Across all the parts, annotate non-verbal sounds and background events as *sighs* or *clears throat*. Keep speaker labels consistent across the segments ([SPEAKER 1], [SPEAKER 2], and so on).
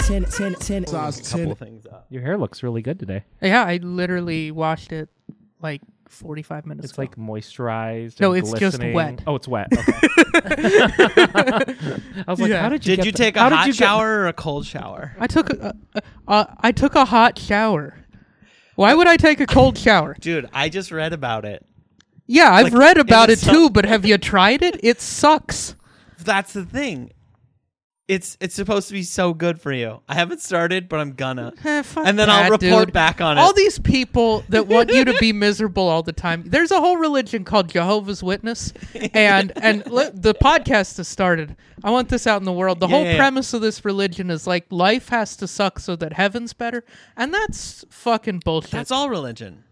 [SPEAKER 1] ten, ten, ten, sauce, ten.
[SPEAKER 2] things up.
[SPEAKER 3] Your hair looks really good today.
[SPEAKER 4] Yeah, I literally washed it like 45 minutes
[SPEAKER 3] It's like moisturized.
[SPEAKER 4] No,
[SPEAKER 3] and
[SPEAKER 4] it's just
[SPEAKER 3] glistening.
[SPEAKER 4] wet.
[SPEAKER 3] Oh, it's *laughs* wet. Okay. I was like,
[SPEAKER 4] Yeah.
[SPEAKER 3] how did
[SPEAKER 2] Did
[SPEAKER 3] you? get
[SPEAKER 2] you
[SPEAKER 3] the-
[SPEAKER 2] take a
[SPEAKER 3] how did
[SPEAKER 2] hot
[SPEAKER 3] you get-
[SPEAKER 2] shower or a cold shower?
[SPEAKER 4] I took a, uh, uh, I took a hot shower. Why would I take a cold shower?
[SPEAKER 2] *laughs* Dude, I just read about it.
[SPEAKER 4] Yeah, I've
[SPEAKER 2] Like,
[SPEAKER 4] read about
[SPEAKER 2] it
[SPEAKER 4] it,
[SPEAKER 2] suck-
[SPEAKER 4] too, but have you tried it? It sucks.
[SPEAKER 2] That's the thing. It's it's supposed to be so good for you. I haven't started, but I'm gonna.
[SPEAKER 4] Eh,
[SPEAKER 2] *laughs*
[SPEAKER 4] fuck
[SPEAKER 2] And then I'll
[SPEAKER 4] that,
[SPEAKER 2] report
[SPEAKER 4] dude.
[SPEAKER 2] back on it.
[SPEAKER 4] All these people that want you to be miserable all the time. There's a whole religion called
[SPEAKER 2] *laughs*
[SPEAKER 4] Jehovah's Witness, and and li- the podcast has started. I want this out in the world. The
[SPEAKER 2] Yeah,
[SPEAKER 4] whole
[SPEAKER 2] yeah, yeah.
[SPEAKER 4] premise of this religion is like life has to suck so that heaven's better, and that's fucking bullshit.
[SPEAKER 2] That's all religion.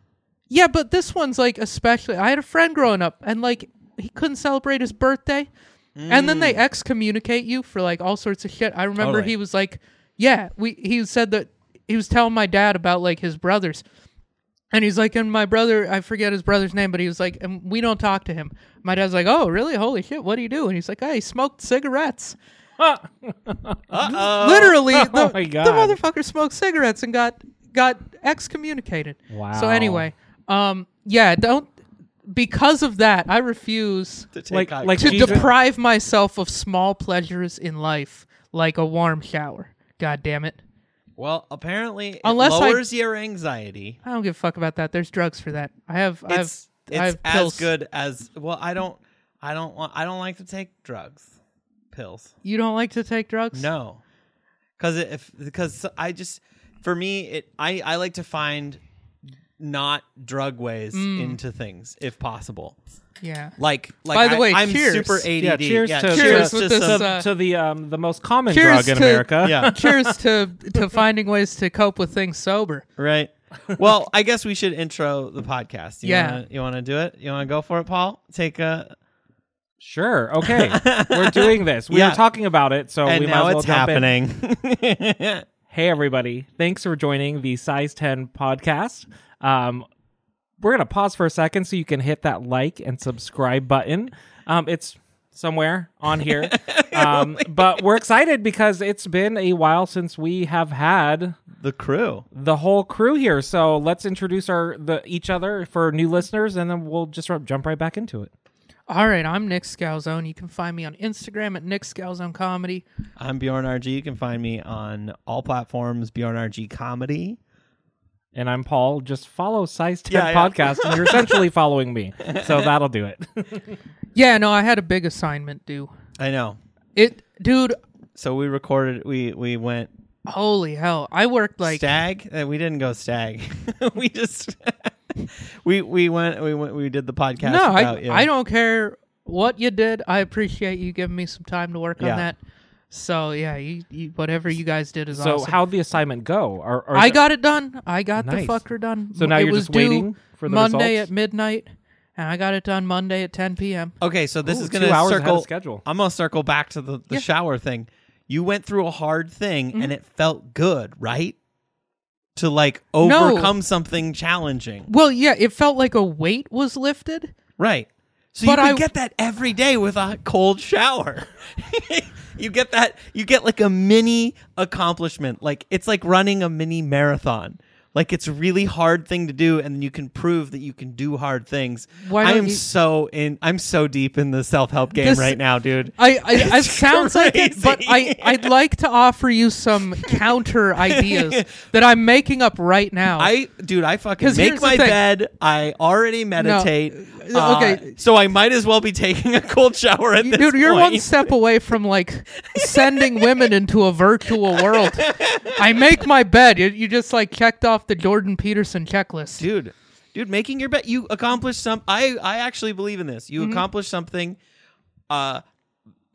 [SPEAKER 4] Yeah, but this one's like especially. I had a friend growing up, and like he couldn't celebrate his birthday, and then they excommunicate you for like all sorts of shit. I remember
[SPEAKER 2] Totally.
[SPEAKER 4] he was like, "Yeah, we." He said that he was telling my dad about like his brothers, and he's like, "And my brother, I forget his brother's name, but he was like, and we don't talk to him." My dad's like, "Oh, really? Holy shit! What do you do?" And he's like, "I smoked cigarettes."
[SPEAKER 2] Uh
[SPEAKER 3] *laughs*
[SPEAKER 2] oh.
[SPEAKER 4] Literally, the,
[SPEAKER 3] Oh my
[SPEAKER 4] the
[SPEAKER 3] God.
[SPEAKER 4] motherfucker smoked cigarettes and got got excommunicated.
[SPEAKER 3] Wow.
[SPEAKER 4] So anyway, um, yeah, don't because of that, I refuse
[SPEAKER 2] To take
[SPEAKER 3] Like-
[SPEAKER 2] hot-
[SPEAKER 3] like-
[SPEAKER 4] to
[SPEAKER 3] Jesus-
[SPEAKER 4] deprive myself of small pleasures in life, like a warm shower. God damn it!
[SPEAKER 2] well, apparently it
[SPEAKER 4] Unless I-
[SPEAKER 2] lowers your anxiety.
[SPEAKER 4] I don't give a fuck about that. There's drugs for that. I have. I have.
[SPEAKER 2] It's
[SPEAKER 4] I
[SPEAKER 2] it's
[SPEAKER 4] have
[SPEAKER 2] as
[SPEAKER 4] pills.
[SPEAKER 2] good as well. I don't I don't want I don't like to take drugs, pills.
[SPEAKER 4] You don't like to take drugs?
[SPEAKER 2] No, because if because I just for me it I I like to find not drug ways
[SPEAKER 4] Mm.
[SPEAKER 2] into things if possible.
[SPEAKER 4] Yeah.
[SPEAKER 2] Like like
[SPEAKER 4] By the
[SPEAKER 2] I,
[SPEAKER 4] way,
[SPEAKER 2] I'm
[SPEAKER 4] cheers.
[SPEAKER 2] super ADD.
[SPEAKER 3] Yeah, cheers to
[SPEAKER 4] cheers
[SPEAKER 3] to,
[SPEAKER 4] with
[SPEAKER 3] to,
[SPEAKER 4] this,
[SPEAKER 3] to,
[SPEAKER 4] uh,
[SPEAKER 3] the um, the most common
[SPEAKER 4] Cheers
[SPEAKER 3] drug in
[SPEAKER 4] to-
[SPEAKER 3] America.
[SPEAKER 2] *laughs* yeah,
[SPEAKER 4] Cheers to to finding ways to cope with things sober. *laughs*
[SPEAKER 2] right. Well, I guess we should intro the podcast. You
[SPEAKER 4] Yeah.
[SPEAKER 2] wanna, you want to do it? You want to go for it, Paul? Take a
[SPEAKER 3] *laughs* Sure. Okay. We're doing this. We
[SPEAKER 2] Yeah.
[SPEAKER 3] were talking about it, so
[SPEAKER 2] and
[SPEAKER 3] Oh, we
[SPEAKER 2] now
[SPEAKER 3] might as well
[SPEAKER 2] it's
[SPEAKER 3] jump in.
[SPEAKER 2] happening. *laughs*
[SPEAKER 3] *laughs* Hey, everybody. Thanks for joining the Size 10 podcast. Um, we're going to pause for a second so you can hit that like and subscribe button. Um, it's somewhere on here. Um, but we're excited because it's been a while since we have had
[SPEAKER 2] the crew.
[SPEAKER 3] the whole crew here. So let's introduce our the each other for new listeners and then we'll just r- jump right back into it.
[SPEAKER 4] All right, I'm Nick Scalzone. You can find me on Instagram at Nick Scalzone Comedy.
[SPEAKER 2] I'm Bjorn RG. You can find me on all platforms Bjorn RG Comedy.
[SPEAKER 3] And I'm Paul. Just follow Size 10
[SPEAKER 2] Yeah, yeah.
[SPEAKER 3] podcast and you're essentially following me. So that'll do it.
[SPEAKER 4] Yeah, no, I had a big assignment due.
[SPEAKER 2] I know.
[SPEAKER 4] It, dude,
[SPEAKER 2] So we recorded. We we went
[SPEAKER 4] holy hell! I worked like
[SPEAKER 2] stag. Uh, we didn't go stag. *laughs* we just *laughs* we we went we went we did the podcast.
[SPEAKER 4] no,
[SPEAKER 2] without
[SPEAKER 4] I,
[SPEAKER 2] you.
[SPEAKER 4] I don't care what you did. I appreciate you giving me some time to work
[SPEAKER 2] Yeah.
[SPEAKER 4] on that. So yeah, you, you, whatever you guys did is
[SPEAKER 3] So
[SPEAKER 4] awesome.
[SPEAKER 3] how'd the assignment go? Or, or
[SPEAKER 4] I got it done. I got
[SPEAKER 3] Nice.
[SPEAKER 4] the fucker done.
[SPEAKER 3] So now
[SPEAKER 4] it
[SPEAKER 3] you're
[SPEAKER 4] was
[SPEAKER 3] just
[SPEAKER 4] due
[SPEAKER 3] waiting for the
[SPEAKER 4] Monday
[SPEAKER 3] results?
[SPEAKER 4] at midnight, and I got it done Monday at 10 p.m.
[SPEAKER 2] Okay, so this
[SPEAKER 3] Ooh,
[SPEAKER 2] is gonna
[SPEAKER 3] two hours ahead of
[SPEAKER 2] circle
[SPEAKER 3] schedule.
[SPEAKER 2] I'm gonna circle back to the, the shower thing. You went through a hard thing and it felt good, right? To like
[SPEAKER 4] No.
[SPEAKER 2] overcome something challenging,
[SPEAKER 4] Well, yeah, it felt like a weight was lifted.
[SPEAKER 2] right? So
[SPEAKER 4] But
[SPEAKER 2] you could
[SPEAKER 4] I-
[SPEAKER 2] get that every day with a cold shower. *laughs* you get that. You get like a mini accomplishment. Like it's like running a mini marathon. Like it's a really hard thing to do, and you can prove that you can do hard things.
[SPEAKER 4] Why
[SPEAKER 2] I
[SPEAKER 4] don't
[SPEAKER 2] am
[SPEAKER 4] you-
[SPEAKER 2] so in. I'm so deep in the self help game
[SPEAKER 4] This-
[SPEAKER 2] right now, dude.
[SPEAKER 4] I, I it sounds like it,
[SPEAKER 2] crazy.
[SPEAKER 4] but I, I'd like to offer
[SPEAKER 2] *laughs*
[SPEAKER 4] you some counter ideas that I'm making up right now.
[SPEAKER 2] I, dude, I fucking
[SPEAKER 4] 'Cause
[SPEAKER 2] make
[SPEAKER 4] here's the
[SPEAKER 2] my
[SPEAKER 4] thing.
[SPEAKER 2] bed. I already meditate.
[SPEAKER 4] Uh, okay.
[SPEAKER 2] so I might as well be *laughs* taking a cold shower at this
[SPEAKER 4] Dude, you're
[SPEAKER 2] point.
[SPEAKER 4] one step away from like sending women into a virtual world. I make my bed. You, you just like checked off the Jordan Peterson
[SPEAKER 2] *laughs*
[SPEAKER 4] checklist.
[SPEAKER 2] dude, dude, making your bed. You accomplish some. I, I actually believe in this. You accomplish something. Uh,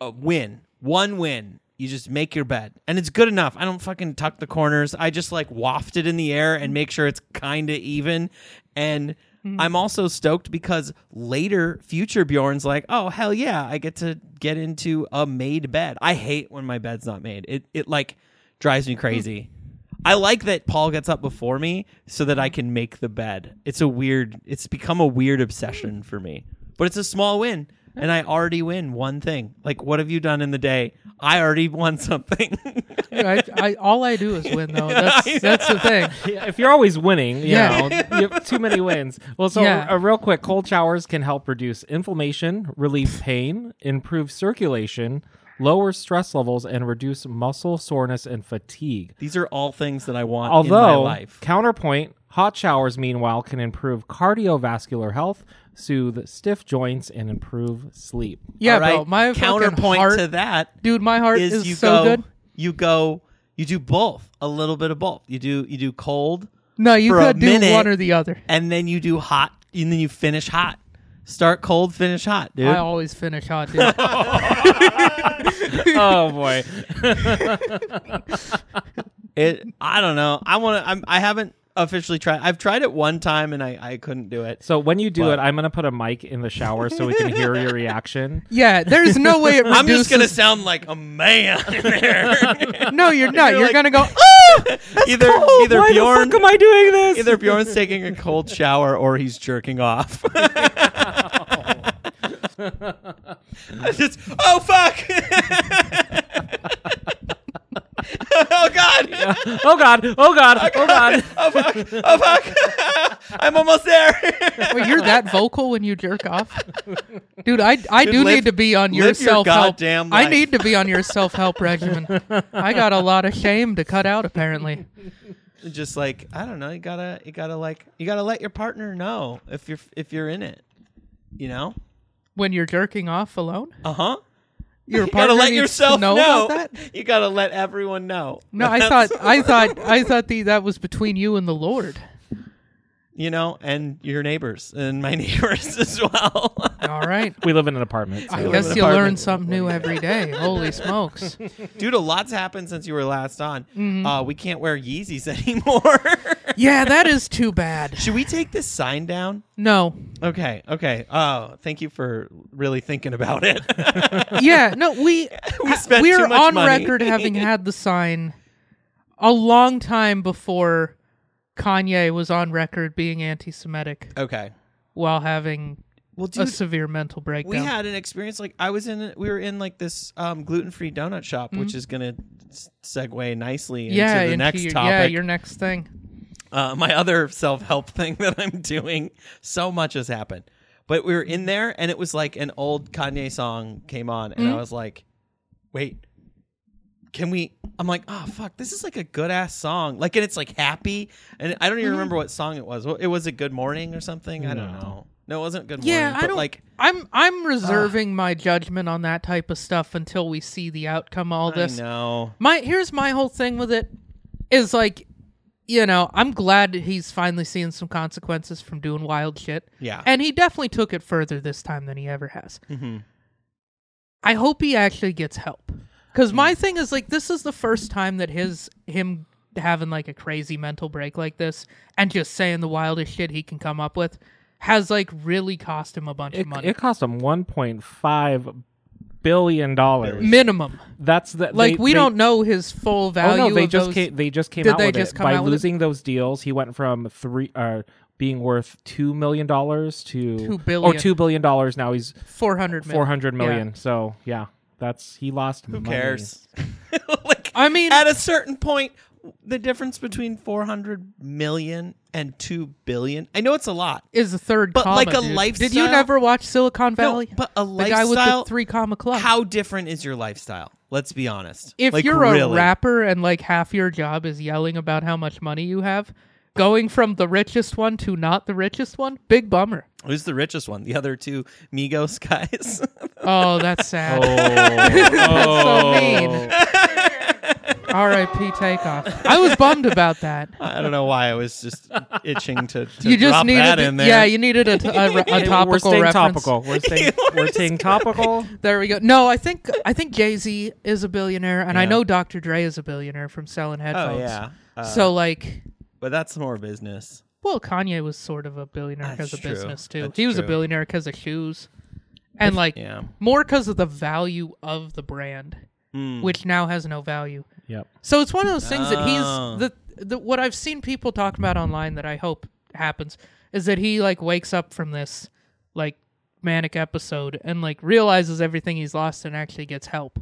[SPEAKER 2] a win, one win. You just make your bed, and it's good enough. I don't fucking tuck the corners. I just like waft it in the air and make sure it's kind of even. And I'm also stoked because later, future Bjorn's like, "Oh hell yeah, I get to get into a made bed." I hate when my bed's not made. It it like drives me crazy. I like that Paul gets up before me so that I can make the bed. It's a weird. It's become a weird obsession for me, but it's a small win. and I already win one thing. Like, what have you done in the day? I already *laughs* won something.
[SPEAKER 4] I, I, all I do is win, though.
[SPEAKER 2] *laughs*
[SPEAKER 4] That's, that's the thing.
[SPEAKER 3] Yeah, if you're always winning, you
[SPEAKER 4] Yeah.
[SPEAKER 3] know, you have too many wins. Well, so
[SPEAKER 4] Yeah.
[SPEAKER 3] uh, real quick, cold showers can help reduce inflammation, relieve pain, improve circulation, lower stress levels, and reduce muscle soreness and fatigue.
[SPEAKER 2] These are all things that I want
[SPEAKER 3] Although,
[SPEAKER 2] in my life.
[SPEAKER 3] counterpoint, hot showers, meanwhile, can improve cardiovascular health, soothe stiff joints, and improve
[SPEAKER 2] *laughs*
[SPEAKER 3] sleep.
[SPEAKER 4] Yeah,
[SPEAKER 2] all right?
[SPEAKER 4] bro. My fucking
[SPEAKER 2] counterpoint
[SPEAKER 4] heart,
[SPEAKER 2] to that
[SPEAKER 4] dude. My heart
[SPEAKER 2] is,
[SPEAKER 4] is,
[SPEAKER 2] you
[SPEAKER 4] so
[SPEAKER 2] go,
[SPEAKER 4] good.
[SPEAKER 2] you go, you do both, a little bit of both. You do, you do cold,
[SPEAKER 4] No, you
[SPEAKER 2] for a
[SPEAKER 4] could do
[SPEAKER 2] minute,
[SPEAKER 4] one or the other.
[SPEAKER 2] and then you do hot, and then you finish hot. Start cold, finish hot, dude.
[SPEAKER 4] I always finish hot, dude.
[SPEAKER 3] oh boy.
[SPEAKER 2] It. I don't know. I want to. I'm. I haven't officially tried. I've tried it one time and I. I couldn't do it.
[SPEAKER 3] So when you do
[SPEAKER 2] But-
[SPEAKER 3] it, I'm gonna put a mic in the shower so we can hear your reaction.
[SPEAKER 4] yeah, there's no way it reduces.
[SPEAKER 2] *laughs* I'm just gonna sound like a man
[SPEAKER 3] *laughs*
[SPEAKER 2] in there. *laughs*
[SPEAKER 4] No, you're not. You're,
[SPEAKER 2] like-
[SPEAKER 4] gonna go. Oh,
[SPEAKER 2] either *laughs* either
[SPEAKER 3] Why
[SPEAKER 2] Bjorn
[SPEAKER 3] the fuck am I doing
[SPEAKER 2] *laughs*
[SPEAKER 3] this?
[SPEAKER 2] either Bjorn's taking a cold shower or he's jerking off. *laughs* I just oh fuck. *laughs* oh god.
[SPEAKER 3] oh god! Oh god! Oh god!
[SPEAKER 2] Oh fuck. Oh fuck. *laughs* I'm almost there. *laughs*
[SPEAKER 4] Wait, "Oh, you're that vocal when you jerk off, dude. I I
[SPEAKER 2] Dude,
[SPEAKER 4] do
[SPEAKER 2] live-
[SPEAKER 4] need to be on your
[SPEAKER 2] live your
[SPEAKER 4] self help.
[SPEAKER 2] goddamn
[SPEAKER 4] I
[SPEAKER 2] life.
[SPEAKER 4] need to be on your self help regimen.
[SPEAKER 2] *laughs*
[SPEAKER 4] I got a lot of shame to cut out. Apparently,
[SPEAKER 2] just like I don't know, you gotta you gotta like you gotta let your partner know if you're if you're in it. You know?
[SPEAKER 4] when you're jerking off alone,
[SPEAKER 2] Uh-huh.
[SPEAKER 4] your
[SPEAKER 2] You *laughs* gotta
[SPEAKER 4] partner
[SPEAKER 2] let
[SPEAKER 4] needs
[SPEAKER 2] yourself
[SPEAKER 4] to know,
[SPEAKER 2] know.
[SPEAKER 4] about that.
[SPEAKER 2] You gotta let everyone know.
[SPEAKER 4] No, I thought
[SPEAKER 2] *laughs*
[SPEAKER 4] I thought I thought the, that was between you and the Lord.
[SPEAKER 2] you know, and your neighbors and my *laughs* neighbors as well. *laughs*
[SPEAKER 4] All right.
[SPEAKER 3] We live in an apartment. so-
[SPEAKER 4] I guess
[SPEAKER 2] an
[SPEAKER 4] you learn
[SPEAKER 2] apartment.
[SPEAKER 4] something new every day. Holy smokes.
[SPEAKER 2] Dude, a lot's happened since you were last on. Uh, we can't wear Yeezys *laughs* anymore.
[SPEAKER 4] Yeah, that is too bad.
[SPEAKER 2] Should we take this sign down?
[SPEAKER 4] No.
[SPEAKER 2] Okay, okay. Oh, thank you for really thinking about it. *laughs*
[SPEAKER 4] Yeah, no, we
[SPEAKER 2] We spent
[SPEAKER 4] we're
[SPEAKER 2] too much
[SPEAKER 4] on
[SPEAKER 2] money.
[SPEAKER 4] record having had the sign a long time before Kanye was on record being anti-Semitic
[SPEAKER 2] okay. Oh,
[SPEAKER 4] while having
[SPEAKER 2] Well,
[SPEAKER 4] a
[SPEAKER 2] dude,
[SPEAKER 4] severe mental breakdown.
[SPEAKER 2] we had an experience like I was in. We were in like this um, gluten-free donut shop, which is gonna s- segue nicely into
[SPEAKER 4] Mm-hmm. yeah,
[SPEAKER 2] the
[SPEAKER 4] into
[SPEAKER 2] next
[SPEAKER 4] your,
[SPEAKER 2] topic.
[SPEAKER 4] yeah, your next thing.
[SPEAKER 2] uh, my other self help *laughs* thing that I'm doing. So much has happened. But we were in there and it was like an old Kanye song came on and
[SPEAKER 4] Mm-hmm.
[SPEAKER 2] I was like, wait, can we? I'm like, oh, fuck, this is like a good ass song. Like, and it's like happy. And I don't
[SPEAKER 4] Mm-hmm.
[SPEAKER 2] even remember what song it was. Well, It was a good morning or something. I don't
[SPEAKER 3] No.
[SPEAKER 2] know. No, it wasn't good morning.
[SPEAKER 4] Yeah, I
[SPEAKER 2] but,
[SPEAKER 4] don't
[SPEAKER 2] like,
[SPEAKER 4] I'm I'm reserving my judgment on that type of stuff until we see the outcome of all this.
[SPEAKER 2] I know.
[SPEAKER 4] my here's my whole thing with it is like you know i'm glad that he's finally seeing some consequences from doing wild shit
[SPEAKER 2] Yeah.
[SPEAKER 4] and he definitely took it further this time than he ever has i hope he actually gets help because my thing is like this is the first time that his him having like a crazy mental break like this and just saying the wildest shit he can come up with has like really cost him a bunch
[SPEAKER 3] It,
[SPEAKER 4] of money
[SPEAKER 3] it cost them 1.5 billion dollars.
[SPEAKER 4] minimum
[SPEAKER 3] That's the
[SPEAKER 4] like
[SPEAKER 3] they-
[SPEAKER 4] we
[SPEAKER 3] they-
[SPEAKER 4] don't know his full
[SPEAKER 3] Oh
[SPEAKER 4] value
[SPEAKER 3] no, they
[SPEAKER 4] of
[SPEAKER 3] just
[SPEAKER 4] those-
[SPEAKER 3] came. They just came
[SPEAKER 4] Did
[SPEAKER 3] out
[SPEAKER 4] they
[SPEAKER 3] with
[SPEAKER 4] just
[SPEAKER 3] it
[SPEAKER 4] come
[SPEAKER 3] by
[SPEAKER 4] out with it?
[SPEAKER 3] losing those deals. He went from three. Uh, being worth two million dollars to
[SPEAKER 4] Two
[SPEAKER 3] or
[SPEAKER 4] billion.
[SPEAKER 3] two billion dollars now he's
[SPEAKER 4] 400 million.
[SPEAKER 3] four hundred million.
[SPEAKER 4] Yeah.
[SPEAKER 3] So yeah, that's he lost.
[SPEAKER 2] Who cares? *laughs* like,
[SPEAKER 4] I mean-
[SPEAKER 2] at a certain point, the difference between 400 million and 2 billion, I know it's a lot.
[SPEAKER 4] is the third
[SPEAKER 2] But,
[SPEAKER 4] comma,
[SPEAKER 2] like, a
[SPEAKER 4] dude.
[SPEAKER 2] lifestyle-
[SPEAKER 4] Did you never watch Silicon Valley?
[SPEAKER 2] but a
[SPEAKER 4] the guy with the
[SPEAKER 2] lifestyle-
[SPEAKER 4] three comma club.
[SPEAKER 2] How different is your lifestyle? Let's be honest.
[SPEAKER 4] if
[SPEAKER 2] Like,
[SPEAKER 4] you're a
[SPEAKER 2] really.
[SPEAKER 4] rapper and like half your job is yelling about how much money you have, going from the richest one to not the richest one, big bummer.
[SPEAKER 2] who's the richest one? The other two Migos *laughs* guys.
[SPEAKER 4] Oh, that's sad.
[SPEAKER 2] *laughs*
[SPEAKER 4] *laughs*
[SPEAKER 3] Oh,
[SPEAKER 4] So mean. R.I.P. Takeoff. I was bummed about that.
[SPEAKER 2] I don't know why I was just itching
[SPEAKER 4] *laughs*
[SPEAKER 2] to, to
[SPEAKER 4] You just
[SPEAKER 2] drop
[SPEAKER 4] needed,
[SPEAKER 2] that
[SPEAKER 4] to-
[SPEAKER 2] in there.
[SPEAKER 4] yeah, you needed a,
[SPEAKER 2] *laughs*
[SPEAKER 4] t- a, re- a topical
[SPEAKER 3] we're staying
[SPEAKER 4] reference.
[SPEAKER 3] topical. We're staying, we're staying topical.
[SPEAKER 4] There we go. No, I think I think Jay Z is a billionaire, and I
[SPEAKER 2] Yeah.
[SPEAKER 4] know Dr. Dre is a billionaire from selling
[SPEAKER 2] oh
[SPEAKER 4] headphones.
[SPEAKER 2] yeah. Uh,
[SPEAKER 4] so like,
[SPEAKER 2] but that's more business.
[SPEAKER 4] well, Kanye was sort of a billionaire because
[SPEAKER 2] That's
[SPEAKER 4] of
[SPEAKER 2] true.
[SPEAKER 4] business too.
[SPEAKER 2] That's
[SPEAKER 4] he was a
[SPEAKER 2] true.
[SPEAKER 4] billionaire because of shoes, and like
[SPEAKER 2] Yeah.
[SPEAKER 4] more because of the value of the brand,
[SPEAKER 2] Hmm.
[SPEAKER 4] which now has no value.
[SPEAKER 3] Yep.
[SPEAKER 4] So it's one of those things that
[SPEAKER 2] Oh.
[SPEAKER 4] he's the, the what I've seen people talking about online that I hope happens is that he like wakes up from this like manic episode and like realizes everything he's lost and actually gets help.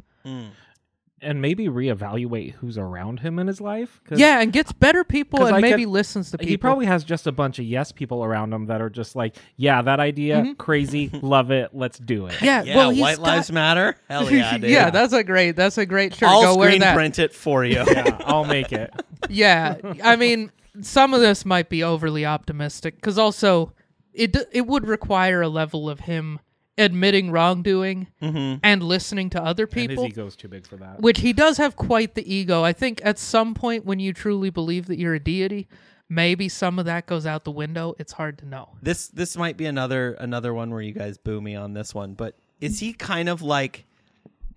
[SPEAKER 3] and maybe reevaluate who's around him in his life. 'Cause
[SPEAKER 4] Yeah, and gets better people
[SPEAKER 3] 'cause
[SPEAKER 4] and
[SPEAKER 3] I
[SPEAKER 4] maybe
[SPEAKER 3] could-
[SPEAKER 4] listens to people.
[SPEAKER 3] He probably has just a bunch of yes people around him that are just like, yeah, that idea, crazy, love it, let's do it.
[SPEAKER 4] Mm-hmm. yeah,
[SPEAKER 2] Yeah,
[SPEAKER 4] well, he's
[SPEAKER 2] White
[SPEAKER 4] got-
[SPEAKER 2] Lives Matter.
[SPEAKER 4] *laughs*
[SPEAKER 2] Hell yeah, dude.
[SPEAKER 4] yeah, that's a great that's a great shirt.
[SPEAKER 2] I'll
[SPEAKER 4] Go wear
[SPEAKER 2] screen
[SPEAKER 4] that.
[SPEAKER 2] print it for
[SPEAKER 4] *laughs*
[SPEAKER 2] you.
[SPEAKER 3] Yeah, I'll make it.
[SPEAKER 4] yeah i mean some of this might be overly optimistic because also it d- it would require a level of him admitting wrongdoing and listening to other
[SPEAKER 3] And his
[SPEAKER 4] people
[SPEAKER 3] ego's too big for that.
[SPEAKER 4] which he does have quite the ego i think at some point when you truly believe that you're a deity maybe some of that goes out the window it's hard to know
[SPEAKER 2] This this might be another another one where you guys boo me on this one, but is he kind of like *laughs*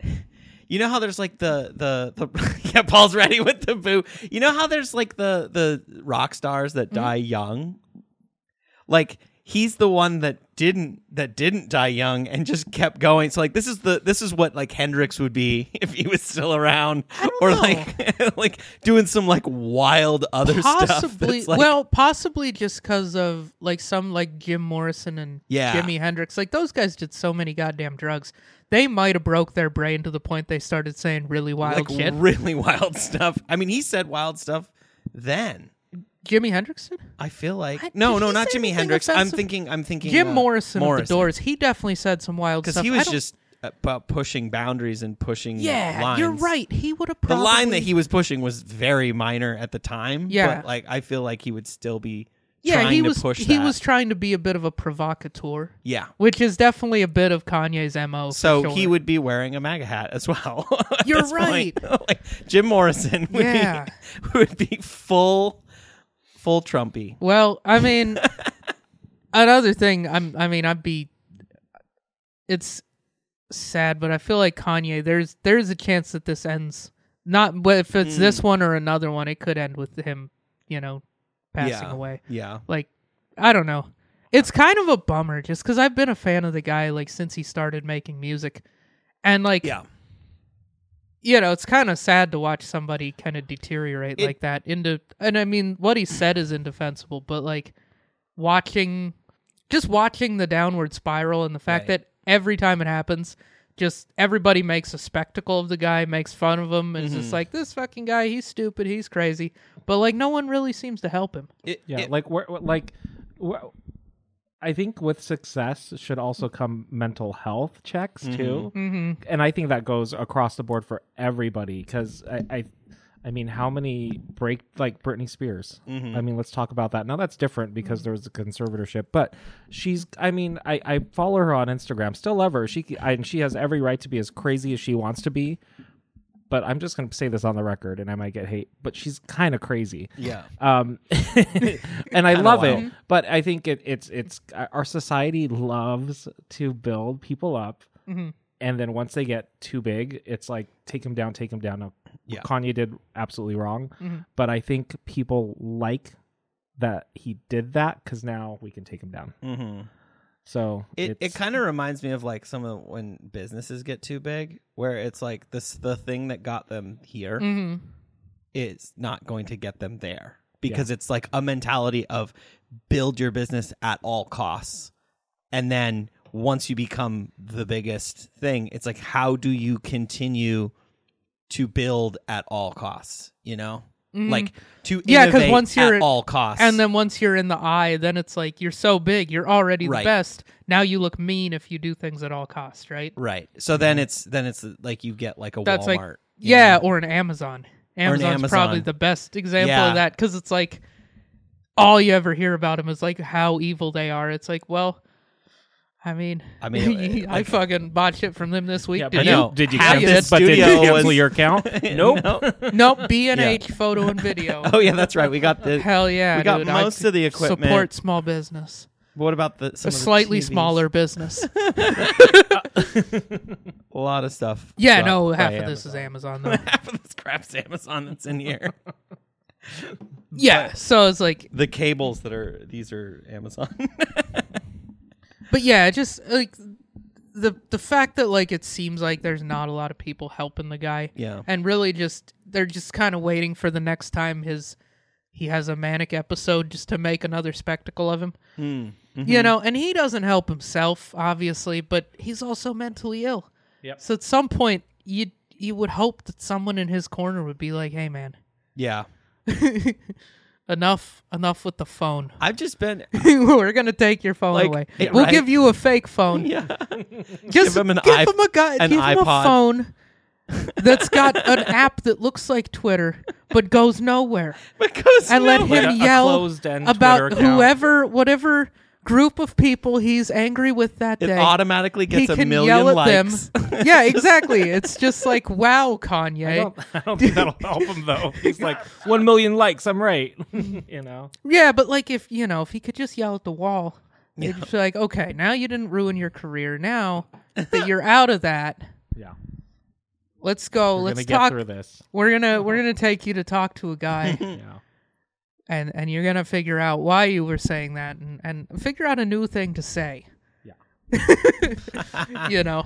[SPEAKER 2] you know how there's like the the, the *laughs* yeah Paul's ready with the boo. You know how there's like the the rock stars that
[SPEAKER 4] Mm-hmm.
[SPEAKER 2] die young? Like he's the one that didn't that didn't die young and just kept going. So like this is the this is what like Hendrix would be *laughs* if he was still around or
[SPEAKER 4] know.
[SPEAKER 2] like *laughs* like doing some like wild other *laughs* stuff.
[SPEAKER 4] possibly
[SPEAKER 2] that's, like-
[SPEAKER 4] well possibly just because of like some like jim morrison and
[SPEAKER 2] Yeah.
[SPEAKER 4] jimi hendrix like those guys did so many goddamn drugs they might have broke their brain to the point they started saying really
[SPEAKER 2] like
[SPEAKER 4] wild shit
[SPEAKER 2] really *laughs* wild stuff. I mean, he said wild stuff then.
[SPEAKER 4] jimi hendrix did
[SPEAKER 2] I feel like
[SPEAKER 4] I-
[SPEAKER 2] no,
[SPEAKER 4] did
[SPEAKER 2] no,
[SPEAKER 4] he
[SPEAKER 2] not
[SPEAKER 4] say
[SPEAKER 2] Jimi
[SPEAKER 4] anything
[SPEAKER 2] Hendrix. I'm
[SPEAKER 4] offensive?
[SPEAKER 2] thinking, I'm thinking
[SPEAKER 4] jim
[SPEAKER 2] uh,
[SPEAKER 4] morrison, of the
[SPEAKER 2] Morrison.
[SPEAKER 4] doors he definitely said some wild
[SPEAKER 2] because
[SPEAKER 4] stuff
[SPEAKER 2] he
[SPEAKER 4] I
[SPEAKER 2] was
[SPEAKER 4] don't-
[SPEAKER 2] just about pushing boundaries and pushing.
[SPEAKER 4] yeah
[SPEAKER 2] lines.
[SPEAKER 4] you're right he would have
[SPEAKER 2] The
[SPEAKER 4] probably
[SPEAKER 2] line that he was pushing was very minor at the time.
[SPEAKER 4] Yeah.
[SPEAKER 2] but like I feel like he would still be
[SPEAKER 4] yeah
[SPEAKER 2] trying
[SPEAKER 4] he
[SPEAKER 2] to
[SPEAKER 4] was
[SPEAKER 2] push.
[SPEAKER 4] he
[SPEAKER 2] that.
[SPEAKER 4] was trying to be a bit of a provocateur
[SPEAKER 2] yeah.
[SPEAKER 4] which is definitely a bit of Kanye's mo. for
[SPEAKER 2] So he
[SPEAKER 4] sure.
[SPEAKER 2] would be wearing a MAGA hat as well. *laughs* at
[SPEAKER 4] You're
[SPEAKER 2] this point. *laughs* like Jim Morrison *laughs* would
[SPEAKER 4] Yeah.
[SPEAKER 2] be would be full full Trumpy.
[SPEAKER 4] Well, I mean, another thing. I'm. I mean, I'd be. It's sad, but I feel like Kanye. There's there's a chance that this ends. Not, but if it's this one or another one, it could end with him. You know, passing
[SPEAKER 2] yeah.
[SPEAKER 4] away.
[SPEAKER 2] Yeah.
[SPEAKER 4] Like, I don't know. It's kind of a bummer, just because I've been a fan of the guy like since he started making music, and like,
[SPEAKER 2] Yeah.
[SPEAKER 4] you know, it's kind of sad to watch somebody kind of deteriorate
[SPEAKER 2] It-
[SPEAKER 4] like that into and I mean, what he said is indefensible, but like watching just watching the downward spiral and the fact
[SPEAKER 2] Right.
[SPEAKER 4] that every time it happens, just everybody makes a spectacle of the guy, makes fun of him, and it's
[SPEAKER 2] Mm-hmm.
[SPEAKER 4] just like this fucking guy, he's stupid, he's crazy. But like no one really seems to help him.
[SPEAKER 2] It-
[SPEAKER 3] Yeah,
[SPEAKER 2] it-
[SPEAKER 3] like where, where- like where, I think with success should also come mental health checks too, mm-hmm. and I think that goes across the board for everybody because I, I, I mean, how many break like Britney Spears?
[SPEAKER 2] Mm-hmm.
[SPEAKER 3] I mean, let's talk about that. Now that's different because there was a conservatorship, but she's. I mean, I, I follow her on Instagram. Still love her. She I, and she has every right to be as crazy as she wants to be. But I'm just going to say this on the record, and I might get hate. But she's kind of crazy.
[SPEAKER 2] yeah. *laughs*
[SPEAKER 3] um and i love
[SPEAKER 2] wild.
[SPEAKER 3] it but i think it, it's it's our society loves to build people up and then once they get too big it's like take them down take them down now,
[SPEAKER 2] Yeah.
[SPEAKER 3] kanye did absolutely wrong
[SPEAKER 4] Mm-hmm.
[SPEAKER 3] but i think people like that he did that because now we can take him down
[SPEAKER 2] Mm-hmm.
[SPEAKER 3] so
[SPEAKER 2] It it
[SPEAKER 3] it's-
[SPEAKER 2] kind of reminds me of like some of when businesses get too big, where it's like this the thing that got them here is
[SPEAKER 4] Mm-hmm.
[SPEAKER 2] not going to get them there because it's like a mentality of build your business at all costs, and then once you become the biggest thing, it's like how do you continue to build at all costs? You know, like to
[SPEAKER 4] Yeah, 'cause
[SPEAKER 2] innovate
[SPEAKER 4] once you're-
[SPEAKER 2] at all costs,
[SPEAKER 4] And then once you're in the eye, then it's like you're so big, you're already
[SPEAKER 2] Right.
[SPEAKER 4] the best. Now you look mean if you do things at all costs, right?
[SPEAKER 2] right. So then it's then it's like you get like a
[SPEAKER 4] That's
[SPEAKER 2] Walmart.
[SPEAKER 4] like
[SPEAKER 2] you know? *laughs*
[SPEAKER 4] yeah, or an Amazon. Amazon's
[SPEAKER 2] Amazon.
[SPEAKER 4] probably the best example
[SPEAKER 2] Yeah.
[SPEAKER 4] of that because it's like all you ever hear about them is like how evil they are. It's like, well, I mean,
[SPEAKER 2] I
[SPEAKER 4] *laughs*
[SPEAKER 2] mean,
[SPEAKER 4] I fucking bought shit from them this week.
[SPEAKER 3] yeah,
[SPEAKER 4] did
[SPEAKER 3] but
[SPEAKER 2] I know.
[SPEAKER 4] you?
[SPEAKER 3] you, did you
[SPEAKER 2] Half
[SPEAKER 3] cancel,
[SPEAKER 2] this
[SPEAKER 3] but did you
[SPEAKER 2] studio
[SPEAKER 3] cancel
[SPEAKER 2] was-
[SPEAKER 3] your account?
[SPEAKER 2] *laughs*
[SPEAKER 3] nope.
[SPEAKER 4] Nope, B and H photo and video.
[SPEAKER 2] Oh yeah, that's right. We got the.
[SPEAKER 4] Hell yeah,
[SPEAKER 2] We got
[SPEAKER 4] dude.
[SPEAKER 2] most
[SPEAKER 4] I
[SPEAKER 2] of the equipment.
[SPEAKER 4] Support small business,
[SPEAKER 2] What about the some
[SPEAKER 4] a
[SPEAKER 2] of the
[SPEAKER 4] slightly
[SPEAKER 2] TVs?
[SPEAKER 4] smaller business. *laughs*
[SPEAKER 2] A lot of stuff.
[SPEAKER 4] Yeah,
[SPEAKER 2] dropped
[SPEAKER 4] no,
[SPEAKER 2] by
[SPEAKER 4] half of this is Amazon though.
[SPEAKER 2] *laughs* half of this crap's Amazon that's in
[SPEAKER 4] *laughs*
[SPEAKER 2] here.
[SPEAKER 4] yeah, so it's like
[SPEAKER 2] the cables that are these are Amazon. *laughs*
[SPEAKER 4] But yeah, it just like the the fact that like it seems like there's not a lot of people helping the guy.
[SPEAKER 2] Yeah.
[SPEAKER 4] And really just they're just kind of waiting for the next time his he has a manic episode just to make another spectacle of him. You know, and he doesn't help himself, obviously, but he's also mentally ill.
[SPEAKER 3] Yep.
[SPEAKER 4] So at some point, you you would hope that someone in his corner would be like, "Hey, man,
[SPEAKER 2] Yeah.
[SPEAKER 4] enough, enough with the phone.
[SPEAKER 2] I've just been
[SPEAKER 4] *laughs* We're gonna take your phone
[SPEAKER 2] Like,
[SPEAKER 4] away.
[SPEAKER 2] yeah,
[SPEAKER 4] we'll
[SPEAKER 2] right.
[SPEAKER 4] give you a fake
[SPEAKER 2] *laughs*
[SPEAKER 4] phone.
[SPEAKER 2] yeah.
[SPEAKER 4] Just
[SPEAKER 2] Give him an
[SPEAKER 4] give
[SPEAKER 2] iP-
[SPEAKER 4] him a guy,
[SPEAKER 2] an
[SPEAKER 4] give him a
[SPEAKER 2] iPod. *laughs*
[SPEAKER 4] phone that's got an app that looks like Twitter but goes nowhere,
[SPEAKER 2] *laughs* because
[SPEAKER 4] and let
[SPEAKER 2] no-
[SPEAKER 4] him
[SPEAKER 3] Like a- a
[SPEAKER 4] yell
[SPEAKER 3] closed-end Twitter
[SPEAKER 4] about
[SPEAKER 3] account.
[SPEAKER 4] whoever, whatever group of people he's angry with that
[SPEAKER 2] it
[SPEAKER 4] day.
[SPEAKER 2] automatically
[SPEAKER 4] he
[SPEAKER 2] gets a
[SPEAKER 4] can
[SPEAKER 2] million
[SPEAKER 4] yell at
[SPEAKER 2] likes. *laughs*
[SPEAKER 4] them. yeah, exactly. It's just like, wow,
[SPEAKER 3] *laughs*
[SPEAKER 4] Kanye.
[SPEAKER 3] I don't, I don't think
[SPEAKER 2] *laughs*
[SPEAKER 3] that'll help him though. He's like one million likes. I'm right. *laughs* you know.
[SPEAKER 4] Yeah, but like if you know, if he could just yell at the wall, it'd just be like, okay, now you didn't ruin your career. Now
[SPEAKER 3] *laughs*
[SPEAKER 4] that you're out of that,
[SPEAKER 3] Yeah.
[SPEAKER 4] let's go.
[SPEAKER 3] We're
[SPEAKER 4] let's
[SPEAKER 3] gonna get
[SPEAKER 4] talk.
[SPEAKER 3] through this.
[SPEAKER 4] We're gonna
[SPEAKER 3] *laughs*
[SPEAKER 4] we're gonna take you to talk to a guy,
[SPEAKER 3] Yeah.
[SPEAKER 4] and and you're gonna figure out why you were saying that, and and figure out a new thing to say. Yeah, *laughs* you know,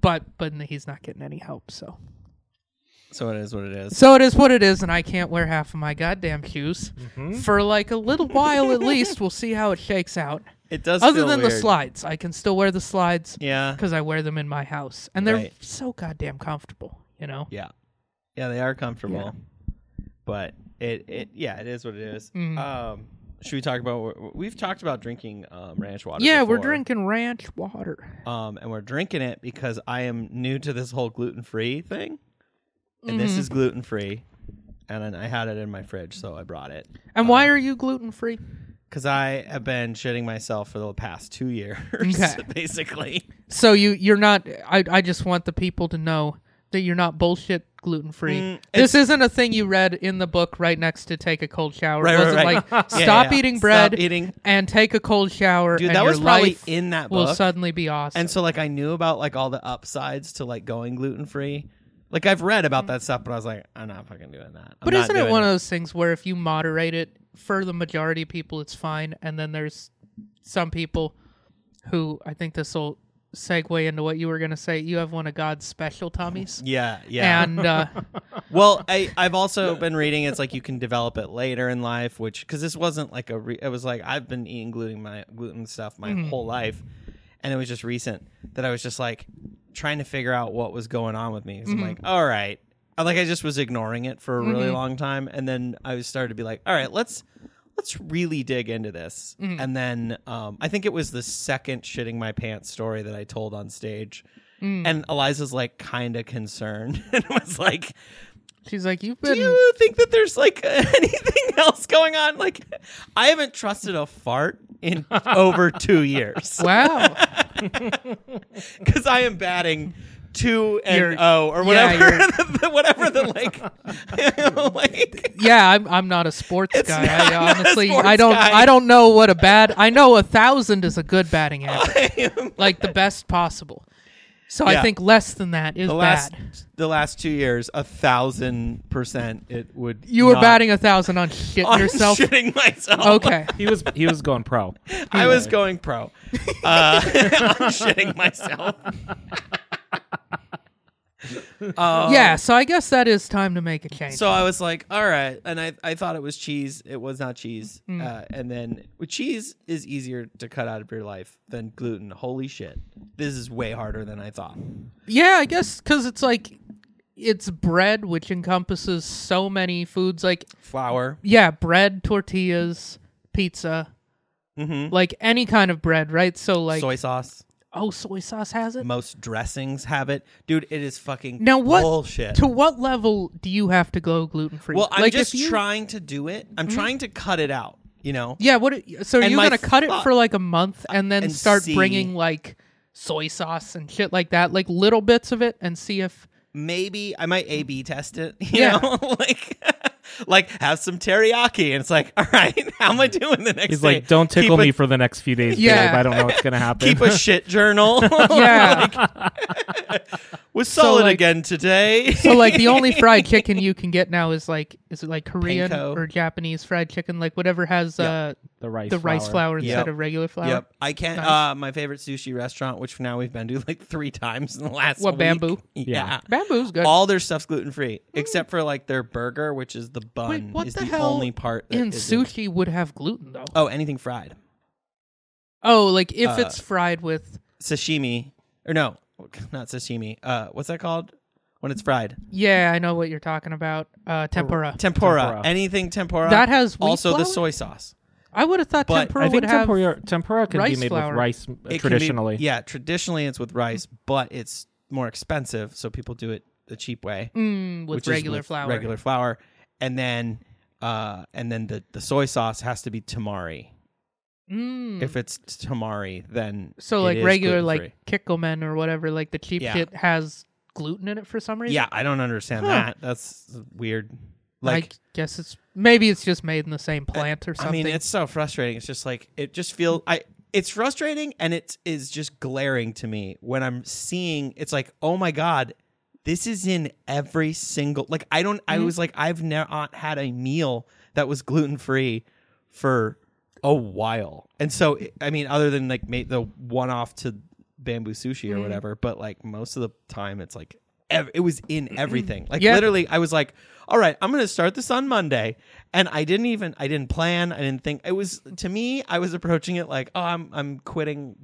[SPEAKER 4] but but he's not getting any help, so.
[SPEAKER 2] So it is what it is.
[SPEAKER 4] So it is what it is, and I can't wear half of my goddamn shoes
[SPEAKER 3] Mm-hmm.
[SPEAKER 4] for like a little while at least. We'll see how it shakes out.
[SPEAKER 2] It does.
[SPEAKER 4] Other
[SPEAKER 2] feel
[SPEAKER 4] than the
[SPEAKER 2] weird.
[SPEAKER 4] slides, I can still wear the slides
[SPEAKER 2] Yeah.
[SPEAKER 4] because I wear them in my house, and they're
[SPEAKER 2] Right.
[SPEAKER 4] so goddamn comfortable. You know,
[SPEAKER 2] Yeah. Yeah, they are comfortable. But it, it yeah, it is what it is.
[SPEAKER 4] Mm-hmm.
[SPEAKER 2] Um should we talk about we've talked about drinking um, ranch water?
[SPEAKER 4] yeah, we're
[SPEAKER 2] before.
[SPEAKER 4] drinking ranch water.
[SPEAKER 2] um, and we're drinking it because I am new to this whole gluten free thing, and this
[SPEAKER 4] Mm-hmm.
[SPEAKER 2] is gluten free, and then I had it in my fridge, so I brought it
[SPEAKER 4] And why
[SPEAKER 2] Uh-huh.
[SPEAKER 4] are you gluten free?
[SPEAKER 2] because I have been shitting myself for the past two years,
[SPEAKER 4] Okay.
[SPEAKER 2] *laughs* basically.
[SPEAKER 4] So you you're not. I I just want the people to know that you're not bullshit gluten free.
[SPEAKER 2] Mm,
[SPEAKER 4] this isn't a thing you read in the book right next to take a cold shower.
[SPEAKER 2] Right,
[SPEAKER 4] it
[SPEAKER 2] right,
[SPEAKER 4] wasn't
[SPEAKER 2] right.
[SPEAKER 4] like
[SPEAKER 2] *laughs* Yeah, yeah,
[SPEAKER 4] stop
[SPEAKER 2] yeah.
[SPEAKER 4] eating
[SPEAKER 2] Stop
[SPEAKER 4] bread,
[SPEAKER 2] eating-
[SPEAKER 4] and take a cold shower.
[SPEAKER 2] Dude,
[SPEAKER 4] and
[SPEAKER 2] that
[SPEAKER 4] your
[SPEAKER 2] was probably
[SPEAKER 4] life
[SPEAKER 2] in that
[SPEAKER 4] will
[SPEAKER 2] book.
[SPEAKER 4] suddenly be awesome.
[SPEAKER 2] And so, like, I knew about like all the upsides to like going gluten free. Like, I've read about that stuff, but I was like, I'm not fucking doing that. I'm
[SPEAKER 4] But
[SPEAKER 2] not
[SPEAKER 4] isn't it
[SPEAKER 2] doing
[SPEAKER 4] one of those things where if you moderate it for the majority of people, it's fine, and then there's some people who I think this will segue into what you were going to say. You have one of God's special tummies,
[SPEAKER 2] Yeah, yeah. *laughs*
[SPEAKER 4] and uh,
[SPEAKER 2] well, I, I've also been reading it's like you can develop it later in life, which because this wasn't like a re- it was like I've been eating gluten my gluten stuff my whole life, and it was just recent that I was just like trying to figure out what was going on with me. 'Cause I'm like, all right, I, like I just was ignoring it for a really long time, and then I was started to be like, all right, let's let's really dig into this. And then um, I think it was the second shitting my pants story that I told on stage. And Eliza's like kind of concerned *laughs* and was like,
[SPEAKER 4] she's like, "You've
[SPEAKER 2] do
[SPEAKER 4] been."
[SPEAKER 2] you think that there's like *laughs* anything else going on? Like, I haven't trusted a fart *laughs* in over two *laughs* years
[SPEAKER 4] *laughs* Wow.
[SPEAKER 2] because I am batting two
[SPEAKER 4] You're-
[SPEAKER 2] and O or
[SPEAKER 4] yeah,
[SPEAKER 2] whatever, *laughs*
[SPEAKER 4] you're-
[SPEAKER 2] the, the- whatever the *laughs* like, like
[SPEAKER 4] Yeah, I'm I'm not a sports guy.
[SPEAKER 2] not-
[SPEAKER 4] I
[SPEAKER 2] not a
[SPEAKER 4] honestly
[SPEAKER 2] sports
[SPEAKER 4] I don't
[SPEAKER 2] guy.
[SPEAKER 4] I don't know what a bad I know a thousand is a good batting average. like the best possible. So I
[SPEAKER 2] Yeah.
[SPEAKER 4] think less than that is
[SPEAKER 2] the last
[SPEAKER 4] bad.
[SPEAKER 2] the last two years, a thousand percent, it would.
[SPEAKER 4] You were
[SPEAKER 2] not-
[SPEAKER 4] batting a thousand on shit
[SPEAKER 2] *laughs* I'm
[SPEAKER 4] yourself.
[SPEAKER 2] shitting myself.
[SPEAKER 4] Okay.
[SPEAKER 3] He was he was going pro.
[SPEAKER 2] I was going pro. *laughs* Uh, I'm shitting myself.
[SPEAKER 4] yeah, so I guess that is time to make a change.
[SPEAKER 2] Um, So I was like, all right. And I, I thought it was cheese. It was not cheese.
[SPEAKER 4] Mm.
[SPEAKER 2] Uh, and then well, cheese is easier to cut out of your life than gluten. Holy shit. This is way harder than I thought.
[SPEAKER 4] yeah, I guess because it's like it's bread, which encompasses so many foods. Like
[SPEAKER 2] Flour.
[SPEAKER 4] yeah, bread, tortillas, pizza, like any kind of bread, right? So like
[SPEAKER 2] Mm-hmm. soy sauce.
[SPEAKER 4] oh, soy sauce has it.
[SPEAKER 2] Most dressings have it. Dude, it is fucking
[SPEAKER 4] Now what?
[SPEAKER 2] bullshit.
[SPEAKER 4] To what level do you have to go gluten free?
[SPEAKER 2] well, I'm
[SPEAKER 4] like
[SPEAKER 2] just
[SPEAKER 4] if you, Mm-hmm.
[SPEAKER 2] trying to do it. I'm trying to cut it out, you know?
[SPEAKER 4] Yeah. What? So are
[SPEAKER 2] And
[SPEAKER 4] you
[SPEAKER 2] my
[SPEAKER 4] gonna cut it
[SPEAKER 2] thought-
[SPEAKER 4] for like a month and then
[SPEAKER 2] and
[SPEAKER 4] start
[SPEAKER 2] see-
[SPEAKER 4] bringing like soy sauce and shit like that, like little bits of it, and see
[SPEAKER 2] *laughs*
[SPEAKER 4] if
[SPEAKER 2] maybe I might A B test it. *laughs* You
[SPEAKER 4] Yeah.
[SPEAKER 2] know, like *laughs* like have some teriyaki, and it's like, all right, *laughs* how am I doing the next?
[SPEAKER 3] He's
[SPEAKER 2] day?
[SPEAKER 3] like, don't tickle
[SPEAKER 2] Keep a-
[SPEAKER 3] me for the next few days.
[SPEAKER 4] Yeah.
[SPEAKER 2] *laughs*
[SPEAKER 4] *laughs*
[SPEAKER 2] Oh,
[SPEAKER 3] babe. I don't know what's gonna happen.
[SPEAKER 2] Keep a shit journal.
[SPEAKER 4] yeah.
[SPEAKER 2] was solid
[SPEAKER 4] like-
[SPEAKER 2] again today. *laughs*
[SPEAKER 4] So like the only fried chicken you can get now is like is it like Korean
[SPEAKER 2] Panko.
[SPEAKER 4] or Japanese fried chicken like whatever has uh
[SPEAKER 3] The rice.
[SPEAKER 4] the rice flour instead
[SPEAKER 2] Yep.
[SPEAKER 4] of regular flour.
[SPEAKER 2] Yep, I can't.
[SPEAKER 4] Nice.
[SPEAKER 2] Uh, my favorite sushi restaurant, which now we've been to like three times in the last.
[SPEAKER 4] What,
[SPEAKER 2] week. *laughs*
[SPEAKER 4] Bamboo?
[SPEAKER 2] Yeah.
[SPEAKER 4] Bamboo's good. Mm.
[SPEAKER 2] All their stuff's gluten free except for like their burger, which is the bun.
[SPEAKER 4] what
[SPEAKER 2] is
[SPEAKER 4] the
[SPEAKER 2] the,
[SPEAKER 4] hell
[SPEAKER 2] only part that
[SPEAKER 4] in
[SPEAKER 2] isn't-
[SPEAKER 4] sushi would have gluten though.
[SPEAKER 2] Oh, anything fried,
[SPEAKER 4] Oh, like if
[SPEAKER 2] Uh,
[SPEAKER 4] it's fried with
[SPEAKER 2] sashimi, or no, not sashimi. Uh, what's that called when it's fried?
[SPEAKER 4] yeah, I know what you're talking about. Uh, tempura.
[SPEAKER 2] Tempura.
[SPEAKER 3] Tempura.
[SPEAKER 2] Anything tempura.
[SPEAKER 4] That has wheat
[SPEAKER 2] also the
[SPEAKER 4] flour?
[SPEAKER 2] soy sauce.
[SPEAKER 4] I would have thought
[SPEAKER 2] But
[SPEAKER 4] tempura
[SPEAKER 3] I
[SPEAKER 4] would
[SPEAKER 3] think
[SPEAKER 4] have.
[SPEAKER 3] tempura, tempura can be
[SPEAKER 4] rice
[SPEAKER 3] made
[SPEAKER 4] flour.
[SPEAKER 3] with rice uh,
[SPEAKER 2] It can be-
[SPEAKER 3] traditionally.
[SPEAKER 2] yeah, traditionally it's with rice, but it's more expensive, so people do it the cheap way.
[SPEAKER 4] Mm, with
[SPEAKER 2] which is
[SPEAKER 4] regular
[SPEAKER 2] with
[SPEAKER 4] flour.
[SPEAKER 2] Regular flour, and then uh, and then the the soy sauce has to be tamari.
[SPEAKER 4] Mm.
[SPEAKER 2] If it's tamari, then
[SPEAKER 4] so
[SPEAKER 2] it
[SPEAKER 4] like
[SPEAKER 2] is
[SPEAKER 4] regular like
[SPEAKER 2] gluten-free.
[SPEAKER 4] Kikkoman or whatever, like the cheap
[SPEAKER 2] Yeah.
[SPEAKER 4] shit has gluten in it for some reason.
[SPEAKER 2] yeah, I don't understand
[SPEAKER 4] Huh.
[SPEAKER 2] that. That's weird. Like.
[SPEAKER 4] I guess it's maybe it's just made in the same plant or
[SPEAKER 2] I
[SPEAKER 4] something.
[SPEAKER 2] mean, it's so frustrating. It's just like it just feels I it's frustrating and it is just glaring to me when I'm seeing it's like, "Oh my god, this is in every single like I don't
[SPEAKER 4] Mm-hmm.
[SPEAKER 2] I was like I've never had a meal that was gluten-free for a while." And so it- I mean, other than like made the one off to bamboo sushi
[SPEAKER 4] Mm-hmm.
[SPEAKER 2] or whatever, but like most of the time it's like ev- it was in everything. Like
[SPEAKER 4] Mm-hmm. Yeah.
[SPEAKER 2] literally literally I was like, all right, I'm gonna start this on Monday. And I didn't even I didn't plan, I didn't think it was to me, I was approaching it like, oh, I'm I'm quitting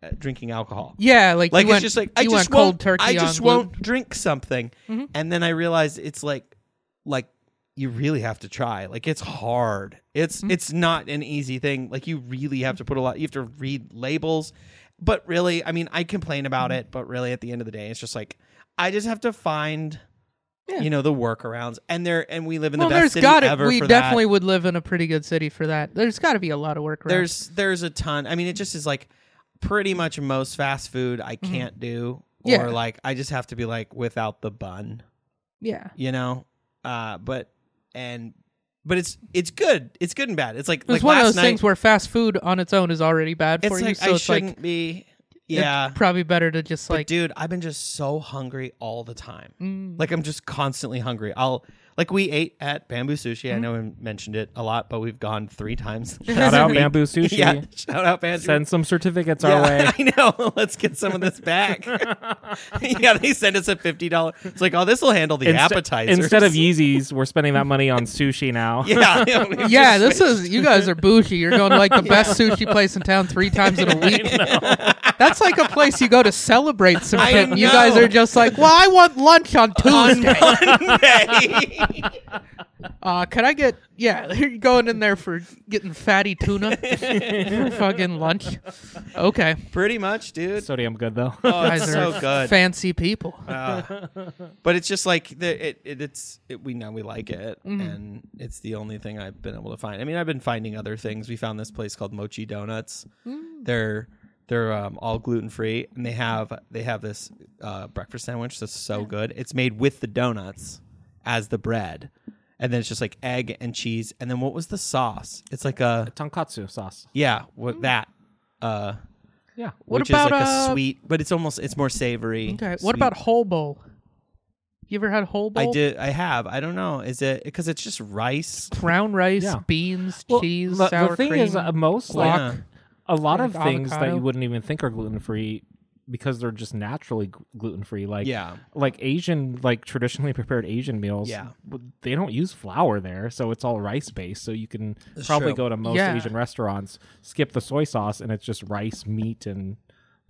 [SPEAKER 2] uh, drinking alcohol.
[SPEAKER 4] yeah, like
[SPEAKER 2] Like
[SPEAKER 4] you
[SPEAKER 2] it's
[SPEAKER 4] went,
[SPEAKER 2] just like I
[SPEAKER 4] you
[SPEAKER 2] just
[SPEAKER 4] went cold
[SPEAKER 2] won't,
[SPEAKER 4] turkey.
[SPEAKER 2] I
[SPEAKER 4] on
[SPEAKER 2] just
[SPEAKER 4] gluten. Mm-hmm.
[SPEAKER 2] won't drink something. And then I realized it's like like you really have to try. Like it's hard. It's
[SPEAKER 4] Mm-hmm.
[SPEAKER 2] it's not an easy thing. Like you really have to put a lot you have to read labels. But really, I mean, I complain about
[SPEAKER 4] Mm-hmm.
[SPEAKER 2] it, but really at the end of the day, it's just like I just have to find
[SPEAKER 4] Yeah.
[SPEAKER 2] you know the workarounds and there and we live in
[SPEAKER 4] Well,
[SPEAKER 2] the best
[SPEAKER 4] there's
[SPEAKER 2] city
[SPEAKER 4] got it.
[SPEAKER 2] ever
[SPEAKER 4] We
[SPEAKER 2] for
[SPEAKER 4] definitely
[SPEAKER 2] that.
[SPEAKER 4] would live in a pretty good city for that. There's got to be a lot of work. around.
[SPEAKER 2] There's there's a ton. I mean, it just is like pretty much most fast food I can't do or
[SPEAKER 4] Mm-hmm. Yeah.
[SPEAKER 2] like I just have to be like without the bun.
[SPEAKER 4] yeah.
[SPEAKER 2] you know uh but and but it's it's good it's good and bad it's like
[SPEAKER 4] It's
[SPEAKER 2] like
[SPEAKER 4] one of
[SPEAKER 2] last
[SPEAKER 4] those
[SPEAKER 2] night
[SPEAKER 4] things where fast food on its own is already bad for
[SPEAKER 2] it's
[SPEAKER 4] you.
[SPEAKER 2] like
[SPEAKER 4] So
[SPEAKER 2] i
[SPEAKER 4] it's
[SPEAKER 2] shouldn't
[SPEAKER 4] like
[SPEAKER 2] be
[SPEAKER 4] it's
[SPEAKER 2] yeah
[SPEAKER 4] probably better to just
[SPEAKER 2] like
[SPEAKER 4] like
[SPEAKER 2] dude i've been just so hungry all the time
[SPEAKER 4] Mm.
[SPEAKER 2] like i'm just constantly hungry i'll like we ate at bamboo sushi
[SPEAKER 4] Mm-hmm.
[SPEAKER 2] i know i mentioned it a lot but we've gone three
[SPEAKER 4] *laughs*
[SPEAKER 2] times
[SPEAKER 3] *laughs* Shout out Bamboo
[SPEAKER 2] *laughs*
[SPEAKER 3] Sushi.
[SPEAKER 2] yeah shout out bamboo
[SPEAKER 3] Send some certificates
[SPEAKER 2] yeah,
[SPEAKER 3] our way.
[SPEAKER 2] I know. Let's get some of this back. *laughs* yeah, they send us a fifty dollars. It's like, oh, this will handle *laughs* the
[SPEAKER 3] Inste-
[SPEAKER 2] appetizer *laughs*
[SPEAKER 3] Instead of Yeezys, we're spending that money on sushi now. *laughs*
[SPEAKER 2] yeah, *laughs* yeah,
[SPEAKER 4] yeah,
[SPEAKER 2] *laughs*
[SPEAKER 4] this is you guys are bougie. You're going to like the best sushi place in town three
[SPEAKER 2] *laughs*
[SPEAKER 4] times in a week. That's like a place you go to celebrate some
[SPEAKER 2] I
[SPEAKER 4] shit. And you guys
[SPEAKER 2] know.
[SPEAKER 4] are just like, well, I want lunch on Tuesday.
[SPEAKER 2] Monday.
[SPEAKER 3] *laughs*
[SPEAKER 4] Uh, can I get yeah? *laughs* You're going in there for getting fatty tuna for fucking lunch. Okay,
[SPEAKER 2] Pretty much, dude.
[SPEAKER 3] Sodium good though.
[SPEAKER 2] oh, it's
[SPEAKER 4] guys
[SPEAKER 2] so
[SPEAKER 4] are
[SPEAKER 2] good.
[SPEAKER 4] fancy people.
[SPEAKER 2] Uh, but it's just like the, it, it. It's it, we know we like it,
[SPEAKER 4] Mm-hmm.
[SPEAKER 2] and it's the only thing I've been able to find. I mean, I've been finding other things. We found this place called Mochi Donuts.
[SPEAKER 4] Mm.
[SPEAKER 2] They're they're um, all gluten free, and they have they have this uh, breakfast sandwich that's so good. It's made with the donuts as the bread, and then it's just like egg and cheese, and then what was the sauce? It's like a
[SPEAKER 3] Tonkatsu sauce.
[SPEAKER 2] yeah, what that. Uh,
[SPEAKER 3] Yeah.
[SPEAKER 4] Mm. What
[SPEAKER 2] which
[SPEAKER 4] about
[SPEAKER 2] is like
[SPEAKER 4] uh,
[SPEAKER 2] a sweet, but it's almost it's more savory.
[SPEAKER 4] Okay,
[SPEAKER 2] sweet.
[SPEAKER 4] what about whole bowl? You ever had whole bowl?
[SPEAKER 2] I did. I have. I don't know. Is it because it's just rice?
[SPEAKER 4] Brown rice,
[SPEAKER 3] Yeah.
[SPEAKER 4] beans,
[SPEAKER 3] Well,
[SPEAKER 4] cheese,
[SPEAKER 3] the,
[SPEAKER 4] sour
[SPEAKER 3] the thing
[SPEAKER 4] cream.
[SPEAKER 3] is, uh, most
[SPEAKER 2] guac,
[SPEAKER 3] like a lot
[SPEAKER 4] like
[SPEAKER 3] of things that
[SPEAKER 4] avocado.
[SPEAKER 3] you wouldn't even think are gluten free because they're just naturally gluten free. Like
[SPEAKER 2] Yeah.
[SPEAKER 3] like Asian, like traditionally *laughs* prepared Asian meals.
[SPEAKER 2] Yeah.
[SPEAKER 3] w- they don't use flour there, so it's all rice based. So you can probably
[SPEAKER 2] true.
[SPEAKER 3] go to most
[SPEAKER 4] Yeah.
[SPEAKER 3] Asian restaurants, skip the soy sauce, and it's just rice, meat, and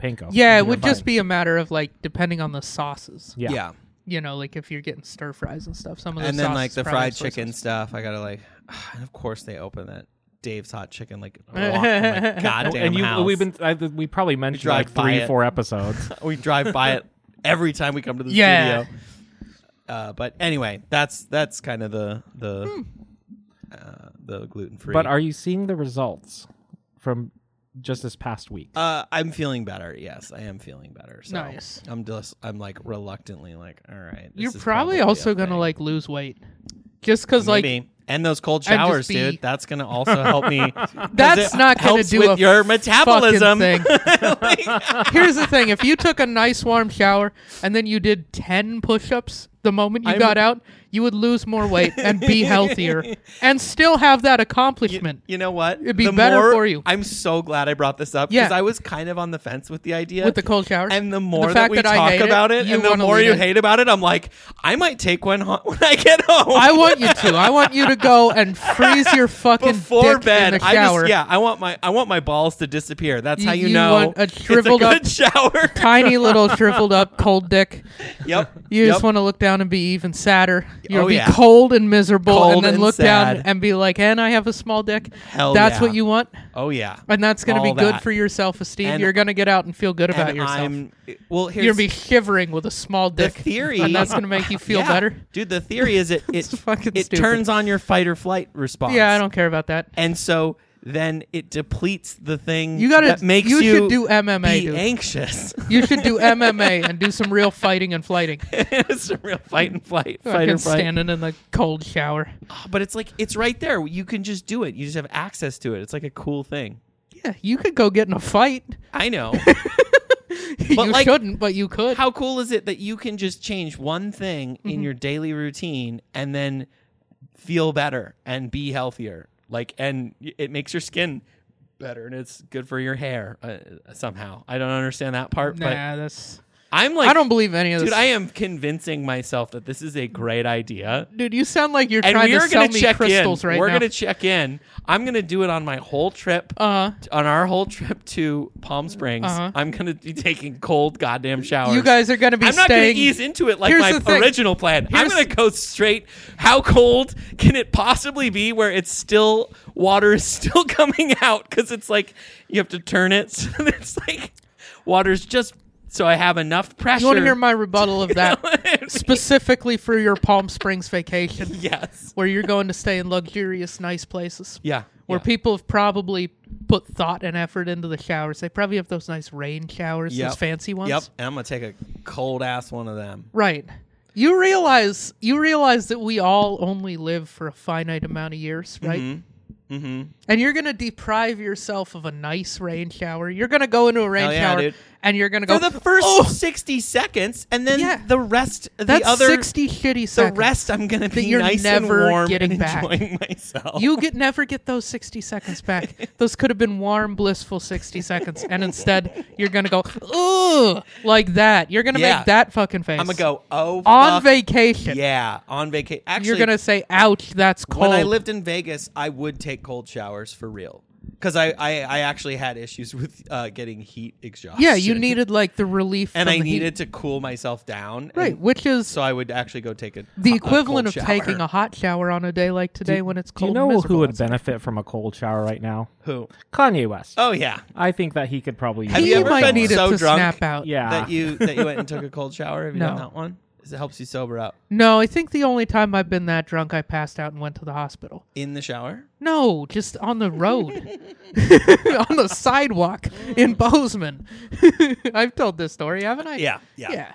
[SPEAKER 3] panko.
[SPEAKER 4] yeah,
[SPEAKER 3] You're
[SPEAKER 4] it would just
[SPEAKER 3] fine.
[SPEAKER 4] be a matter of like depending on the sauces.
[SPEAKER 3] Yeah.
[SPEAKER 4] You know, like if you're getting stir fries and stuff. Some of the
[SPEAKER 2] And then
[SPEAKER 4] sauces
[SPEAKER 2] like the
[SPEAKER 4] probably
[SPEAKER 2] fried
[SPEAKER 4] have soy
[SPEAKER 2] chicken
[SPEAKER 4] sauce.
[SPEAKER 2] stuff. I gotta like, *sighs* and of course they open that Dave's hot chicken
[SPEAKER 4] *laughs*
[SPEAKER 2] like a lot in my goddamn
[SPEAKER 3] And you,
[SPEAKER 2] house.
[SPEAKER 3] we've been I, we probably mentioned
[SPEAKER 2] drive
[SPEAKER 3] like
[SPEAKER 2] by
[SPEAKER 3] three,
[SPEAKER 2] it. *laughs*
[SPEAKER 3] four episodes.
[SPEAKER 2] we drive by
[SPEAKER 4] *laughs*
[SPEAKER 2] it every time we come to the
[SPEAKER 4] Yeah.
[SPEAKER 2] studio. Uh, but anyway, that's that's kind of the the uh, the gluten free.
[SPEAKER 3] but are you seeing the results from just this past week?
[SPEAKER 2] Uh, I'm feeling better. Yes, I am feeling better. So
[SPEAKER 4] Nice.
[SPEAKER 2] I'm just, I'm like reluctantly, like, all right. this
[SPEAKER 4] You're
[SPEAKER 2] is
[SPEAKER 4] probably also
[SPEAKER 2] a
[SPEAKER 4] gonna
[SPEAKER 2] thing.
[SPEAKER 4] like lose weight, just because like
[SPEAKER 2] Maybe. and those cold
[SPEAKER 4] And just
[SPEAKER 2] showers,
[SPEAKER 4] be-
[SPEAKER 2] dude. That's gonna also help
[SPEAKER 4] *laughs*
[SPEAKER 2] me. *laughs* 'Cause
[SPEAKER 4] That's
[SPEAKER 2] it
[SPEAKER 4] not going to
[SPEAKER 2] helps
[SPEAKER 4] do
[SPEAKER 2] with
[SPEAKER 4] a
[SPEAKER 2] your
[SPEAKER 4] fucking
[SPEAKER 2] metabolism.
[SPEAKER 4] Thing.
[SPEAKER 2] Like,
[SPEAKER 4] Here's the thing: if you took a nice warm shower and then you did ten push-ups the moment you
[SPEAKER 2] I'm-
[SPEAKER 4] got out, you would lose more weight
[SPEAKER 2] *laughs*
[SPEAKER 4] and be healthier, and still have that accomplishment.
[SPEAKER 2] You know what?
[SPEAKER 4] It'd be better for you.
[SPEAKER 2] I'm so glad I brought this up
[SPEAKER 4] Yeah.
[SPEAKER 2] because I was kind of on the fence with the idea
[SPEAKER 4] With the cold showers?
[SPEAKER 2] And the
[SPEAKER 4] The
[SPEAKER 2] more that
[SPEAKER 4] fact
[SPEAKER 2] we
[SPEAKER 4] that I
[SPEAKER 2] talk
[SPEAKER 4] hate it,
[SPEAKER 2] about it,
[SPEAKER 4] you
[SPEAKER 2] and the
[SPEAKER 4] wanna
[SPEAKER 2] more
[SPEAKER 4] lead
[SPEAKER 2] you
[SPEAKER 4] it.
[SPEAKER 2] hate about it, I'm like, I might take one ho- *laughs* when I get home. *laughs*
[SPEAKER 4] I want you to. I want you to go and freeze your fucking
[SPEAKER 2] before
[SPEAKER 4] dick
[SPEAKER 2] bed.
[SPEAKER 4] in the
[SPEAKER 2] I
[SPEAKER 4] shower.
[SPEAKER 2] just yeah, I want my I want my balls to disappear. That's
[SPEAKER 4] You-
[SPEAKER 2] how you,
[SPEAKER 4] you
[SPEAKER 2] know
[SPEAKER 4] want a shriveled up-
[SPEAKER 2] it's a good *laughs*
[SPEAKER 4] *laughs*
[SPEAKER 2] shower.
[SPEAKER 4] Tiny little shriveled up cold dick.
[SPEAKER 2] yep.
[SPEAKER 4] You
[SPEAKER 2] yep.
[SPEAKER 4] just want to look down and be even sadder. You'll
[SPEAKER 2] Oh,
[SPEAKER 4] be
[SPEAKER 2] yeah.
[SPEAKER 4] cold and miserable,
[SPEAKER 2] Cold
[SPEAKER 4] and then
[SPEAKER 2] and
[SPEAKER 4] look
[SPEAKER 2] sad.
[SPEAKER 4] down and be like, "And I have a small dick."
[SPEAKER 2] Hell
[SPEAKER 4] that's
[SPEAKER 2] yeah.
[SPEAKER 4] what you want,
[SPEAKER 2] Oh yeah.
[SPEAKER 4] and that's going to be
[SPEAKER 2] All
[SPEAKER 4] good
[SPEAKER 2] that.
[SPEAKER 4] for your self-esteem.
[SPEAKER 2] And-
[SPEAKER 4] You're going to get out and feel good about
[SPEAKER 2] and
[SPEAKER 4] yourself.
[SPEAKER 2] I'm well here's
[SPEAKER 4] You're going to be shivering with a small
[SPEAKER 2] the
[SPEAKER 4] dick,
[SPEAKER 2] theory
[SPEAKER 4] and that's going to make you feel
[SPEAKER 2] Yeah.
[SPEAKER 4] better.
[SPEAKER 2] Dude, the theory
[SPEAKER 4] *laughs*
[SPEAKER 2] is it it,
[SPEAKER 4] fucking
[SPEAKER 2] it
[SPEAKER 4] stupid.
[SPEAKER 2] turns on your fight or flight response.
[SPEAKER 4] Yeah, I don't care about that.
[SPEAKER 2] and so then it depletes the thing
[SPEAKER 4] You gotta-
[SPEAKER 2] that makes you,
[SPEAKER 4] you should do MMA,
[SPEAKER 2] be
[SPEAKER 4] dude. *laughs*
[SPEAKER 2] anxious. *laughs*
[SPEAKER 4] You should do MMA and do some real fighting and flighting.
[SPEAKER 2] it's a real fight and flight, fight
[SPEAKER 4] Fucking
[SPEAKER 2] or flight.
[SPEAKER 4] standing in the cold shower.
[SPEAKER 2] But it's like it's right there. You can just do it. You just have access to it. It's like a cool thing.
[SPEAKER 4] Yeah, you could go get in a fight. *laughs*
[SPEAKER 2] I know.
[SPEAKER 4] you
[SPEAKER 2] like-
[SPEAKER 4] shouldn't, but you could.
[SPEAKER 2] How cool is it that you can just change one thing
[SPEAKER 4] Mm-hmm.
[SPEAKER 2] in your daily routine and then feel better and be healthier? Like, and y- it makes your skin better and it's good for your hair uh, somehow. I don't understand that part,
[SPEAKER 4] nah,
[SPEAKER 2] but
[SPEAKER 4] that's.
[SPEAKER 2] I'm like,
[SPEAKER 4] I don't believe any of this.
[SPEAKER 2] Dude, I am convincing myself that this is a great idea.
[SPEAKER 4] Dude, you sound like you're
[SPEAKER 2] And
[SPEAKER 4] trying
[SPEAKER 2] we
[SPEAKER 4] to
[SPEAKER 2] are
[SPEAKER 4] sell
[SPEAKER 2] going to
[SPEAKER 4] me
[SPEAKER 2] check in.
[SPEAKER 4] crystals right
[SPEAKER 2] we're
[SPEAKER 4] now.
[SPEAKER 2] going to check in. I'm going to do it on my whole trip,
[SPEAKER 4] Uh,
[SPEAKER 2] on our whole trip to Palm Springs.
[SPEAKER 4] Uh-huh.
[SPEAKER 2] I'm going to be taking cold goddamn showers.
[SPEAKER 4] you guys are going to be
[SPEAKER 2] I'm not going
[SPEAKER 4] staying.
[SPEAKER 2] to ease into it like
[SPEAKER 4] Here's
[SPEAKER 2] my
[SPEAKER 4] the thing.
[SPEAKER 2] original plan. I'm
[SPEAKER 4] Here's-
[SPEAKER 2] going to go straight. How cold can it possibly be where it's still water is still *laughs* coming out because it's like you have to turn it. *laughs* So it's like water's just so I have enough pressure.
[SPEAKER 4] you want to hear my rebuttal of
[SPEAKER 2] *laughs*
[SPEAKER 4] that
[SPEAKER 2] that?
[SPEAKER 4] specifically for your Palm Springs vacation,
[SPEAKER 2] *laughs* yes.
[SPEAKER 4] where you're going to stay in luxurious, nice places.
[SPEAKER 2] Yeah.
[SPEAKER 4] Where
[SPEAKER 2] yeah.
[SPEAKER 4] people have probably put thought and effort into the showers. They probably have those nice rain showers,
[SPEAKER 2] Yep.
[SPEAKER 4] those fancy ones.
[SPEAKER 2] Yep. And I'm going to take a cold ass one of them.
[SPEAKER 4] Right. You realize you realize that we all only live for a finite amount of years, right? Mm-hmm. And you're gonna deprive yourself of a nice rain shower. You're gonna go into a rain
[SPEAKER 2] Hell Oh, yeah,
[SPEAKER 4] shower
[SPEAKER 2] dude.
[SPEAKER 4] and you're gonna
[SPEAKER 2] For
[SPEAKER 4] go
[SPEAKER 2] the first
[SPEAKER 4] "Oh,
[SPEAKER 2] 60 seconds, and then
[SPEAKER 4] Yeah.
[SPEAKER 2] the rest,
[SPEAKER 4] that's
[SPEAKER 2] the other
[SPEAKER 4] sixty shitty
[SPEAKER 2] The
[SPEAKER 4] seconds.
[SPEAKER 2] rest, I'm gonna be
[SPEAKER 4] you're
[SPEAKER 2] nice
[SPEAKER 4] never
[SPEAKER 2] and warm
[SPEAKER 4] getting
[SPEAKER 2] and
[SPEAKER 4] back.
[SPEAKER 2] enjoying *laughs* myself.
[SPEAKER 4] You get never get those sixty seconds back. Those could have been warm, blissful sixty seconds, and instead you're gonna go ugh like that. You're gonna
[SPEAKER 2] Yeah.
[SPEAKER 4] make that fucking face.
[SPEAKER 2] I'm gonna go oh
[SPEAKER 4] on
[SPEAKER 2] fuck,
[SPEAKER 4] vacation.
[SPEAKER 2] Yeah, on vacation. Actually,
[SPEAKER 4] you're gonna say, "Ouch, that's cold."
[SPEAKER 2] when I lived in Vegas, I would take cold showers for real because I, I I actually had issues *laughs* with uh, getting heat exhaustion.
[SPEAKER 4] yeah, you needed like the relief,
[SPEAKER 2] and
[SPEAKER 4] from
[SPEAKER 2] I
[SPEAKER 4] the heat.
[SPEAKER 2] needed to cool myself down. and
[SPEAKER 4] Right, which is
[SPEAKER 2] so I would actually go take a
[SPEAKER 4] the
[SPEAKER 2] a
[SPEAKER 4] equivalent of
[SPEAKER 2] cold shower.
[SPEAKER 4] taking a hot shower on a day like today when it's
[SPEAKER 3] Do
[SPEAKER 4] cold.
[SPEAKER 3] you
[SPEAKER 4] and
[SPEAKER 3] know
[SPEAKER 4] miserable
[SPEAKER 3] who would
[SPEAKER 4] outside.
[SPEAKER 3] benefit from a cold shower right now?
[SPEAKER 2] *laughs* who.
[SPEAKER 3] Kanye West.
[SPEAKER 2] Oh yeah,
[SPEAKER 3] I think that he could probably.
[SPEAKER 2] Have
[SPEAKER 3] use
[SPEAKER 4] He
[SPEAKER 2] you
[SPEAKER 3] a
[SPEAKER 2] ever
[SPEAKER 4] might
[SPEAKER 2] been
[SPEAKER 4] need
[SPEAKER 2] so
[SPEAKER 4] it to
[SPEAKER 2] drunk?
[SPEAKER 4] snap out.
[SPEAKER 3] Yeah.
[SPEAKER 2] that you that you went and took
[SPEAKER 4] *laughs*
[SPEAKER 2] a cold shower. Have you done
[SPEAKER 4] No.
[SPEAKER 2] that one? 'Cause It helps you sober up
[SPEAKER 4] No, I think the only time I've been that drunk, I passed out and went to the hospital.
[SPEAKER 2] in the shower.
[SPEAKER 4] No, just on
[SPEAKER 2] *laughs*
[SPEAKER 4] the road, on the sidewalk in Bozeman. *laughs* I've told this story, haven't I?
[SPEAKER 2] Mm. Yeah, yeah.
[SPEAKER 4] yeah.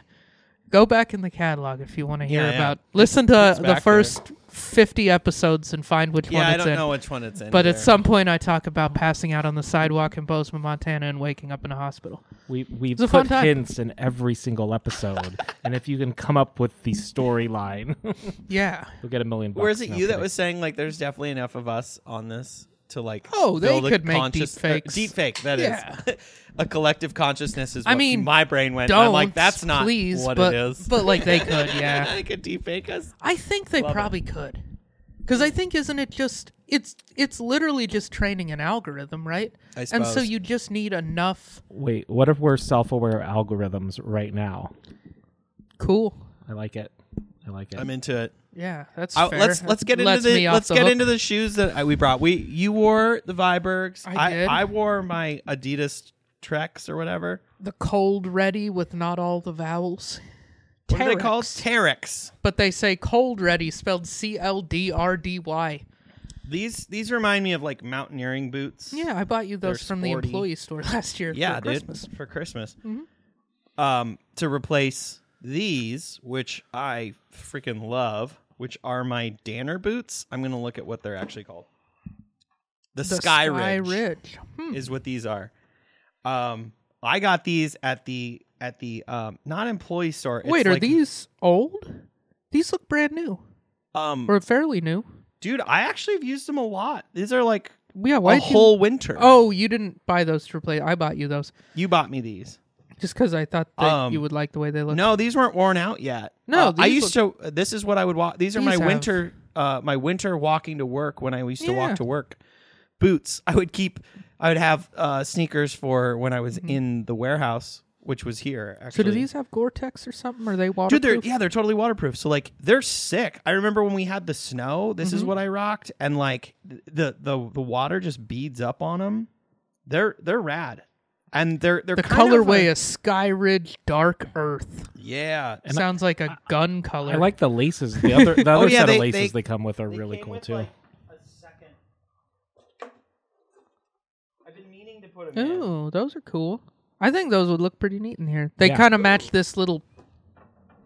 [SPEAKER 4] Go back in the catalog if you want to hear
[SPEAKER 2] Yeah, yeah.
[SPEAKER 4] about. Listen to
[SPEAKER 2] it's
[SPEAKER 4] the
[SPEAKER 2] back there.
[SPEAKER 4] first fifty episodes and find which
[SPEAKER 2] Yeah,
[SPEAKER 4] one
[SPEAKER 2] I
[SPEAKER 4] it's
[SPEAKER 2] don't
[SPEAKER 4] in.
[SPEAKER 2] know which one it's in.
[SPEAKER 4] But
[SPEAKER 2] either.
[SPEAKER 4] at some point, I talk about passing out on the sidewalk in Bozeman, Montana, and waking up in a hospital.
[SPEAKER 3] We we
[SPEAKER 4] a
[SPEAKER 3] put
[SPEAKER 4] fun time.
[SPEAKER 3] hints in every
[SPEAKER 2] *laughs*
[SPEAKER 3] single episode, and if you can come up with the storyline, *laughs*
[SPEAKER 4] Yeah.
[SPEAKER 3] we'll get a million. bucks.
[SPEAKER 2] Or is it
[SPEAKER 3] No,
[SPEAKER 2] you that
[SPEAKER 3] kidding.
[SPEAKER 2] was saying like there's definitely enough of us on this to like
[SPEAKER 4] Oh, they
[SPEAKER 2] build a
[SPEAKER 4] could make
[SPEAKER 2] conscious, uh,
[SPEAKER 4] deepfakes.
[SPEAKER 2] deep fake that is
[SPEAKER 4] Yeah.
[SPEAKER 2] *laughs* a collective consciousness is
[SPEAKER 4] I
[SPEAKER 2] what
[SPEAKER 4] mean,
[SPEAKER 2] my brain went and
[SPEAKER 4] Don't
[SPEAKER 2] I'm like that's not
[SPEAKER 4] please,
[SPEAKER 2] what
[SPEAKER 4] but,
[SPEAKER 2] it is *laughs*
[SPEAKER 4] But like they could, yeah.
[SPEAKER 2] I could deep fake us
[SPEAKER 4] I think they
[SPEAKER 2] Love it.
[SPEAKER 4] probably could, because I think isn't it just it's it's literally just training an algorithm, right?
[SPEAKER 2] I
[SPEAKER 4] And so
[SPEAKER 2] suppose.
[SPEAKER 4] you just need enough.
[SPEAKER 3] Wait, what if we're self-aware algorithms right now?
[SPEAKER 4] Cool.
[SPEAKER 3] I like it. I like it.
[SPEAKER 2] I'm into it
[SPEAKER 4] Yeah, that's
[SPEAKER 2] I-
[SPEAKER 4] fair.
[SPEAKER 2] let's let's get into
[SPEAKER 4] Lets me
[SPEAKER 2] the
[SPEAKER 4] off
[SPEAKER 2] let's
[SPEAKER 4] the
[SPEAKER 2] get
[SPEAKER 4] hook.
[SPEAKER 2] into the shoes that I, we brought we you wore the Vibergs
[SPEAKER 4] I did.
[SPEAKER 2] I wore my Adidas Treks or whatever
[SPEAKER 4] the cold ready with not all the vowels.
[SPEAKER 2] what are they called
[SPEAKER 4] Terex.
[SPEAKER 2] Terex
[SPEAKER 4] But they say cold ready spelled C L D R D Y.
[SPEAKER 2] these these remind me of like mountaineering boots
[SPEAKER 4] Yeah, I bought you those
[SPEAKER 2] They're
[SPEAKER 4] from the
[SPEAKER 2] sporty.
[SPEAKER 4] employee store *laughs* last year.
[SPEAKER 2] yeah,
[SPEAKER 4] for
[SPEAKER 2] dude,
[SPEAKER 4] Christmas. Mm-hmm.
[SPEAKER 2] for Christmas. Um, to replace these, which I freaking love. which are my Danner boots. I'm gonna look at what they're actually called. The,
[SPEAKER 4] The
[SPEAKER 2] Sky, Ridge
[SPEAKER 4] Ridge. Hmm.
[SPEAKER 2] is what these are. Um, I got these at the at the um not employee store. It's
[SPEAKER 4] Wait, are
[SPEAKER 2] like,
[SPEAKER 4] these old? These look brand new
[SPEAKER 2] um
[SPEAKER 4] or fairly new.
[SPEAKER 2] dude? I actually have used them a lot. These are like
[SPEAKER 4] Yeah, why?
[SPEAKER 2] a
[SPEAKER 4] did
[SPEAKER 2] whole winter.
[SPEAKER 4] You... Oh, you didn't buy those to replace. I bought you those
[SPEAKER 2] you bought me these.
[SPEAKER 4] just because I thought that
[SPEAKER 2] Um,
[SPEAKER 4] you would like the way they look.
[SPEAKER 2] No, these weren't worn out yet.
[SPEAKER 4] No,
[SPEAKER 2] Uh, I
[SPEAKER 4] these
[SPEAKER 2] used to. This is what I would walk. These are my
[SPEAKER 4] These have-
[SPEAKER 2] winter, uh, my winter walking to work when I used to
[SPEAKER 4] Yeah.
[SPEAKER 2] walk to work. Boots. I would keep. I would have uh, sneakers for when I was in the warehouse, which was here.
[SPEAKER 4] Mm-hmm. So
[SPEAKER 2] Actually.
[SPEAKER 4] do these have Gore-Tex or something? Are they
[SPEAKER 2] Dude,
[SPEAKER 4] waterproof?
[SPEAKER 2] they're yeah, they're totally waterproof. So like, they're sick. I remember when we had the snow. This
[SPEAKER 4] Mm-hmm.
[SPEAKER 2] is what I rocked, and like th- the the the water just beads up on them. They're they're rad, and they're they're
[SPEAKER 4] The
[SPEAKER 2] kind of
[SPEAKER 4] colorway
[SPEAKER 2] a-
[SPEAKER 4] is Sky Ridge Dark Earth.
[SPEAKER 2] yeah,
[SPEAKER 4] Sounds like a gun color.
[SPEAKER 3] I like the laces.
[SPEAKER 2] *laughs*
[SPEAKER 3] The other, the
[SPEAKER 2] Oh,
[SPEAKER 3] other
[SPEAKER 2] yeah,
[SPEAKER 3] set
[SPEAKER 2] they-
[SPEAKER 3] of laces
[SPEAKER 2] they-
[SPEAKER 3] they, come with are really cool too.
[SPEAKER 2] I've been meaning to put them in.
[SPEAKER 4] Ooh, those are cool. I think those would look pretty neat in here. They
[SPEAKER 3] Yeah.
[SPEAKER 4] kind of match this little,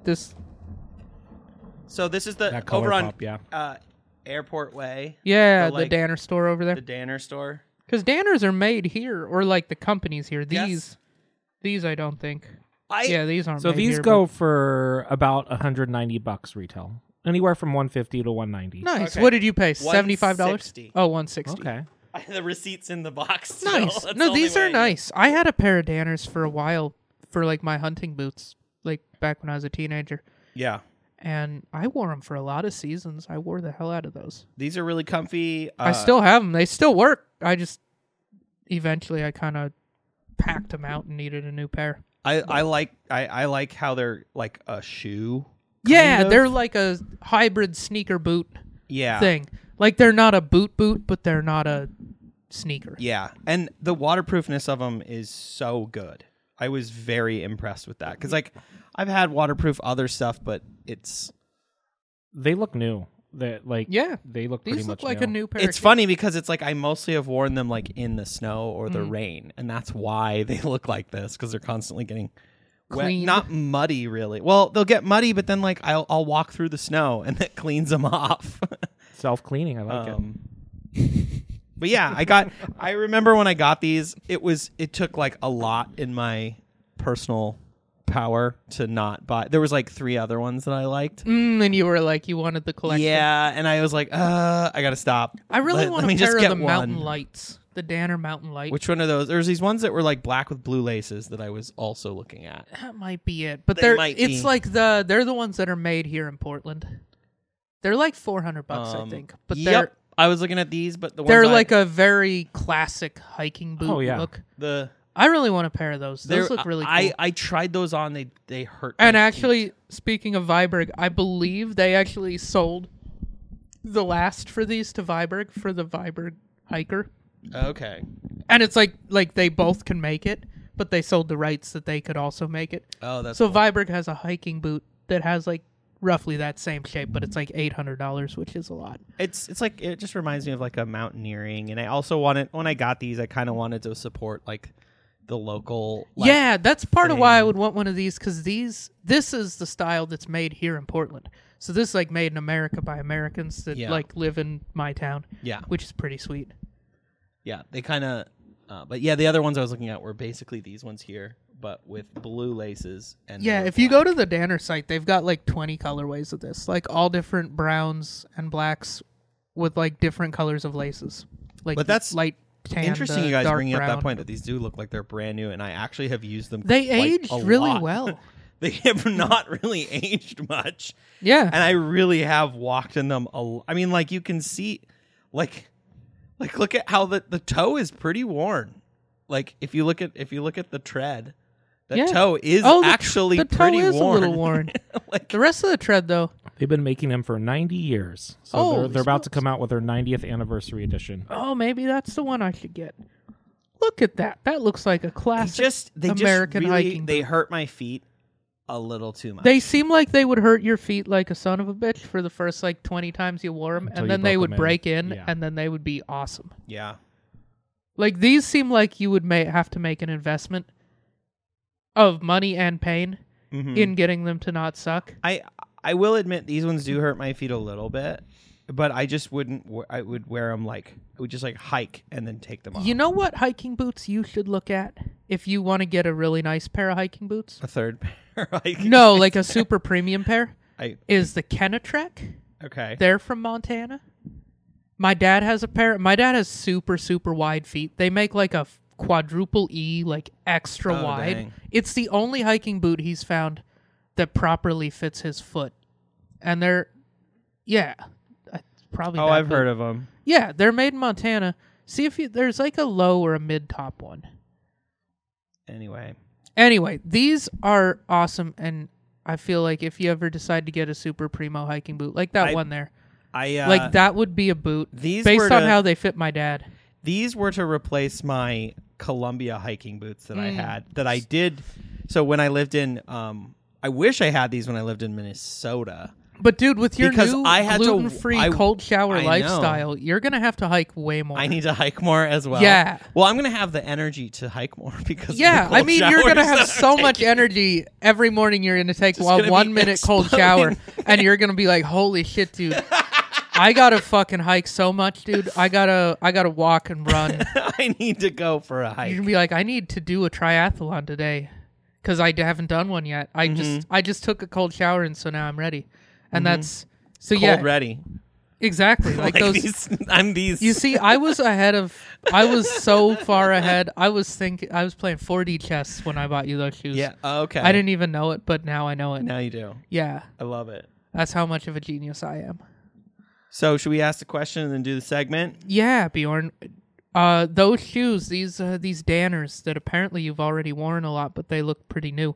[SPEAKER 4] this
[SPEAKER 2] So this is the
[SPEAKER 3] That color
[SPEAKER 2] over on
[SPEAKER 3] pop, yeah.
[SPEAKER 2] uh, Airport Way,
[SPEAKER 4] yeah,
[SPEAKER 2] The,
[SPEAKER 4] the,
[SPEAKER 2] like-
[SPEAKER 4] Danner store over there.
[SPEAKER 2] the Danner store.
[SPEAKER 4] Because Danners are made here, or like the companies here. These,
[SPEAKER 2] Yes.
[SPEAKER 4] these I don't think.
[SPEAKER 2] I
[SPEAKER 4] yeah, these aren't.
[SPEAKER 3] So
[SPEAKER 4] made
[SPEAKER 3] these
[SPEAKER 4] here,
[SPEAKER 3] go for about 190 bucks retail, anywhere from 150 to 190.
[SPEAKER 4] but- nice.
[SPEAKER 2] Okay.
[SPEAKER 4] What did you pay? Seventy five dollars.
[SPEAKER 2] 160.
[SPEAKER 4] Oh, one sixty.
[SPEAKER 3] Okay.
[SPEAKER 2] *laughs* the receipts in the box. still.
[SPEAKER 4] Nice.
[SPEAKER 2] That's the
[SPEAKER 4] no,
[SPEAKER 2] only
[SPEAKER 4] these
[SPEAKER 2] way I
[SPEAKER 4] are
[SPEAKER 2] knew.
[SPEAKER 4] nice. I had a pair of Danners for a while for like my hunting boots, like back when I was a teenager,
[SPEAKER 2] Yeah,
[SPEAKER 4] and I wore them for a lot of seasons. I wore the hell out of those.
[SPEAKER 2] these are really comfy. Uh,
[SPEAKER 4] I still have them. They still work. I just eventually I kind of packed them out and needed a new pair.
[SPEAKER 2] I, I like I, I like how they're like a shoe.
[SPEAKER 4] Yeah,
[SPEAKER 2] of.
[SPEAKER 4] they're like a hybrid sneaker boot
[SPEAKER 2] Yeah.
[SPEAKER 4] thing. Like they're not a boot boot, but they're not a sneaker.
[SPEAKER 2] Yeah, and the waterproofness of them is so good. I was very impressed with that because like I've had waterproof other stuff, but it's
[SPEAKER 3] They look new. That like
[SPEAKER 4] Yeah.
[SPEAKER 3] they look pretty
[SPEAKER 4] These look
[SPEAKER 3] much
[SPEAKER 4] like a new pair.
[SPEAKER 2] it's
[SPEAKER 4] of
[SPEAKER 2] funny because it's like I mostly have worn them like in the snow or
[SPEAKER 4] Mm-hmm.
[SPEAKER 2] the rain, and that's why *laughs* they look like this because they're constantly getting wet,
[SPEAKER 4] Cleaned.
[SPEAKER 2] not muddy really. Well, they'll get muddy, but then like I'll I'll walk through the snow *laughs* and that cleans them off. *laughs*
[SPEAKER 3] self cleaning. I like it.
[SPEAKER 2] um, but yeah, I
[SPEAKER 4] *laughs*
[SPEAKER 2] got. I remember when I got these, it was it took like a lot in my personal power to not buy. There was like three other ones that I liked.
[SPEAKER 4] Mm, and you were like, you wanted the collection.
[SPEAKER 2] Yeah, and I was like, uh, I gotta stop.
[SPEAKER 4] I really
[SPEAKER 2] Let-
[SPEAKER 4] want
[SPEAKER 2] let me
[SPEAKER 4] a pair
[SPEAKER 2] just
[SPEAKER 4] of
[SPEAKER 2] get
[SPEAKER 4] the mountain
[SPEAKER 2] one.
[SPEAKER 4] lights, the Danner mountain light.
[SPEAKER 2] Which one of those? There's these ones that were like black with blue laces that I was also looking at.
[SPEAKER 4] that might be it. But
[SPEAKER 2] They
[SPEAKER 4] they are
[SPEAKER 2] might
[SPEAKER 4] it's
[SPEAKER 2] be.
[SPEAKER 4] like the they're the ones that are made here in Portland. They're like four hundred bucks,
[SPEAKER 2] Um,
[SPEAKER 4] I think. But
[SPEAKER 2] yep,
[SPEAKER 4] they're
[SPEAKER 2] I was looking at these, but the ones
[SPEAKER 4] they're
[SPEAKER 2] I-
[SPEAKER 4] like a very classic hiking boot
[SPEAKER 3] Oh, yeah.
[SPEAKER 4] look.
[SPEAKER 2] the
[SPEAKER 4] I really want a pair of those. Those
[SPEAKER 2] they're-
[SPEAKER 4] look really cool.
[SPEAKER 2] I I tried those on. They they hurt.
[SPEAKER 4] And
[SPEAKER 2] my
[SPEAKER 4] actually,
[SPEAKER 2] feet.
[SPEAKER 4] speaking of Viberg, I believe they actually sold the last for these to Viberg for the Viberg hiker.
[SPEAKER 2] okay.
[SPEAKER 4] And it's like like they both can make it, but they sold the rights that they could also make it.
[SPEAKER 2] Oh, that's
[SPEAKER 4] so Viberg has a hiking boot that has like roughly that same shape, but it's like eight hundred dollars, which is a lot.
[SPEAKER 2] It's it's like it just reminds me of like a mountaineering, and I also wanted when I got these, I kind of wanted to support like the local. Like,
[SPEAKER 4] yeah, that's part of why I would want one of these because these this is the style that's made here in Portland. So this is like made in America by Americans that
[SPEAKER 2] Yeah.
[SPEAKER 4] like live in my town.
[SPEAKER 2] Yeah.
[SPEAKER 4] which is pretty sweet.
[SPEAKER 2] yeah, they kind of. Uh, but yeah, the other ones I was looking at were basically these ones here, but with blue laces and
[SPEAKER 4] Yeah, if you go to the Danner site, they've got like 20 colorways of this, like all different browns and blacks with like different colors of laces. Like
[SPEAKER 2] But that's
[SPEAKER 4] light tan,
[SPEAKER 2] interesting,
[SPEAKER 4] to
[SPEAKER 2] you guys
[SPEAKER 4] dark
[SPEAKER 2] bringing up
[SPEAKER 4] brown.
[SPEAKER 2] that point that these do look like they're brand new, and I actually have used them.
[SPEAKER 4] They
[SPEAKER 2] like,
[SPEAKER 4] aged
[SPEAKER 2] a
[SPEAKER 4] really
[SPEAKER 2] lot.
[SPEAKER 4] well.
[SPEAKER 2] *laughs* they have not really *laughs* aged much.
[SPEAKER 4] Yeah.
[SPEAKER 2] *laughs* and I really have walked in them. A l- I mean, like you can see, like, like look at how the the toe is pretty worn. Like if you look at if you look at the tread, the
[SPEAKER 4] Yeah.
[SPEAKER 2] toe is
[SPEAKER 4] Oh, the tr-
[SPEAKER 2] actually
[SPEAKER 4] the toe
[SPEAKER 2] pretty
[SPEAKER 4] is a
[SPEAKER 2] worn.
[SPEAKER 4] little worn.
[SPEAKER 2] *laughs* like
[SPEAKER 4] the rest of the tread though.
[SPEAKER 3] They've been making them for 90 years. So
[SPEAKER 4] Holy
[SPEAKER 3] they're, they're about to
[SPEAKER 4] Oh, smokes.
[SPEAKER 3] come out with their 90th anniversary edition.
[SPEAKER 4] Oh, maybe that's the one I should get. Look at that. That looks like a
[SPEAKER 2] they
[SPEAKER 4] classic.
[SPEAKER 2] just they
[SPEAKER 4] American
[SPEAKER 2] just really
[SPEAKER 4] hiking
[SPEAKER 2] they hurt my feet a little too much.
[SPEAKER 4] they seem like they would hurt your feet like a son of a bitch for the first like 20 times you wore them,
[SPEAKER 3] Until
[SPEAKER 4] and
[SPEAKER 3] you
[SPEAKER 4] then they
[SPEAKER 3] broke
[SPEAKER 4] would
[SPEAKER 3] 'em in.
[SPEAKER 4] break in,
[SPEAKER 3] Yeah.
[SPEAKER 4] and then they would be awesome.
[SPEAKER 2] yeah,
[SPEAKER 4] Like these seem like you would may have to make an investment
[SPEAKER 2] Mm-hmm.
[SPEAKER 4] of money and pain in getting them to not suck.
[SPEAKER 2] I I will admit these ones do hurt my feet a little bit, but I just wouldn't. w- I would wear them like I would just like hike and then take them off.
[SPEAKER 4] You know what hiking boots you should look at if you want to get a really nice pair of hiking boots?
[SPEAKER 2] a third *laughs* pair. like,
[SPEAKER 4] No, like a super premium pair
[SPEAKER 2] I
[SPEAKER 4] is the Kennetrek.
[SPEAKER 2] okay.
[SPEAKER 4] They're from Montana. My dad has a pair. My dad has super super wide feet. They make like a f- quadruple E, like extra
[SPEAKER 2] Oh,
[SPEAKER 4] wide.
[SPEAKER 2] dang.
[SPEAKER 4] It's the only hiking boot he's found that properly fits his foot, and they're yeah, I- probably.
[SPEAKER 2] Oh,
[SPEAKER 4] that
[SPEAKER 2] I've
[SPEAKER 4] boot.
[SPEAKER 2] heard of them.
[SPEAKER 4] Yeah, they're made in Montana. See if you, there's like a low or a mid top one.
[SPEAKER 2] Anyway,
[SPEAKER 4] Anyway, these are awesome, and I feel like if you ever decide to get a super primo hiking boot like that
[SPEAKER 2] I-
[SPEAKER 4] one there,
[SPEAKER 2] I uh,
[SPEAKER 4] like that would be a boot
[SPEAKER 2] these
[SPEAKER 4] based
[SPEAKER 2] were
[SPEAKER 4] on
[SPEAKER 2] to-
[SPEAKER 4] how they fit my dad.
[SPEAKER 2] These were to replace my Columbia hiking boots that I
[SPEAKER 4] Mm.
[SPEAKER 2] had that I did. So when I lived in, um, I wish I had these when I lived in Minnesota.
[SPEAKER 4] But dude, with your
[SPEAKER 2] Because
[SPEAKER 4] new
[SPEAKER 2] I had to-
[SPEAKER 4] gluten-free
[SPEAKER 2] I-
[SPEAKER 4] cold shower
[SPEAKER 2] I know.
[SPEAKER 4] lifestyle, you're gonna have to hike way more.
[SPEAKER 2] I need to hike more as well.
[SPEAKER 4] Yeah.
[SPEAKER 2] Well, I'm gonna have the energy to hike more *laughs* because
[SPEAKER 4] *laughs* yeah,
[SPEAKER 2] Of the
[SPEAKER 4] I mean, you're gonna
[SPEAKER 2] *laughs*
[SPEAKER 4] have so much
[SPEAKER 2] energy.
[SPEAKER 4] energy every morning. You're gonna take
[SPEAKER 2] Just
[SPEAKER 4] a
[SPEAKER 2] gonna be
[SPEAKER 4] one minute cold shower,
[SPEAKER 2] *laughs*
[SPEAKER 4] and you're gonna be like, "Holy shit, dude! I gotta fucking hike so much, dude. I gotta, I gotta walk and run."
[SPEAKER 2] *laughs* I need to go for a
[SPEAKER 4] you
[SPEAKER 2] hike.
[SPEAKER 4] can be like, I need to do a triathlon today because I d- haven't done one yet. I
[SPEAKER 2] Mm-hmm.
[SPEAKER 4] just I just took a cold shower and so now I'm ready. And that's so yeah,
[SPEAKER 2] Cold ready. *laughs*
[SPEAKER 4] exactly like,
[SPEAKER 2] Like
[SPEAKER 4] those.
[SPEAKER 2] these, I'm these.
[SPEAKER 4] *laughs* You see, I was ahead of. I was so far ahead. I was thinking. I was playing 4D chess when I bought you those shoes.
[SPEAKER 2] yeah. Okay.
[SPEAKER 4] I didn't even know it, but now I know it.
[SPEAKER 2] Now you do.
[SPEAKER 4] Yeah,
[SPEAKER 2] I love it.
[SPEAKER 4] that's how much of a genius I am.
[SPEAKER 2] So should we ask the question and then do the segment?
[SPEAKER 4] Yeah, Bjorn. Uh, those shoes, these uh, these Danners that apparently you've already worn a lot, but they look pretty new.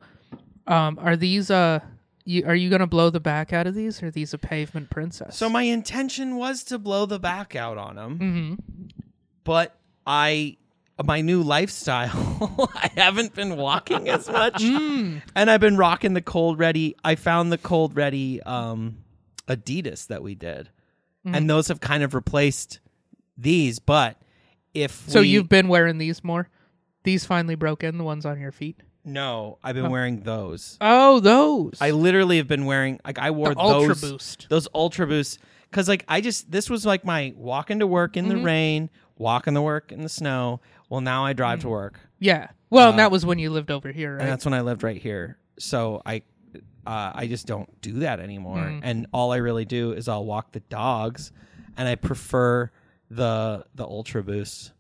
[SPEAKER 4] Um, are these uh, you, are you gonna blow the back out of these, or are these a pavement princess?
[SPEAKER 2] So my intention was to blow the back out on them,
[SPEAKER 4] Mhm.
[SPEAKER 2] but I my new lifestyle. *laughs* I haven't been walking as much,
[SPEAKER 4] Mm.
[SPEAKER 2] and I've been rocking the cold ready. I found the cold ready um, Adidas that we did,
[SPEAKER 4] Mm-hmm.
[SPEAKER 2] and those have kind of replaced these. But if
[SPEAKER 4] so
[SPEAKER 2] we-
[SPEAKER 4] you've been wearing these more. These finally broke in the ones on your feet.
[SPEAKER 2] no, I've been wearing those.
[SPEAKER 4] Oh, those.
[SPEAKER 2] I literally have been wearing like I wore
[SPEAKER 4] The Ultra
[SPEAKER 2] those
[SPEAKER 4] Boost.
[SPEAKER 2] those Ultra Boosts because like I just this was like my walk into work in
[SPEAKER 4] Mm-hmm.
[SPEAKER 2] the rain, walk in the work in the snow. Well, now I drive to work,
[SPEAKER 4] yeah. Well, and that was when you lived over here, Mm. right?
[SPEAKER 2] and that's when I lived right here. So I uh, I just don't do that anymore,
[SPEAKER 4] Mm.
[SPEAKER 2] and all I really do is I'll walk the dogs, and I prefer the the Ultra Boosts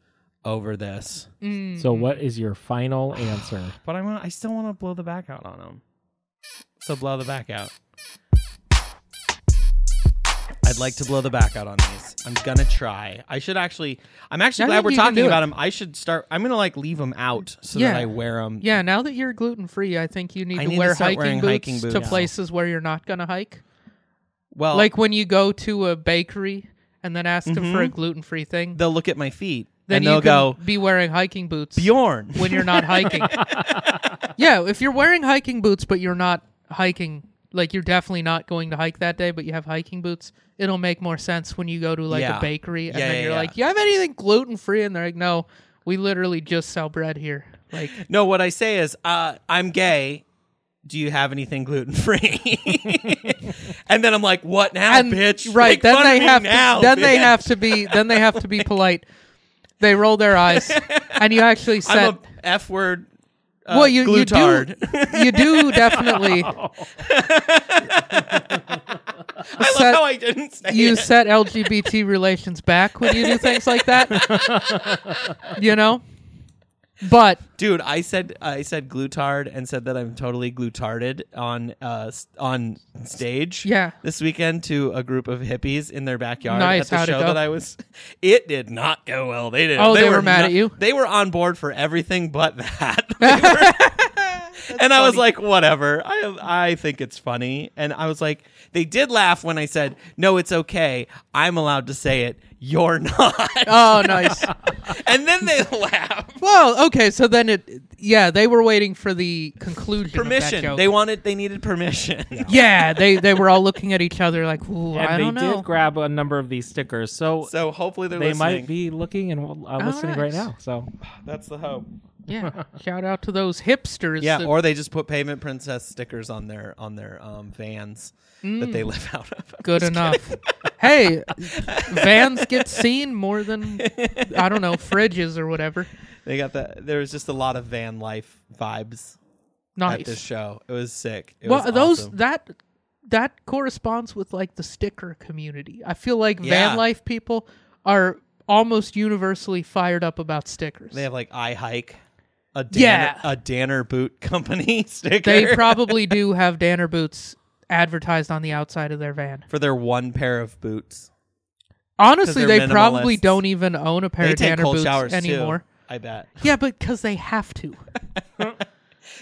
[SPEAKER 2] over this.
[SPEAKER 3] So,
[SPEAKER 4] Hmm.
[SPEAKER 3] what is your
[SPEAKER 4] *sighs*
[SPEAKER 3] final answer?
[SPEAKER 2] But I want I still want to blow the back out on them. So blow the back out. I'd like to blow the back out on these. I'm gonna try. I should actually. I'm actually
[SPEAKER 4] I
[SPEAKER 2] glad
[SPEAKER 4] think
[SPEAKER 2] we're
[SPEAKER 4] you can
[SPEAKER 2] talking
[SPEAKER 4] do
[SPEAKER 2] about
[SPEAKER 4] it.
[SPEAKER 2] them. I should start. I'm gonna like leave them out so
[SPEAKER 4] Yeah.
[SPEAKER 2] that I wear them.
[SPEAKER 4] yeah. Now that you're gluten free, I think you need
[SPEAKER 2] I
[SPEAKER 4] to
[SPEAKER 2] need to
[SPEAKER 4] wear
[SPEAKER 2] start
[SPEAKER 4] hiking
[SPEAKER 2] wearing
[SPEAKER 4] boots,
[SPEAKER 2] hiking
[SPEAKER 4] to
[SPEAKER 2] boots.
[SPEAKER 4] places where you're not gonna hike.
[SPEAKER 2] Well,
[SPEAKER 4] like when you go to a bakery and then ask them for a gluten free thing,
[SPEAKER 2] Mm-hmm. they'll look at my feet
[SPEAKER 4] then
[SPEAKER 2] and
[SPEAKER 4] you
[SPEAKER 2] they'll
[SPEAKER 4] can
[SPEAKER 2] go
[SPEAKER 4] be wearing hiking boots
[SPEAKER 2] Bjorn.
[SPEAKER 4] when you're not hiking. *laughs* yeah, if you're wearing hiking boots but you're not hiking, like you're definitely not going to hike that day, but you have hiking boots, it'll make more sense when you go to like
[SPEAKER 2] Yeah.
[SPEAKER 4] a bakery and
[SPEAKER 2] Yeah,
[SPEAKER 4] then
[SPEAKER 2] yeah,
[SPEAKER 4] you're
[SPEAKER 2] yeah.
[SPEAKER 4] like, "You have anything gluten free?" And they're like, "No, we literally just sell bread here." Like,
[SPEAKER 2] No, what I say is, uh, I'm gay. Do you have anything gluten free? *laughs* and then I'm like, what now,
[SPEAKER 4] and
[SPEAKER 2] bitch?
[SPEAKER 4] *laughs* right
[SPEAKER 2] Make
[SPEAKER 4] then
[SPEAKER 2] fun of
[SPEAKER 4] they
[SPEAKER 2] me
[SPEAKER 4] have
[SPEAKER 2] now,
[SPEAKER 4] to, then they
[SPEAKER 2] bitch.
[SPEAKER 4] have to be then they have to be polite. They roll their eyes, and you actually
[SPEAKER 2] *laughs*
[SPEAKER 4] said,
[SPEAKER 2] I'm a f word. Uh,
[SPEAKER 4] well, you, you do, *laughs*
[SPEAKER 2] glutard.
[SPEAKER 4] you
[SPEAKER 2] *laughs*
[SPEAKER 4] do definitely.
[SPEAKER 2] I love
[SPEAKER 4] set-
[SPEAKER 2] how I didn't say *laughs*
[SPEAKER 4] You
[SPEAKER 2] it.
[SPEAKER 4] set LGBT relations back when you do things like that.
[SPEAKER 2] *laughs*
[SPEAKER 4] you know, but
[SPEAKER 2] dude. I said I said glutard and said that I'm totally glutarded on uh s- on stage.
[SPEAKER 4] Yeah.
[SPEAKER 2] this weekend to a group of hippies in their backyard
[SPEAKER 4] Nice,
[SPEAKER 2] at the
[SPEAKER 4] how'd it
[SPEAKER 2] show
[SPEAKER 4] go?
[SPEAKER 2] that I was. *laughs* It did not go well. They did.
[SPEAKER 4] Oh, they were mad at you?
[SPEAKER 2] They were on board for everything but
[SPEAKER 4] *laughs*
[SPEAKER 2] that. *laughs* They were- and I was like, whatever. I I think it's funny. And I was like, they did laugh when I said, no, it's okay. I'm allowed to say it. You're *laughs* not.
[SPEAKER 4] oh, nice.
[SPEAKER 2] and then they *laughs* laughed.
[SPEAKER 4] Well, okay, so then it, yeah, they were waiting for the conclusion. Of that
[SPEAKER 2] permission.
[SPEAKER 4] joke.
[SPEAKER 2] They wanted. They needed permission.
[SPEAKER 4] *laughs*
[SPEAKER 2] *laughs*
[SPEAKER 4] yeah, they they were all looking at each other like, Ooh,
[SPEAKER 3] and
[SPEAKER 4] I
[SPEAKER 3] they
[SPEAKER 4] don't know.
[SPEAKER 3] did grab a number of these stickers, so,
[SPEAKER 2] So hopefully they're
[SPEAKER 3] they
[SPEAKER 2] listening.
[SPEAKER 3] might be looking and uh, listening right
[SPEAKER 4] nice.
[SPEAKER 3] now. So,
[SPEAKER 2] That's the hope. *laughs*
[SPEAKER 4] Yeah. Shout out to those hipsters.
[SPEAKER 2] Yeah,
[SPEAKER 4] that-
[SPEAKER 2] or they just put payment princess stickers on their on their um, vans that
[SPEAKER 4] Mm.
[SPEAKER 2] they live out of. *laughs*
[SPEAKER 4] good enough. hey, vans get seen more than I don't know fridges or whatever.
[SPEAKER 2] They got that. There was just a lot of van life vibes at this
[SPEAKER 4] Nice.
[SPEAKER 2] show. It was sick. It
[SPEAKER 4] well,
[SPEAKER 2] was
[SPEAKER 4] those
[SPEAKER 2] awesome.
[SPEAKER 4] that that corresponds with like the sticker community. I feel like
[SPEAKER 2] Yeah.
[SPEAKER 4] van life people are almost universally fired up about stickers.
[SPEAKER 2] they have like I hike, a Danner,
[SPEAKER 4] Yeah.
[SPEAKER 2] a Danner boot company *laughs* sticker.
[SPEAKER 4] They probably do have Danner boots advertised on the outside of their van.
[SPEAKER 2] for their one pair of boots.
[SPEAKER 4] Honestly,
[SPEAKER 2] they're
[SPEAKER 4] they probably
[SPEAKER 2] minimalists.
[SPEAKER 4] don't even own a pair
[SPEAKER 2] They
[SPEAKER 4] of
[SPEAKER 2] take
[SPEAKER 4] Danner
[SPEAKER 2] cold
[SPEAKER 4] boots
[SPEAKER 2] showers
[SPEAKER 4] anymore.
[SPEAKER 2] too. I bet.
[SPEAKER 4] Yeah, but because they have to.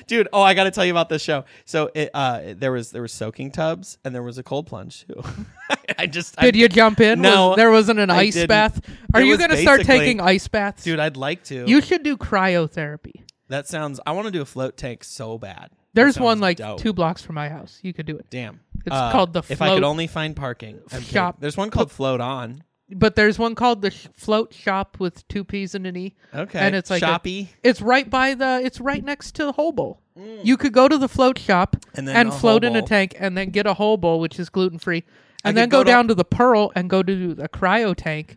[SPEAKER 2] dude oh i gotta tell you about this show so it, uh, there was there was soaking tubs and there was a cold plunge too *laughs* i just *laughs* I,
[SPEAKER 4] Did you jump in?
[SPEAKER 2] No,
[SPEAKER 4] Was- there wasn't an
[SPEAKER 2] I
[SPEAKER 4] ice
[SPEAKER 2] didn't.
[SPEAKER 4] bath. Are
[SPEAKER 2] It
[SPEAKER 4] you
[SPEAKER 2] was
[SPEAKER 4] going to start
[SPEAKER 2] basically-
[SPEAKER 4] taking ice baths?
[SPEAKER 2] dude i'd like to
[SPEAKER 4] you should do cryotherapy.
[SPEAKER 2] that sounds i want to do a float tank so bad
[SPEAKER 4] There's
[SPEAKER 2] That
[SPEAKER 4] one
[SPEAKER 2] sounds
[SPEAKER 4] like
[SPEAKER 2] dope.
[SPEAKER 4] two blocks from my house. You could do it.
[SPEAKER 2] damn Uh,
[SPEAKER 4] It's called the
[SPEAKER 2] if i could
[SPEAKER 4] Float
[SPEAKER 2] only find parking I'm kidding.
[SPEAKER 4] Shop.
[SPEAKER 2] there's one called float on
[SPEAKER 4] But there's one called the Sh- Float Shop with two P's and an E.
[SPEAKER 2] okay
[SPEAKER 4] And it's like a-
[SPEAKER 2] shoppy Mm.
[SPEAKER 4] It's right by the. It's right next to the whole bowl. You could go to the float shop
[SPEAKER 2] And
[SPEAKER 4] and,
[SPEAKER 2] then a
[SPEAKER 4] float
[SPEAKER 2] whole
[SPEAKER 4] in a
[SPEAKER 2] bowl.
[SPEAKER 4] tank, and then get a whole bowl, which is gluten free,
[SPEAKER 2] I
[SPEAKER 4] and then
[SPEAKER 2] could go
[SPEAKER 4] go,
[SPEAKER 2] to-
[SPEAKER 4] down to the Pearl and go to the cryo tank,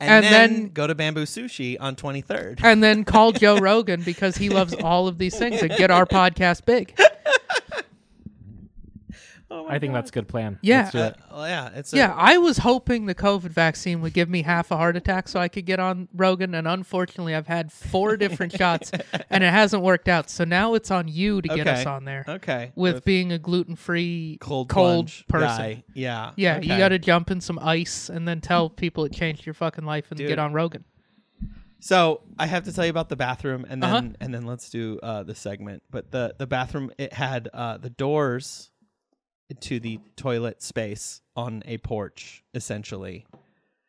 [SPEAKER 2] and,
[SPEAKER 4] and
[SPEAKER 2] then,
[SPEAKER 4] then-
[SPEAKER 2] go to bamboo sushi on 23rd
[SPEAKER 4] and then call
[SPEAKER 2] *laughs*
[SPEAKER 4] Joe Rogan because he loves all of these things and get our podcast big.
[SPEAKER 3] I think that's a good plan.
[SPEAKER 4] Oh Yeah. Uh,
[SPEAKER 3] Let's do it.
[SPEAKER 2] oh yeah it's a,
[SPEAKER 4] Yeah, I was hoping the COVID vaccine would give me half a heart attack so I could get on Rogan, and unfortunately, I've had
[SPEAKER 2] *laughs*
[SPEAKER 4] four different shots and it hasn't worked out. So now it's on you to get
[SPEAKER 2] Okay.
[SPEAKER 4] us on there
[SPEAKER 2] okay
[SPEAKER 4] with, being a gluten free
[SPEAKER 2] cold plunge
[SPEAKER 4] person.
[SPEAKER 2] guy. yeah
[SPEAKER 4] Yeah, you
[SPEAKER 2] okay.
[SPEAKER 4] got to jump in some ice and then tell people it changed your fucking life and
[SPEAKER 2] Dude.
[SPEAKER 4] get on Rogan.
[SPEAKER 2] So I have to tell you about the bathroom, and then
[SPEAKER 4] Uh-huh.
[SPEAKER 2] and then let's do uh, the segment. But the the bathroom it had uh, the doors to the toilet space on a porch. Essentially,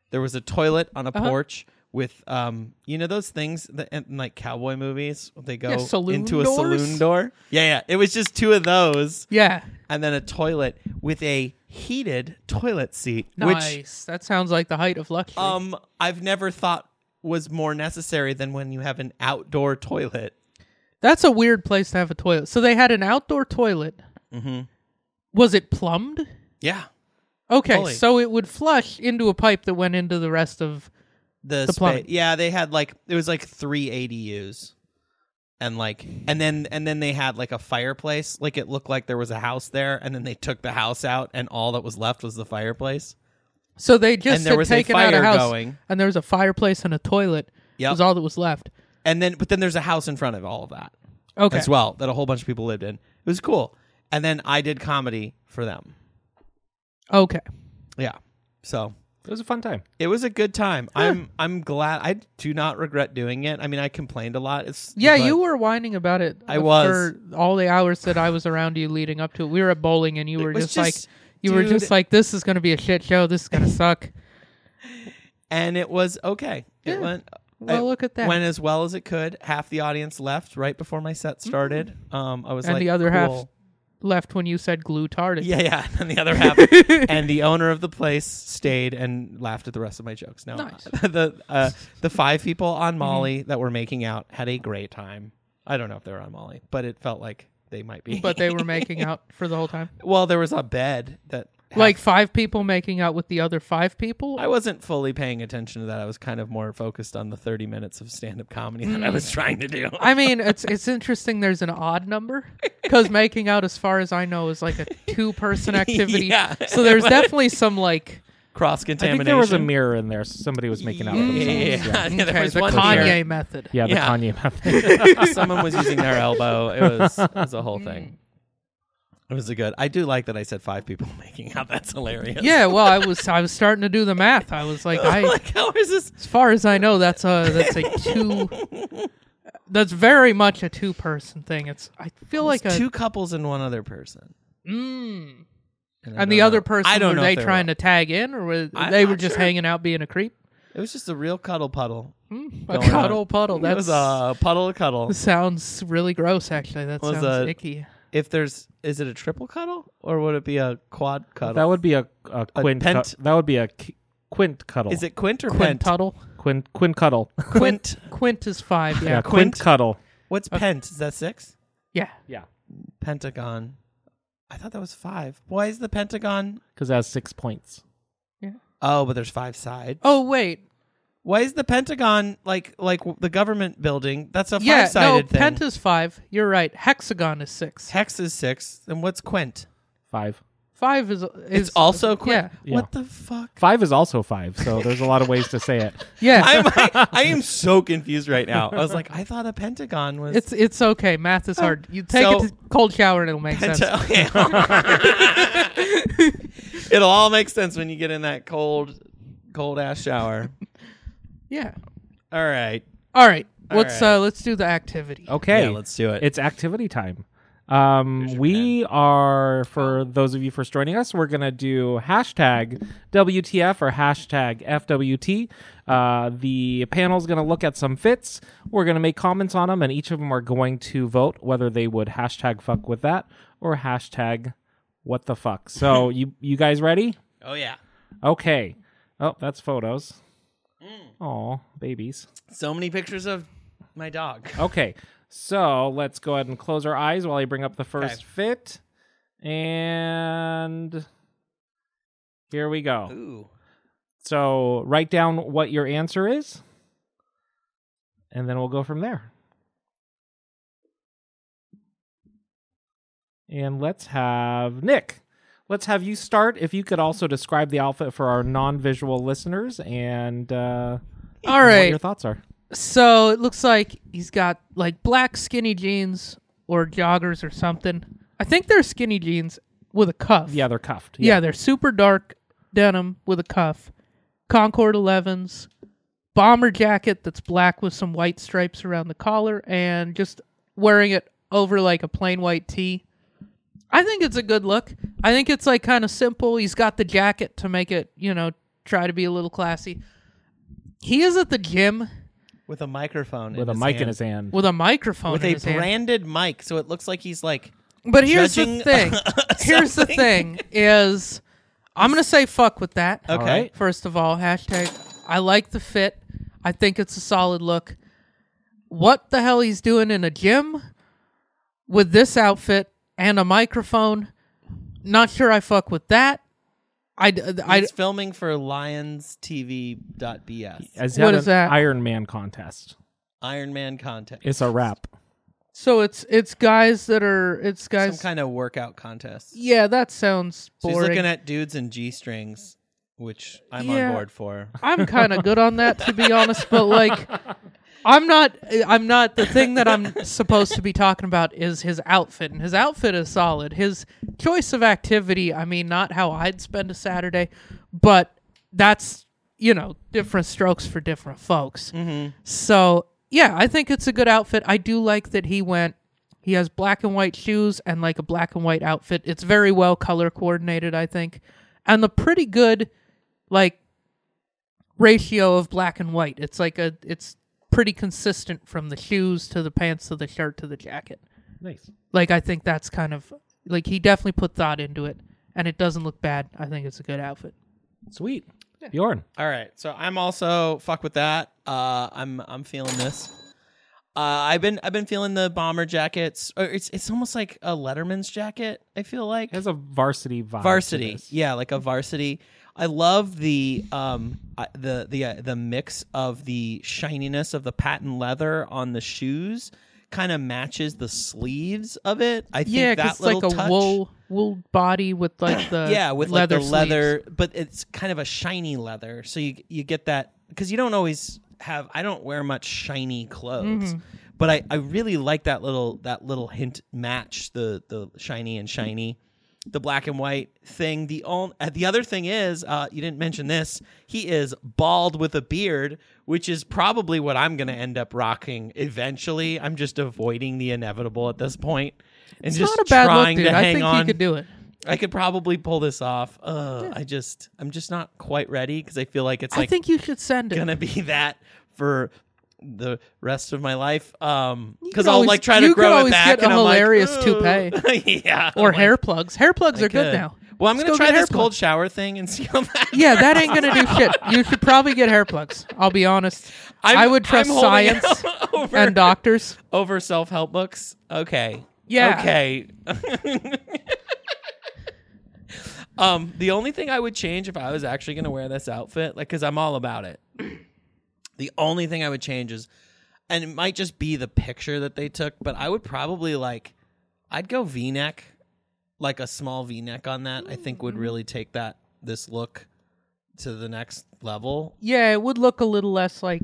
[SPEAKER 2] there was a toilet on a
[SPEAKER 4] Uh-huh.
[SPEAKER 2] porch with um you know those things that in like cowboy movies they go
[SPEAKER 4] Yeah, saloon
[SPEAKER 2] into a
[SPEAKER 4] doors?
[SPEAKER 2] saloon door. Yeah, yeah. It was just two of those,
[SPEAKER 4] Yeah,
[SPEAKER 2] and then a toilet with a heated toilet seat, which
[SPEAKER 4] nice. that sounds like the height of luxury.
[SPEAKER 2] um, I've never thought was more necessary than when you have an outdoor toilet.
[SPEAKER 4] That's a weird place to have a toilet. So they had an outdoor toilet.
[SPEAKER 2] Mm-hmm.
[SPEAKER 4] Was it plumbed?
[SPEAKER 2] Yeah,
[SPEAKER 4] Okay,
[SPEAKER 2] Fully.
[SPEAKER 4] so it would flush into a pipe that went into the rest of.
[SPEAKER 2] the,
[SPEAKER 4] The
[SPEAKER 2] spa-
[SPEAKER 4] plumbing.
[SPEAKER 2] Yeah, they had like it was like three ADUs, and like and then and then they had like a fireplace. Like it looked like there was a house there, and then they took the house out, and all that was left was the fireplace.
[SPEAKER 4] So they just
[SPEAKER 2] And there
[SPEAKER 4] had
[SPEAKER 2] was a
[SPEAKER 4] taken out
[SPEAKER 2] fire
[SPEAKER 4] a house,
[SPEAKER 2] going.
[SPEAKER 4] and there was a fireplace and a toilet.
[SPEAKER 2] Yep.
[SPEAKER 4] was all that was left.
[SPEAKER 2] And then but then there's a house in front of all of that
[SPEAKER 4] Okay,
[SPEAKER 2] as well that a whole bunch of people lived in. It was cool. And then I did comedy for them.
[SPEAKER 4] okay.
[SPEAKER 2] Yeah, so
[SPEAKER 3] It was a fun time.
[SPEAKER 2] It was a good time. I'm I'm glad. I do not regret doing it. I mean, I complained a lot. It's
[SPEAKER 4] Yeah,
[SPEAKER 2] but
[SPEAKER 4] you were whining about it.
[SPEAKER 2] I was.
[SPEAKER 4] for all the hours that I was around you leading up to it. We were at bowling, and you were
[SPEAKER 2] was
[SPEAKER 4] just, like,
[SPEAKER 2] just-
[SPEAKER 4] you were
[SPEAKER 2] dude.
[SPEAKER 4] just like, this is going to be a shit show. This is
[SPEAKER 2] *laughs*
[SPEAKER 4] going to suck.
[SPEAKER 2] and it was okay. It
[SPEAKER 4] Yeah.
[SPEAKER 2] went
[SPEAKER 4] Well,
[SPEAKER 2] it
[SPEAKER 4] look at that.
[SPEAKER 2] Went as well as it could. Half the audience left right before my set started. Um, I was
[SPEAKER 4] Mm-hmm. and
[SPEAKER 2] like,
[SPEAKER 4] the other half
[SPEAKER 2] cool.
[SPEAKER 4] left when you said glue tarded.
[SPEAKER 2] Yeah, yeah, *laughs* and the other
[SPEAKER 4] *laughs*
[SPEAKER 2] half, and the owner of the place stayed and laughed at the rest of my jokes. No,
[SPEAKER 4] Nice.
[SPEAKER 2] *laughs*
[SPEAKER 4] Mm-hmm.
[SPEAKER 2] the uh, the five people on Molly that were making out had a great time. I don't know if they were on Molly, but it felt like they might be.
[SPEAKER 4] but they were making out for the whole time.
[SPEAKER 2] *laughs* well, there was a bed that half
[SPEAKER 4] Like five people making out with the other five people.
[SPEAKER 2] I wasn't fully paying attention to that. I was kind of more focused on the 30 minutes of stand up comedy that I was
[SPEAKER 3] Mm.
[SPEAKER 2] trying to do. *laughs*
[SPEAKER 4] I mean, it's it's interesting. There's an odd number because making out, as far as I know, is like a two person
[SPEAKER 2] *laughs*
[SPEAKER 4] activity.
[SPEAKER 2] Yeah.
[SPEAKER 4] So there's definitely some like
[SPEAKER 2] Cross
[SPEAKER 3] I think
[SPEAKER 2] contamination.
[SPEAKER 3] there
[SPEAKER 2] *laughs*
[SPEAKER 3] was a mirror in there. so Somebody was making out.
[SPEAKER 2] Yeah,
[SPEAKER 3] with
[SPEAKER 2] yeah,
[SPEAKER 3] themselves.
[SPEAKER 2] yeah, yeah.
[SPEAKER 4] okay,
[SPEAKER 2] Yeah, there was
[SPEAKER 4] the
[SPEAKER 2] one
[SPEAKER 4] Kanye
[SPEAKER 2] mirror.
[SPEAKER 4] method.
[SPEAKER 3] Yeah, the
[SPEAKER 2] Yeah.
[SPEAKER 3] Kanye method. *laughs*
[SPEAKER 2] Someone was using their elbow. It was, it was a whole
[SPEAKER 4] Mm.
[SPEAKER 2] thing. It was a good. I do like that I said five people *laughs* making out. That's hilarious.
[SPEAKER 4] Yeah, well, I was I was starting to do the math. I was like, I
[SPEAKER 2] *laughs* like, how is this?
[SPEAKER 4] as far as I know, that's a that's a two. That's very much a two person thing. It's I feel like a
[SPEAKER 2] two couples and one other person.
[SPEAKER 4] Mm.
[SPEAKER 2] And, I
[SPEAKER 4] and the
[SPEAKER 2] don't
[SPEAKER 4] other
[SPEAKER 2] know-
[SPEAKER 4] person
[SPEAKER 2] I don't
[SPEAKER 4] were
[SPEAKER 2] know
[SPEAKER 4] they
[SPEAKER 2] if
[SPEAKER 4] trying to tag in or were
[SPEAKER 2] I'm
[SPEAKER 4] they were
[SPEAKER 2] not
[SPEAKER 4] just
[SPEAKER 2] sure.
[SPEAKER 4] hanging out being a creep?
[SPEAKER 2] It was just a real cuddle puddle.
[SPEAKER 4] A
[SPEAKER 2] Going on.
[SPEAKER 4] cuddle puddle.
[SPEAKER 2] That was
[SPEAKER 4] That's
[SPEAKER 2] a puddle to
[SPEAKER 4] *laughs*
[SPEAKER 2] cuddle.
[SPEAKER 4] sounds really gross. Actually, that
[SPEAKER 2] Was uh,
[SPEAKER 4] sounds
[SPEAKER 2] a-
[SPEAKER 4] icky.
[SPEAKER 2] If there's, is it a triple cuddle or would it be a quad cuddle?
[SPEAKER 3] that would be a, a quint. cu-
[SPEAKER 2] pent-
[SPEAKER 3] that would be a qu- quint cuddle.
[SPEAKER 2] Is it quint or
[SPEAKER 4] Quint
[SPEAKER 2] pent?
[SPEAKER 4] tuddle.
[SPEAKER 3] quint quint cuddle?
[SPEAKER 2] Quint.
[SPEAKER 4] Quint is five.
[SPEAKER 3] yeah,
[SPEAKER 4] Yeah.
[SPEAKER 3] quint,
[SPEAKER 2] quint.
[SPEAKER 3] cuddle.
[SPEAKER 2] What's pent? Is that six?
[SPEAKER 4] Yeah.
[SPEAKER 3] Yeah.
[SPEAKER 2] Pentagon. I thought that was five. Why is the pentagon?
[SPEAKER 3] Because that was six points.
[SPEAKER 2] Oh, but there's five sides.
[SPEAKER 4] Oh wait.
[SPEAKER 2] Why is the pentagon like like w- the government building? That's a
[SPEAKER 4] Yeah. No.
[SPEAKER 2] five-sided thing.
[SPEAKER 4] Pent is five. You're right. Hexagon is six.
[SPEAKER 2] Hex is six. And what's quint?
[SPEAKER 3] Five.
[SPEAKER 4] Five is, is
[SPEAKER 2] It's also quint.
[SPEAKER 3] Yeah.
[SPEAKER 2] What the *laughs* fuck?
[SPEAKER 3] Five is also five, so there's a lot of ways to say it.
[SPEAKER 4] Yeah. Yeah.
[SPEAKER 2] I'm, I, I am so confused right now. I was *laughs* like, I thought a pentagon was.
[SPEAKER 4] *laughs* It's it's okay. Math is hard. You take
[SPEAKER 2] So-
[SPEAKER 4] a t- cold shower and it'll make sense.
[SPEAKER 2] *laughs* Penta- It'll all make sense when you get in that cold, cold ass *laughs* shower.
[SPEAKER 4] yeah.
[SPEAKER 2] All right.
[SPEAKER 4] All right. Let's
[SPEAKER 2] right.
[SPEAKER 4] uh let's do the activity.
[SPEAKER 3] Okay.
[SPEAKER 2] *laughs* Yeah, let's do it.
[SPEAKER 3] It's activity time. Um, we are,
[SPEAKER 2] Oh.
[SPEAKER 3] for those of you first joining us, we're going to do hashtag WTF or hashtag FWT. Uh, the panel's going to look at some fits. We're going to make comments on them, and each of them are going to vote whether they would hashtag fuck with that or hashtag what the fuck.
[SPEAKER 2] *laughs*
[SPEAKER 3] So, you, you guys ready?
[SPEAKER 2] oh yeah.
[SPEAKER 3] Okay. Oh, that's photos. Oh, babies.
[SPEAKER 2] So many pictures of my dog.
[SPEAKER 3] Okay, so let's go ahead and close our eyes while I bring up the first
[SPEAKER 2] Okay.
[SPEAKER 3] fit. And here we go.
[SPEAKER 2] Ooh.
[SPEAKER 3] So write down what your answer is, and then we'll go from there. And let's have Nick. Let's have you start. If you could also describe the outfit for our non-visual listeners, and uh,
[SPEAKER 4] All
[SPEAKER 3] what
[SPEAKER 4] right.
[SPEAKER 3] your thoughts are.
[SPEAKER 4] So it looks like he's got like black skinny jeans or joggers or something. I think they're skinny jeans with a cuff.
[SPEAKER 3] Yeah, they're cuffed.
[SPEAKER 4] Yeah, they're super dark denim with a cuff. Concord 11s, bomber jacket that's black with some white stripes around the collar, and just wearing it over like a plain white tee. I think it's a good look. I think it's like kind of simple. He's got the jacket to make it, you know, try to be a little classy. He is at the gym
[SPEAKER 2] With a microphone.
[SPEAKER 3] with a mic in his hand.
[SPEAKER 4] with a microphone
[SPEAKER 2] With
[SPEAKER 4] in
[SPEAKER 2] a
[SPEAKER 4] his hand.
[SPEAKER 2] branded mic, so it looks like he's like.
[SPEAKER 4] But here's
[SPEAKER 2] judging *laughs*
[SPEAKER 4] the thing. here's the thing is I'm going to say fuck with that.
[SPEAKER 2] Okay.
[SPEAKER 3] All right.
[SPEAKER 4] First of all, hashtag I like the fit. I think it's a solid look. What the hell he's doing in a gym with this outfit and a microphone? Not sure I fuck with that. I, I,
[SPEAKER 2] He's filming for LionsTV.bs.
[SPEAKER 3] as
[SPEAKER 4] What
[SPEAKER 3] had
[SPEAKER 4] is
[SPEAKER 3] an
[SPEAKER 4] that?
[SPEAKER 3] Iron Man contest.
[SPEAKER 2] Iron Man contest.
[SPEAKER 3] It's a wrap.
[SPEAKER 4] so it's it's guys that are it's
[SPEAKER 2] some
[SPEAKER 4] guys.
[SPEAKER 2] kind of workout contest.
[SPEAKER 4] yeah, that sounds
[SPEAKER 2] So
[SPEAKER 4] boring.
[SPEAKER 2] he's looking at dudes in G strings, which I'm
[SPEAKER 4] Yeah.
[SPEAKER 2] on board for.
[SPEAKER 4] I'm kind of good on that to be honest, but like I'm not I'm not the thing that I'm supposed to be talking about is his outfit and his outfit is solid. His choice of activity, I mean not how I'd spend a Saturday, but that's you know, different strokes for different folks. So, yeah, I think it's a good outfit. I do like that he went he has black and white shoes and like a black and white outfit. It's very well color coordinated, I think. And the pretty good like ratio of black and white. It's like a it's pretty consistent from the shoes to the pants to the shirt to the jacket.
[SPEAKER 3] Nice.
[SPEAKER 4] Like I think that's kind of like he definitely put thought into it and it doesn't look bad. I think it's a good outfit.
[SPEAKER 3] Sweet. Bjorn.
[SPEAKER 2] All right, so I'm also fuck with that. Uh, I'm I'm feeling this. Uh, I've been I've been feeling the bomber jackets. Or it's it's almost like a Letterman's jacket. I feel like
[SPEAKER 3] It has a varsity vibe. to
[SPEAKER 2] varsity.
[SPEAKER 3] this.
[SPEAKER 2] Yeah, like a varsity. I love the um I- the the uh, the mix of the shininess of the patent leather on the shoes kind of matches the sleeves of it. I think
[SPEAKER 4] Yeah, 'cause
[SPEAKER 2] that
[SPEAKER 4] it's like
[SPEAKER 2] little
[SPEAKER 4] a
[SPEAKER 2] touch-
[SPEAKER 4] wool wool body
[SPEAKER 2] *coughs*
[SPEAKER 4] with like the
[SPEAKER 2] yeah with
[SPEAKER 4] leather
[SPEAKER 2] like the leather but it's kind of a shiny leather so you you get that because you don't always have i don't wear much shiny clothes
[SPEAKER 4] Mm-hmm.
[SPEAKER 2] but I, I really like that little that little hint match the the shiny and shiny the black and white thing the on, uh, the other thing is uh, you didn't mention this he is bald with a beard which is probably what i'm going to end up rocking eventually i'm just avoiding the inevitable at this point and
[SPEAKER 4] It's
[SPEAKER 2] just
[SPEAKER 4] not a bad
[SPEAKER 2] trying
[SPEAKER 4] look, dude.
[SPEAKER 2] to
[SPEAKER 4] I
[SPEAKER 2] hang
[SPEAKER 4] think
[SPEAKER 2] on
[SPEAKER 4] he could do it.
[SPEAKER 2] I could probably pull this off. Uh, I just, *laughs* I'm just not quite ready because I feel like it's
[SPEAKER 4] I
[SPEAKER 2] like
[SPEAKER 4] think you should send it.
[SPEAKER 2] gonna be that for the rest of my life. Um, because
[SPEAKER 4] could
[SPEAKER 2] I'll
[SPEAKER 4] always-
[SPEAKER 2] like try to
[SPEAKER 4] you could
[SPEAKER 2] grow it
[SPEAKER 4] always
[SPEAKER 2] back,
[SPEAKER 4] get a
[SPEAKER 2] and I'm
[SPEAKER 4] hilarious
[SPEAKER 2] like,
[SPEAKER 4] toupee.
[SPEAKER 2] *laughs* yeah,
[SPEAKER 4] or
[SPEAKER 2] I'm
[SPEAKER 4] hair
[SPEAKER 2] like,
[SPEAKER 4] plugs. Hair plugs
[SPEAKER 2] I
[SPEAKER 4] are good
[SPEAKER 2] could.
[SPEAKER 4] now.
[SPEAKER 2] Well, I'm
[SPEAKER 4] Let's
[SPEAKER 2] gonna
[SPEAKER 4] go
[SPEAKER 2] try
[SPEAKER 4] get hair
[SPEAKER 2] this cold
[SPEAKER 4] plugs.
[SPEAKER 2] shower thing and *laughs* see how that.
[SPEAKER 4] Yeah, that ain't gonna
[SPEAKER 2] *laughs*
[SPEAKER 4] do shit. You should probably get hair plugs. I'll be honest.
[SPEAKER 2] I'm-
[SPEAKER 4] I would trust
[SPEAKER 2] I'm holding out
[SPEAKER 4] science
[SPEAKER 2] *laughs* over,
[SPEAKER 4] and doctors.
[SPEAKER 2] over self help books. Okay.
[SPEAKER 4] Yeah.
[SPEAKER 2] Okay. *laughs* um, the only thing I would change if I was actually going to wear this outfit, like, because I'm all about it. *clears throat* The only thing I would change is, and it might just be the picture that they took, but I would probably like, I'd go V neck, like a small V neck on that. I think would really take that this look to the next level.
[SPEAKER 4] Yeah, it would look a little less like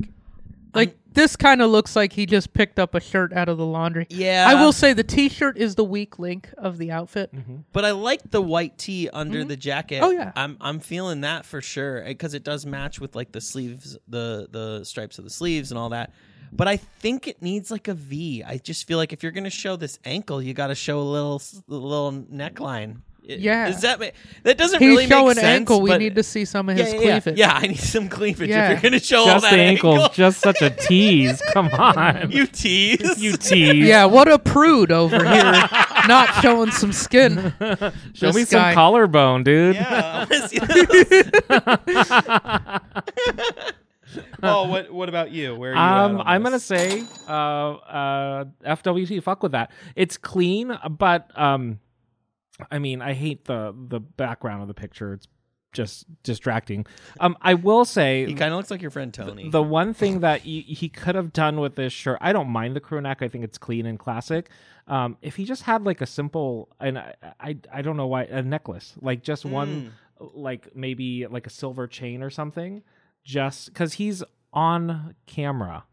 [SPEAKER 2] um,
[SPEAKER 4] like this kind of looks like he just picked up a shirt out of the laundry.
[SPEAKER 2] Yeah.
[SPEAKER 4] I will say the t-shirt is the weak link of the outfit.
[SPEAKER 2] But I like the white tee under the jacket.
[SPEAKER 4] Oh, yeah.
[SPEAKER 2] I'm I'm feeling that for sure because it does match with like the sleeves, the the stripes of the sleeves and all that. But I think it needs like a V. I just feel like if you're gonna show this ankle, you got to show a little s- a little neckline. It-
[SPEAKER 4] Yeah.
[SPEAKER 2] is that ma- that doesn't
[SPEAKER 4] He's
[SPEAKER 2] really
[SPEAKER 4] showing
[SPEAKER 2] make sense?
[SPEAKER 4] ankle. We
[SPEAKER 2] but-
[SPEAKER 4] need to see some of
[SPEAKER 2] yeah,
[SPEAKER 4] his
[SPEAKER 2] yeah, yeah.
[SPEAKER 4] cleavage.
[SPEAKER 2] Yeah, I need some cleavage if
[SPEAKER 4] Yeah.
[SPEAKER 2] you're gonna show all
[SPEAKER 3] Just
[SPEAKER 2] that
[SPEAKER 3] the ankles,
[SPEAKER 2] ankle.
[SPEAKER 3] just such a tease. Come
[SPEAKER 2] *laughs*
[SPEAKER 3] on.
[SPEAKER 2] you tease. *laughs*
[SPEAKER 3] *laughs* You tease.
[SPEAKER 4] Yeah, what a prude over here, not showing
[SPEAKER 2] *laughs*
[SPEAKER 4] some skin.
[SPEAKER 3] Show me
[SPEAKER 4] This
[SPEAKER 3] some
[SPEAKER 4] guy.
[SPEAKER 3] collarbone, dude.
[SPEAKER 2] Yeah. I wanna see
[SPEAKER 3] *laughs*
[SPEAKER 2] this. oh, what what about you? Where are you? at
[SPEAKER 3] Um,
[SPEAKER 2] on
[SPEAKER 3] I'm
[SPEAKER 2] this?
[SPEAKER 3] gonna say, uh, uh, FWT. Fuck with that. It's clean, but um, I mean, I hate the the background of the picture. It's just distracting. Um, I will say
[SPEAKER 2] He kind of looks like your friend Tony.
[SPEAKER 3] the one thing that he, he could have done with this shirt, I don't mind the crew neck. I think it's clean and classic. Um, if he just had like a simple, and I, I, I don't know why, a necklace, like just one, like maybe like a silver chain or something, just because he's on camera,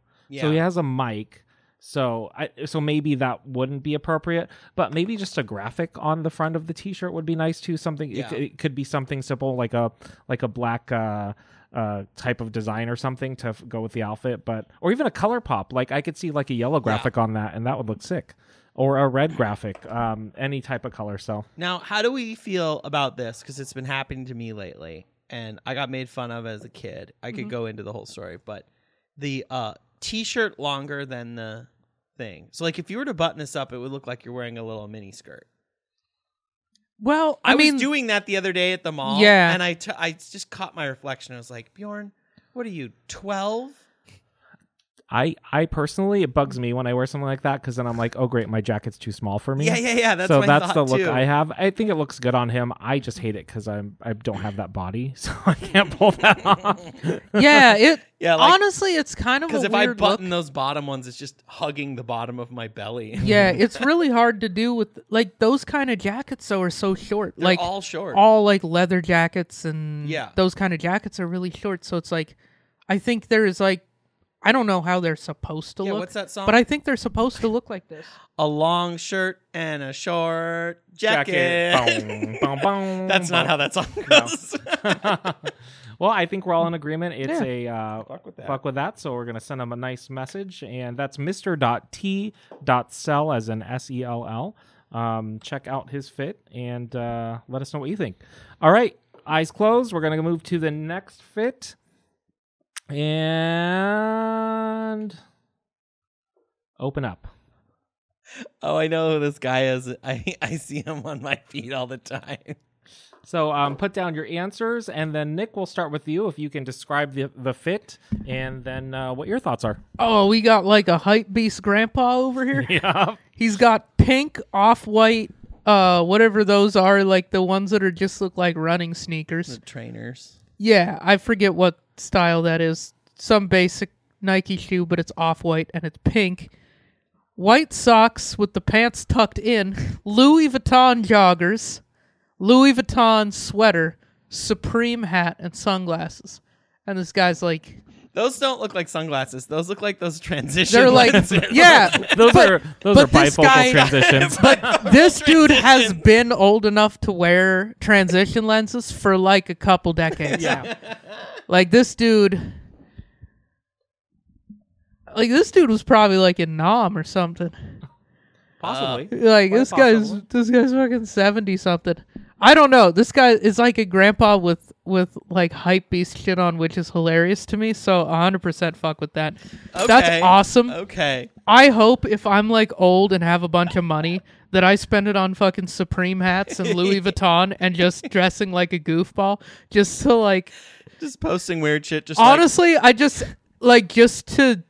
[SPEAKER 3] so he has a mic. So I so maybe that wouldn't be appropriate, but maybe just a graphic on the front of the t-shirt would be nice too. Something it
[SPEAKER 2] Yeah.
[SPEAKER 3] c- it, could be something simple like a like a black uh, uh, type of design or something to f- go with the outfit, but or even a color pop. Like I could see like a yellow graphic on that, and that would look sick, or a red graphic, um, any type of color. So
[SPEAKER 2] Now, how do we feel about this? Because it's been happening to me lately, and I got made fun of as a kid. I
[SPEAKER 3] Mm-hmm.
[SPEAKER 2] could go into the whole story, but the uh, t-shirt longer than the thing. So, like, if you were to button this up, it would look like you're wearing a little mini skirt.
[SPEAKER 4] Well, I,
[SPEAKER 2] I,
[SPEAKER 4] mean,
[SPEAKER 2] was doing that the other day at the mall.
[SPEAKER 4] Yeah.
[SPEAKER 2] and I t- I just caught my reflection. I was like, Bjorn, what are you twelve?
[SPEAKER 3] I I personally it bugs me when I wear something like that because then I'm like, oh great, my jacket's too small for me.
[SPEAKER 2] Yeah, yeah, yeah. That's
[SPEAKER 3] so
[SPEAKER 2] my
[SPEAKER 3] that's the
[SPEAKER 2] thought,
[SPEAKER 3] look
[SPEAKER 2] too.
[SPEAKER 3] I have. I think it looks good on him. I just hate it because I'm I don't have that body, *laughs* so I can't pull that *laughs* off.
[SPEAKER 4] yeah, it.
[SPEAKER 2] *laughs* Yeah, like-
[SPEAKER 4] honestly, it's kind of a
[SPEAKER 2] Because
[SPEAKER 4] weird
[SPEAKER 2] if I
[SPEAKER 4] look.
[SPEAKER 2] button those bottom ones, it's just hugging the bottom of my *laughs* belly.
[SPEAKER 4] Yeah, it's really hard to do with like those kind of jackets though are so short.
[SPEAKER 2] They're
[SPEAKER 4] like
[SPEAKER 2] all short.
[SPEAKER 4] all like leather jackets and
[SPEAKER 2] Yeah.
[SPEAKER 4] those kind of jackets are really short. So it's like I think there is like I don't know how they're supposed to
[SPEAKER 2] Yeah,
[SPEAKER 4] look.
[SPEAKER 2] what's that song?
[SPEAKER 4] But I think they're supposed to look like this.
[SPEAKER 2] a long shirt and a short jacket.
[SPEAKER 3] Boom, boom,
[SPEAKER 2] *laughs*
[SPEAKER 3] boom,
[SPEAKER 2] That's not
[SPEAKER 3] boom.
[SPEAKER 2] how that song goes.
[SPEAKER 3] *laughs*
[SPEAKER 2] *laughs*
[SPEAKER 3] Well, I think we're all in agreement. It's a uh,
[SPEAKER 2] Fuck with that.
[SPEAKER 3] fuck with that. So we're gonna send him a nice message, and that's Mister T Sell as an S E L L. Um, check out his fit and uh, let us know what you think. All right, eyes closed. We're gonna move to the next fit, and open up.
[SPEAKER 2] oh, I know who this guy is. I, I see him on my feet all the time.
[SPEAKER 3] So um, put down your answers, and then Nick, we'll start with you if you can describe the the fit, and then uh, what your thoughts are. *laughs*
[SPEAKER 4] Oh, we got like a hype beast grandpa over *laughs* here.
[SPEAKER 3] Yeah.
[SPEAKER 4] He's got pink, off white, uh whatever those are, like the ones that are just look like running sneakers.
[SPEAKER 2] The trainers.
[SPEAKER 4] Yeah, I forget what style that is. Some basic Nike shoe, but it's off white and it's pink. White socks with the pants tucked in, Louis Vuitton joggers, Louis Vuitton sweater, Supreme hat, and sunglasses. And this guy's like,
[SPEAKER 2] Those don't look like sunglasses. Those look like those transition.
[SPEAKER 4] they're like,
[SPEAKER 2] lenses.
[SPEAKER 4] yeah,
[SPEAKER 3] *laughs* Those
[SPEAKER 4] but-
[SPEAKER 3] are those
[SPEAKER 4] but
[SPEAKER 3] are
[SPEAKER 4] this
[SPEAKER 3] bifocal
[SPEAKER 4] guy-
[SPEAKER 3] transitions.
[SPEAKER 4] But this dude has been old enough to wear transition lenses for like a couple decades. Yeah. Like this dude like this dude was probably like in Nam or something.
[SPEAKER 3] *laughs* Possibly.
[SPEAKER 4] Like
[SPEAKER 3] Quite
[SPEAKER 4] this guy's
[SPEAKER 3] possibly.
[SPEAKER 4] this guy's fucking 70 something. I don't know. This guy is like a grandpa with with like hype beast shit on, which is hilarious to me. So 100% fuck with that. That's awesome.
[SPEAKER 2] Okay.
[SPEAKER 4] I hope if I'm like old and have a bunch of money that I spend it on fucking Supreme hats
[SPEAKER 2] *laughs*
[SPEAKER 4] and Louis Vuitton and just dressing like a goofball just to like
[SPEAKER 2] Just posting weird shit. Just like-
[SPEAKER 4] honestly i just like just to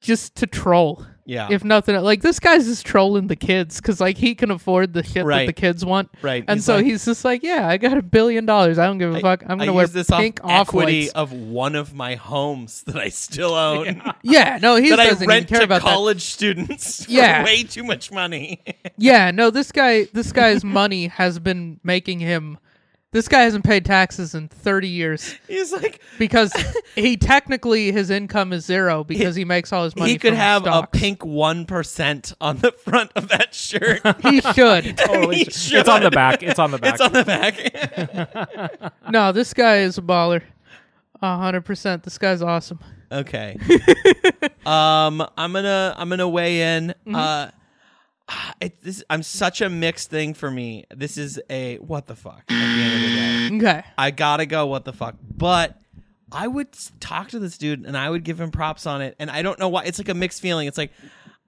[SPEAKER 4] just to troll
[SPEAKER 2] Yeah.
[SPEAKER 4] if nothing like this guy's just trolling the kids because like he can afford the shit
[SPEAKER 2] Right.
[SPEAKER 4] that the kids want
[SPEAKER 2] Right.
[SPEAKER 4] and
[SPEAKER 2] He's
[SPEAKER 4] so
[SPEAKER 2] like-
[SPEAKER 4] he's just like yeah i got a billion dollars i don't give a fuck i'm
[SPEAKER 2] I
[SPEAKER 4] gonna wear
[SPEAKER 2] use this
[SPEAKER 4] pink
[SPEAKER 2] off equity
[SPEAKER 4] whites
[SPEAKER 2] of one of my homes that I still own
[SPEAKER 4] *laughs* yeah no he
[SPEAKER 2] that I
[SPEAKER 4] doesn't even
[SPEAKER 2] rent
[SPEAKER 4] care
[SPEAKER 2] to
[SPEAKER 4] about that
[SPEAKER 2] college students *laughs* for
[SPEAKER 4] Yeah.
[SPEAKER 2] way too much money. *laughs*
[SPEAKER 4] yeah no this guy this guy's money has been making him this guy hasn't paid taxes in 30 years
[SPEAKER 2] He's like *laughs*
[SPEAKER 4] because he technically his income is zero because he makes all his money
[SPEAKER 2] he could
[SPEAKER 4] from
[SPEAKER 2] have
[SPEAKER 4] stocks.
[SPEAKER 2] a pink one percent on the *laughs* front of that
[SPEAKER 4] *laughs*
[SPEAKER 2] shirt.
[SPEAKER 4] he should
[SPEAKER 2] *laughs*
[SPEAKER 3] Holy
[SPEAKER 2] He
[SPEAKER 3] shit. It's on the
[SPEAKER 2] should.
[SPEAKER 3] back. It's on the back.
[SPEAKER 2] *laughs* It's on the back. *laughs*
[SPEAKER 4] No, this guy is a baller. A hundred percent. This guy's awesome. *laughs*
[SPEAKER 2] okay. um, I'm gonna I'm gonna weigh in.
[SPEAKER 4] Mm-hmm.
[SPEAKER 2] Uh, *sighs* it, this I'm such a mixed thing for me. This is a what the fuck. At the end of the day.
[SPEAKER 4] Okay.
[SPEAKER 2] I gotta go. What the fuck? But I would s- talk to this dude and I would give him props on it. And I don't know why. It's like a mixed feeling. It's like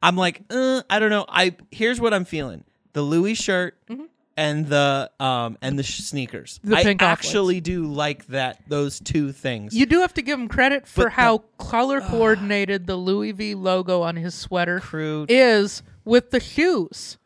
[SPEAKER 2] I'm like uh, I don't know. I here's what I'm feeling: the Louis shirt and the um and the sh- sneakers.
[SPEAKER 4] Mm-hmm. The
[SPEAKER 2] I
[SPEAKER 4] pink off-whites.
[SPEAKER 2] actually do like that. Those two things.
[SPEAKER 4] You do have to give him credit for
[SPEAKER 2] But
[SPEAKER 4] how color coordinated the Louis V logo on his sweater
[SPEAKER 2] Crew.
[SPEAKER 4] is with the shoes.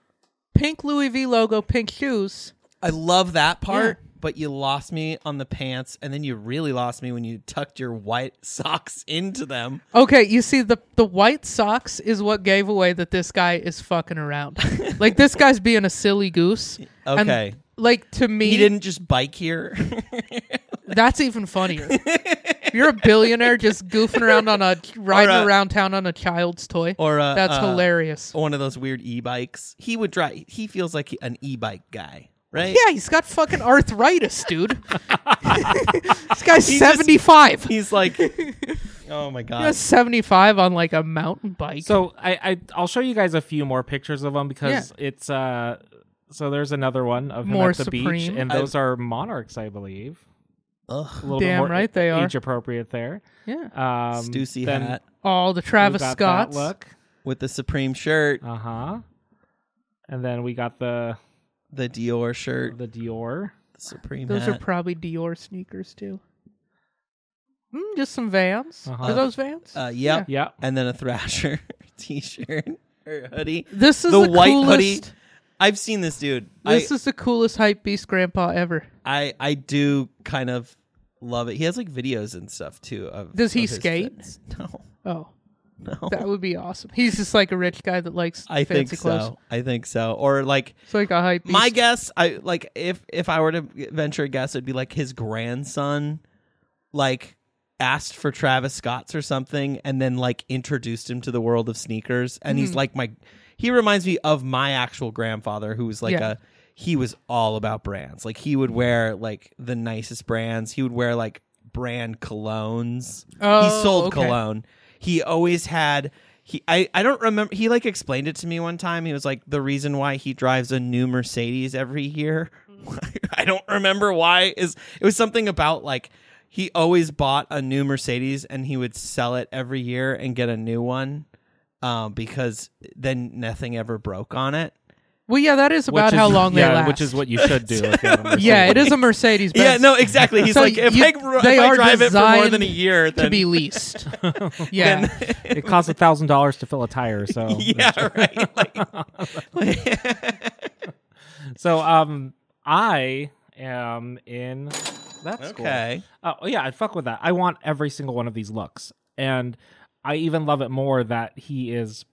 [SPEAKER 4] Pink Louis V logo, pink shoes.
[SPEAKER 2] I love that part. But you lost me on the pants, and then you really lost me when you tucked your white *laughs* socks into them.
[SPEAKER 4] Okay, you see the the white socks is what gave away that this guy is
[SPEAKER 2] *laughs*
[SPEAKER 4] fucking around. like this guy's being a silly goose. And,
[SPEAKER 2] Okay.
[SPEAKER 4] like to me,
[SPEAKER 2] He didn't just bike here. *laughs*
[SPEAKER 4] That's even funnier. You're a billionaire just goofing around on a riding
[SPEAKER 2] Or a-
[SPEAKER 4] around town on a child's toy.
[SPEAKER 2] or a-
[SPEAKER 4] that's
[SPEAKER 2] uh,
[SPEAKER 4] hilarious.
[SPEAKER 2] one of those weird e-bikes. He would drive. He feels like he- an e-bike guy, right?
[SPEAKER 4] Yeah, he's got fucking arthritis,
[SPEAKER 2] *laughs*
[SPEAKER 4] dude. this guy's
[SPEAKER 2] He just-
[SPEAKER 4] seventy five. He's
[SPEAKER 2] He's
[SPEAKER 4] *laughs*
[SPEAKER 2] like, oh my god.
[SPEAKER 4] seventy five on like a mountain bike.
[SPEAKER 3] So I, I I'll show you guys a few more pictures of them because it's uh so there's another one of him
[SPEAKER 4] More
[SPEAKER 3] at the beach
[SPEAKER 4] Supreme.
[SPEAKER 3] and those are monarchs I believe. A little
[SPEAKER 4] Damn right they are.
[SPEAKER 3] age appropriate there.
[SPEAKER 4] yeah,
[SPEAKER 3] Um,
[SPEAKER 2] Stussy
[SPEAKER 3] then
[SPEAKER 2] hat
[SPEAKER 4] all the
[SPEAKER 3] we
[SPEAKER 4] Travis
[SPEAKER 3] got
[SPEAKER 4] Scotts.
[SPEAKER 3] that look.
[SPEAKER 2] with the Supreme shirt,
[SPEAKER 3] Uh huh. And then we got the
[SPEAKER 2] the Dior shirt,
[SPEAKER 3] the Dior.
[SPEAKER 2] the Supreme
[SPEAKER 4] Those are
[SPEAKER 2] hat.
[SPEAKER 4] probably Dior sneakers too. Mm, just some Vans.
[SPEAKER 3] Uh-huh.
[SPEAKER 4] Are those Vans?
[SPEAKER 2] uh, yep.
[SPEAKER 3] Yeah.
[SPEAKER 2] And then a Thrasher *laughs* t-shirt or hoodie.
[SPEAKER 4] this is
[SPEAKER 2] the
[SPEAKER 4] the,
[SPEAKER 2] white
[SPEAKER 4] coolest,
[SPEAKER 2] hoodie. I've seen this dude.
[SPEAKER 4] This
[SPEAKER 2] I,
[SPEAKER 4] is the coolest hype beast grandpa ever.
[SPEAKER 2] I I do kind of love it. He has like videos and stuff too. Of
[SPEAKER 4] Does he
[SPEAKER 2] of his
[SPEAKER 4] skate?
[SPEAKER 2] fits. *laughs* No,
[SPEAKER 4] Oh.
[SPEAKER 2] no.
[SPEAKER 4] That would be awesome. He's just like a rich guy that likes
[SPEAKER 2] I think
[SPEAKER 4] fancy clothes.
[SPEAKER 2] so. I think so. Or like
[SPEAKER 4] It's like a hype.
[SPEAKER 2] My
[SPEAKER 4] beast.
[SPEAKER 2] guess, I like if if I were to venture a guess, it'd be like his grandson, like asked for Travis Scott's or something, and then like introduced him to the world of sneakers, and he's like my, he reminds me of my actual grandfather who was like
[SPEAKER 4] Yeah.
[SPEAKER 2] a. He was all about brands. Like he would wear like the nicest brands. He would wear like brand colognes.
[SPEAKER 4] Oh,
[SPEAKER 2] he sold
[SPEAKER 4] okay.
[SPEAKER 2] cologne. He always had he I, I don't remember he like explained it to me one time. He was like the reason why he drives a new Mercedes every year. *laughs* I don't remember why is it was something about like he always bought a new Mercedes and he would sell it every year and get a new one um, because then nothing ever broke on it.
[SPEAKER 4] Well, yeah, that is about
[SPEAKER 3] Which
[SPEAKER 4] how
[SPEAKER 3] is-
[SPEAKER 4] long
[SPEAKER 3] yeah,
[SPEAKER 4] they last.
[SPEAKER 3] which is
[SPEAKER 4] *laughs*
[SPEAKER 3] what you should do. if you have a
[SPEAKER 4] Yeah, it
[SPEAKER 3] Mercedes.
[SPEAKER 4] is a Mercedes.
[SPEAKER 2] *laughs*
[SPEAKER 4] Benz
[SPEAKER 2] Yeah, no, exactly. *laughs* He's
[SPEAKER 4] So
[SPEAKER 2] like if
[SPEAKER 4] you-
[SPEAKER 2] I, gr- if
[SPEAKER 4] they
[SPEAKER 2] I
[SPEAKER 4] are
[SPEAKER 2] drive it for more than
[SPEAKER 4] designed
[SPEAKER 2] a year, then
[SPEAKER 4] to be leased. yeah,
[SPEAKER 3] It costs a thousand dollars to fill a tire. So
[SPEAKER 2] *laughs* *laughs* yeah, right. Like,
[SPEAKER 3] so um I am in. That's cool.
[SPEAKER 2] okay.
[SPEAKER 3] Oh yeah, I fuck with that. I want every single one of these looks, and I even love it more that he is.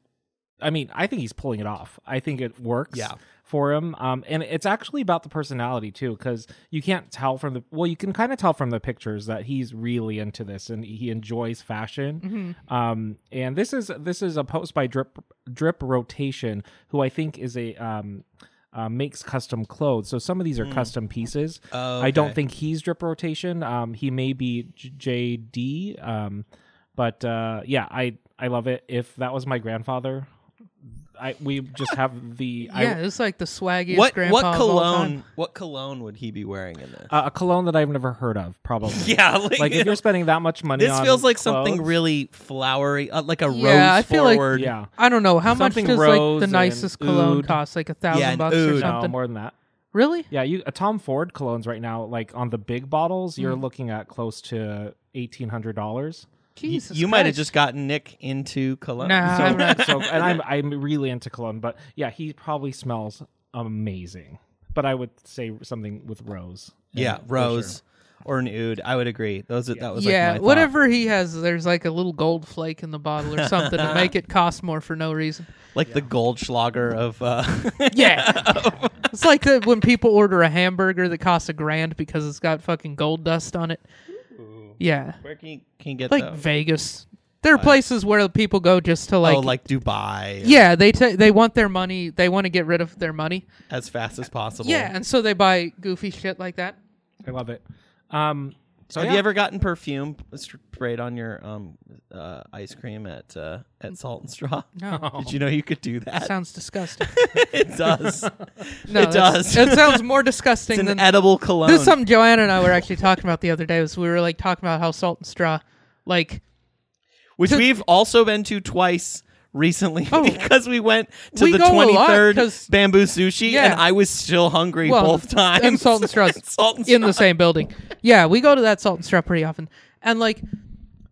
[SPEAKER 3] I mean, I think he's pulling it off. I think it works.
[SPEAKER 2] Yeah.
[SPEAKER 3] For him, um, and it's actually about the personality too, because you can't tell from the well, you can kind of tell from the pictures that he's really into this and he enjoys fashion. Um, and this is this is a post by Drip Drip Rotation, who I think is a um, uh, makes custom clothes. So some of these are custom pieces.
[SPEAKER 2] Oh,
[SPEAKER 3] I don't
[SPEAKER 2] okay.
[SPEAKER 3] think he's drip rotation. Um, he may be J- JD. Um, but uh, yeah, I I love it. If that was my grandfather, I we just
[SPEAKER 2] *laughs*
[SPEAKER 3] have the I-
[SPEAKER 4] *laughs* yeah, it's like the swaggiest
[SPEAKER 2] What
[SPEAKER 4] grandpa.
[SPEAKER 2] what
[SPEAKER 4] of all time.
[SPEAKER 2] cologne? What cologne would he be wearing in this?
[SPEAKER 3] uh, a cologne that I've never heard of, probably.
[SPEAKER 2] *laughs* yeah, like,
[SPEAKER 3] Like if you're spending that much money,
[SPEAKER 2] this
[SPEAKER 3] on
[SPEAKER 2] feels like something
[SPEAKER 3] clothes-
[SPEAKER 2] really flowery, uh, like a
[SPEAKER 4] Yeah, I
[SPEAKER 2] rose
[SPEAKER 4] feel like-
[SPEAKER 2] forward.
[SPEAKER 3] Yeah,
[SPEAKER 4] I don't know how
[SPEAKER 3] Something
[SPEAKER 4] much does
[SPEAKER 3] rose
[SPEAKER 4] like the
[SPEAKER 3] and
[SPEAKER 4] nicest cologne
[SPEAKER 3] oud.
[SPEAKER 4] cost, like a
[SPEAKER 2] Yeah,
[SPEAKER 4] thousand
[SPEAKER 2] and
[SPEAKER 4] bucks
[SPEAKER 2] oud.
[SPEAKER 4] or
[SPEAKER 2] No,
[SPEAKER 3] no
[SPEAKER 4] something.
[SPEAKER 3] more than that.
[SPEAKER 4] really?
[SPEAKER 3] Yeah, you a Tom Ford colognes right now, like on the big bottles,
[SPEAKER 2] Mm.
[SPEAKER 3] you're looking at close to eighteen hundred dollars.
[SPEAKER 2] Y-
[SPEAKER 4] Jesus,
[SPEAKER 2] you might have
[SPEAKER 4] Christ.
[SPEAKER 2] just gotten Nick into cologne. *laughs*
[SPEAKER 4] Nah, I'm not.
[SPEAKER 3] So, and I'm I'm really into cologne, but yeah, he probably smells amazing. But I would say something with rose. in
[SPEAKER 2] yeah,
[SPEAKER 3] it, for
[SPEAKER 2] rose
[SPEAKER 3] sure.
[SPEAKER 2] or an oud. I would agree. Those are that was
[SPEAKER 4] yeah,
[SPEAKER 2] like my thought.
[SPEAKER 4] whatever he has, there's like a little gold flake in the bottle or something to make it cost more for
[SPEAKER 2] *laughs*
[SPEAKER 4] no reason.
[SPEAKER 2] like the Goldschlager of uh, *laughs*
[SPEAKER 4] Yeah, *laughs* it's like the, when people order a hamburger that costs a grand because it's got fucking gold dust on it. Yeah,
[SPEAKER 2] where can you, can you get
[SPEAKER 4] like
[SPEAKER 2] those?
[SPEAKER 4] Vegas. There are places where people go just to like.
[SPEAKER 2] oh, like Dubai.
[SPEAKER 4] yeah, they ta they want their money. They want to get rid of their money.
[SPEAKER 2] as fast as possible.
[SPEAKER 4] Yeah, and so they buy goofy shit
[SPEAKER 2] *laughs*
[SPEAKER 4] like that.
[SPEAKER 3] I love it. Um, so
[SPEAKER 2] Have
[SPEAKER 3] yeah.
[SPEAKER 2] you ever gotten perfume sprayed on your um uh, ice cream at uh, at Salt and Straw?
[SPEAKER 4] No.
[SPEAKER 2] Did you know you could do that?
[SPEAKER 4] Oh, Sounds disgusting.
[SPEAKER 2] it
[SPEAKER 4] *laughs*
[SPEAKER 2] does.
[SPEAKER 4] No,
[SPEAKER 2] It
[SPEAKER 4] that's-
[SPEAKER 2] does.
[SPEAKER 4] It sounds more
[SPEAKER 2] it's
[SPEAKER 4] disgusting
[SPEAKER 2] an
[SPEAKER 4] than
[SPEAKER 2] edible cologne.
[SPEAKER 4] This is something Joanna and I were actually talking about the other day. Was we were like talking about how salt and straw, like
[SPEAKER 2] which
[SPEAKER 4] To-
[SPEAKER 2] we've also been to twice recently *laughs*
[SPEAKER 4] Oh.
[SPEAKER 2] because we went to
[SPEAKER 4] We
[SPEAKER 2] the
[SPEAKER 4] go a lot,
[SPEAKER 2] 23rd
[SPEAKER 4] 'cause-
[SPEAKER 2] bamboo sushi
[SPEAKER 4] Yeah.
[SPEAKER 2] and I was still hungry
[SPEAKER 4] well,
[SPEAKER 2] both times. *laughs*
[SPEAKER 4] and salt and straws
[SPEAKER 2] Salt and
[SPEAKER 4] in the same building. Yeah, we go to that salt and straw pretty often, and like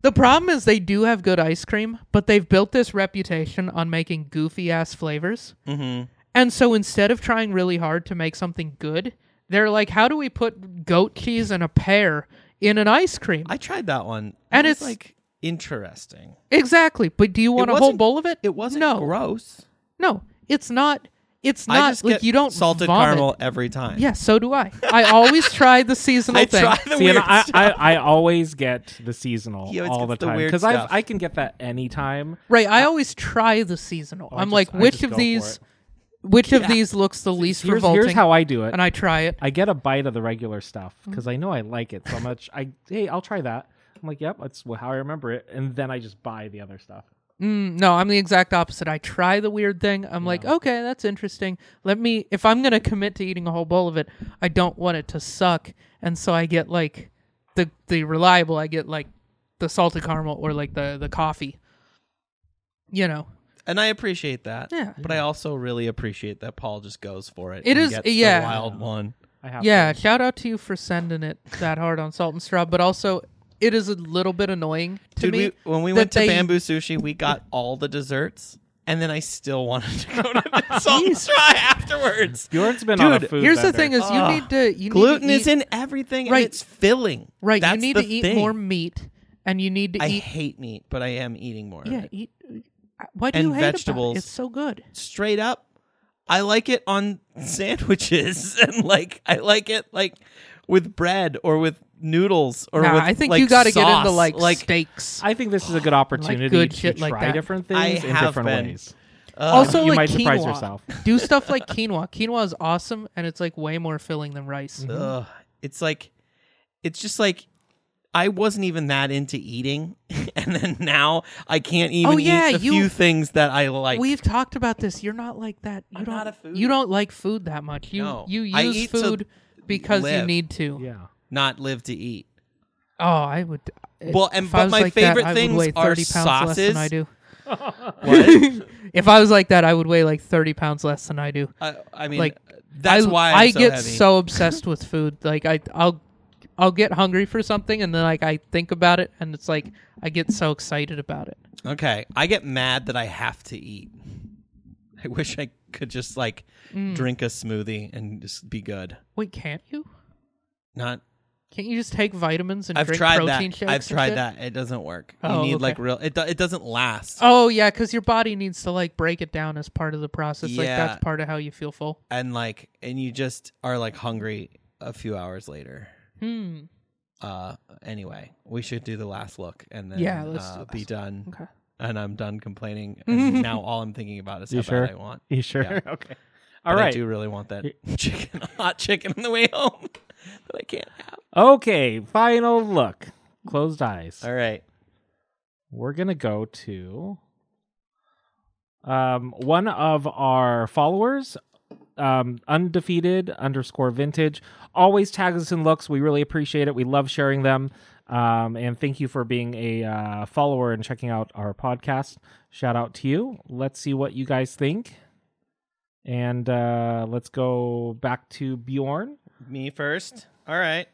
[SPEAKER 4] the problem is they do have good ice cream, but they've built this reputation on making goofy ass flavors. Mm-hmm. And so instead of trying really hard to make something good, they're like, how do we put goat cheese and a pear in an ice cream?
[SPEAKER 2] I tried that one.
[SPEAKER 4] And
[SPEAKER 2] It was,
[SPEAKER 4] it's-
[SPEAKER 2] like interesting.
[SPEAKER 4] exactly. But do you want a whole
[SPEAKER 2] wasn't-
[SPEAKER 4] bowl of it?
[SPEAKER 2] It wasn't
[SPEAKER 4] no.
[SPEAKER 2] gross.
[SPEAKER 4] No, it's not. It's
[SPEAKER 2] I
[SPEAKER 4] not
[SPEAKER 2] just
[SPEAKER 4] like
[SPEAKER 2] get
[SPEAKER 4] you don't
[SPEAKER 2] salted
[SPEAKER 4] vomit.
[SPEAKER 2] caramel every time.
[SPEAKER 4] Yeah, so do I. I always try the seasonal
[SPEAKER 2] *laughs* I
[SPEAKER 4] thing.
[SPEAKER 2] try the
[SPEAKER 3] See,
[SPEAKER 2] weird
[SPEAKER 3] and I,
[SPEAKER 2] stuff.
[SPEAKER 3] I, I always get the seasonal
[SPEAKER 2] He always
[SPEAKER 3] all the
[SPEAKER 2] gets the
[SPEAKER 3] time
[SPEAKER 2] weird
[SPEAKER 3] because
[SPEAKER 2] stuff.
[SPEAKER 3] I I can get that anytime.
[SPEAKER 4] Right, I always try the seasonal. I'm
[SPEAKER 3] just-
[SPEAKER 4] like,
[SPEAKER 3] Oh, I
[SPEAKER 4] which
[SPEAKER 3] just go
[SPEAKER 4] of
[SPEAKER 3] for
[SPEAKER 4] these,
[SPEAKER 3] it.
[SPEAKER 4] which of these looks the least
[SPEAKER 3] Here's,
[SPEAKER 4] revolting?
[SPEAKER 3] here's how I do it.
[SPEAKER 4] and I try it.
[SPEAKER 3] I get a bite of the regular stuff
[SPEAKER 2] Mm.
[SPEAKER 3] because I know I like it so much. I hey, I'll try that. I'm like, yep, that's wh- how I remember it, and then I just buy the other stuff.
[SPEAKER 4] Mm, no, I'm the exact opposite. I try the weird thing. I'm like, okay, that's interesting. Let me. If I'm gonna commit to eating a whole bowl of it, I don't want it to suck. And so I get like the the reliable. I get like the salted caramel or like the the coffee. You know,
[SPEAKER 2] and I appreciate that.
[SPEAKER 4] Yeah.
[SPEAKER 2] But I also really appreciate that Paul just goes for it.
[SPEAKER 4] It
[SPEAKER 2] and
[SPEAKER 4] is-
[SPEAKER 2] gets the
[SPEAKER 4] yeah.
[SPEAKER 2] wild one.
[SPEAKER 3] I have
[SPEAKER 4] Yeah,
[SPEAKER 3] to.
[SPEAKER 4] shout out to you for sending it that hard on Salt and Straw, but also it is a little bit annoying to
[SPEAKER 2] Dude,
[SPEAKER 4] me.
[SPEAKER 2] we, when we
[SPEAKER 4] that
[SPEAKER 2] went to
[SPEAKER 4] they-
[SPEAKER 2] Bamboo Sushi, we got all the desserts, and then I still wanted to go to *laughs* the Salt and Straw afterwards.
[SPEAKER 3] Bjorn's been on a
[SPEAKER 2] Dude,
[SPEAKER 3] food.
[SPEAKER 4] Here's the
[SPEAKER 3] bender.
[SPEAKER 4] thing: is you
[SPEAKER 2] Ugh.
[SPEAKER 4] need to you
[SPEAKER 2] Gluten
[SPEAKER 4] need to
[SPEAKER 2] is
[SPEAKER 4] eat,
[SPEAKER 2] in everything,
[SPEAKER 4] Right.
[SPEAKER 2] and it's filling.
[SPEAKER 4] right.
[SPEAKER 2] That's
[SPEAKER 4] you need
[SPEAKER 2] the
[SPEAKER 4] to eat
[SPEAKER 2] thing.
[SPEAKER 4] more meat, and you need to
[SPEAKER 2] I
[SPEAKER 4] eat
[SPEAKER 2] hate meat, but I am eating more. of
[SPEAKER 4] yeah
[SPEAKER 2] it.
[SPEAKER 4] eat. uh, Why do
[SPEAKER 2] and
[SPEAKER 4] you hate
[SPEAKER 2] vegetables.
[SPEAKER 4] About it? It's so good.
[SPEAKER 2] straight up. I like it on sandwiches, *laughs* and like I like it like with bread or with noodles or
[SPEAKER 4] Nah,
[SPEAKER 2] with.
[SPEAKER 4] I think
[SPEAKER 2] like,
[SPEAKER 4] you got to get
[SPEAKER 2] sauce.
[SPEAKER 4] into like,
[SPEAKER 2] like
[SPEAKER 4] steaks.
[SPEAKER 3] I think this is a
[SPEAKER 4] *gasps*
[SPEAKER 3] good opportunity
[SPEAKER 4] good
[SPEAKER 3] to
[SPEAKER 4] shit
[SPEAKER 3] try
[SPEAKER 4] like that.
[SPEAKER 3] different
[SPEAKER 2] I
[SPEAKER 3] things in
[SPEAKER 2] have
[SPEAKER 3] different
[SPEAKER 2] been.
[SPEAKER 3] ways.
[SPEAKER 4] also,
[SPEAKER 3] you
[SPEAKER 4] like
[SPEAKER 3] might
[SPEAKER 4] quinoa.
[SPEAKER 2] *laughs*
[SPEAKER 3] surprise yourself.
[SPEAKER 4] Do stuff like quinoa. Quinoa is awesome, and it's like way more filling than rice.
[SPEAKER 2] Ugh. It's like, it's just like, I wasn't even that into eating, *laughs* and then now I can't even
[SPEAKER 4] Oh, yeah,
[SPEAKER 2] eat the
[SPEAKER 4] you-
[SPEAKER 2] few things that I like.
[SPEAKER 4] We've talked about this. You're not like that. You
[SPEAKER 2] I'm
[SPEAKER 4] don't.
[SPEAKER 2] not a food-
[SPEAKER 4] You don't like food that much. You
[SPEAKER 2] No.
[SPEAKER 4] you
[SPEAKER 2] I
[SPEAKER 4] use
[SPEAKER 2] eat to
[SPEAKER 4] food because you
[SPEAKER 2] live.
[SPEAKER 4] need to.
[SPEAKER 3] Yeah.
[SPEAKER 2] Not live to eat.
[SPEAKER 4] Oh, I would.
[SPEAKER 2] Well, and-
[SPEAKER 4] if
[SPEAKER 2] but
[SPEAKER 4] I was
[SPEAKER 2] my
[SPEAKER 4] like that,
[SPEAKER 2] favorite
[SPEAKER 4] I would
[SPEAKER 2] things
[SPEAKER 4] weigh
[SPEAKER 2] are
[SPEAKER 4] 30 pounds less than I
[SPEAKER 2] sauces.
[SPEAKER 4] do.
[SPEAKER 2] What?
[SPEAKER 4] *laughs* If I was like that, I would weigh like thirty pounds less than I do.
[SPEAKER 2] I, I mean,
[SPEAKER 4] Like,
[SPEAKER 2] that's
[SPEAKER 4] I,
[SPEAKER 2] why I'm
[SPEAKER 4] I
[SPEAKER 2] so
[SPEAKER 4] get
[SPEAKER 2] heavy.
[SPEAKER 4] so obsessed with food. Like I, I'll, I'll get hungry for something, and then like I think about it, and it's like I get so excited about it.
[SPEAKER 2] Okay, I get mad that I have to eat. I wish I could just like
[SPEAKER 4] Mm.
[SPEAKER 2] drink a smoothie and just be good.
[SPEAKER 4] Wait, can't you?
[SPEAKER 2] Not
[SPEAKER 4] Can't you just take vitamins and
[SPEAKER 2] I've
[SPEAKER 4] drink
[SPEAKER 2] tried
[SPEAKER 4] protein
[SPEAKER 2] that.
[SPEAKER 4] shakes?
[SPEAKER 2] I've
[SPEAKER 4] and
[SPEAKER 2] tried
[SPEAKER 4] shit?
[SPEAKER 2] that. It doesn't work.
[SPEAKER 4] Oh,
[SPEAKER 2] you need
[SPEAKER 4] okay.
[SPEAKER 2] like real. It do, it doesn't last
[SPEAKER 4] Oh yeah, because your body needs to like break it down as part of the process. Like
[SPEAKER 2] Yeah.
[SPEAKER 4] that's part of how you feel full.
[SPEAKER 2] and like and you just are like hungry a few hours later.
[SPEAKER 4] Hmm.
[SPEAKER 2] Uh, anyway, we should do the last look and then
[SPEAKER 4] Yeah, let's
[SPEAKER 2] uh,
[SPEAKER 4] do the
[SPEAKER 2] be
[SPEAKER 4] last
[SPEAKER 2] done.
[SPEAKER 4] Okay.
[SPEAKER 2] And I'm done
[SPEAKER 4] *laughs*
[SPEAKER 2] complaining. And now all I'm thinking about is
[SPEAKER 3] You
[SPEAKER 2] how
[SPEAKER 3] sure?
[SPEAKER 2] bad I want.
[SPEAKER 3] You sure?
[SPEAKER 2] Yeah.
[SPEAKER 3] *laughs* Okay. All
[SPEAKER 2] But
[SPEAKER 3] right.
[SPEAKER 2] I do really want that *laughs* chicken, hot chicken on the way home *laughs* that I can't have.
[SPEAKER 3] Okay. Final look. Closed eyes.
[SPEAKER 2] All right.
[SPEAKER 3] We're gonna go to Um, one of our followers, um, undefeated underscore vintage, always tags us in looks. We really appreciate it. We love sharing them. Um, and thank you for being a uh, follower and checking out our podcast. Shout out to you. Let's see what you guys think. And uh, let's go back to Bjorn.
[SPEAKER 2] Me first. All right.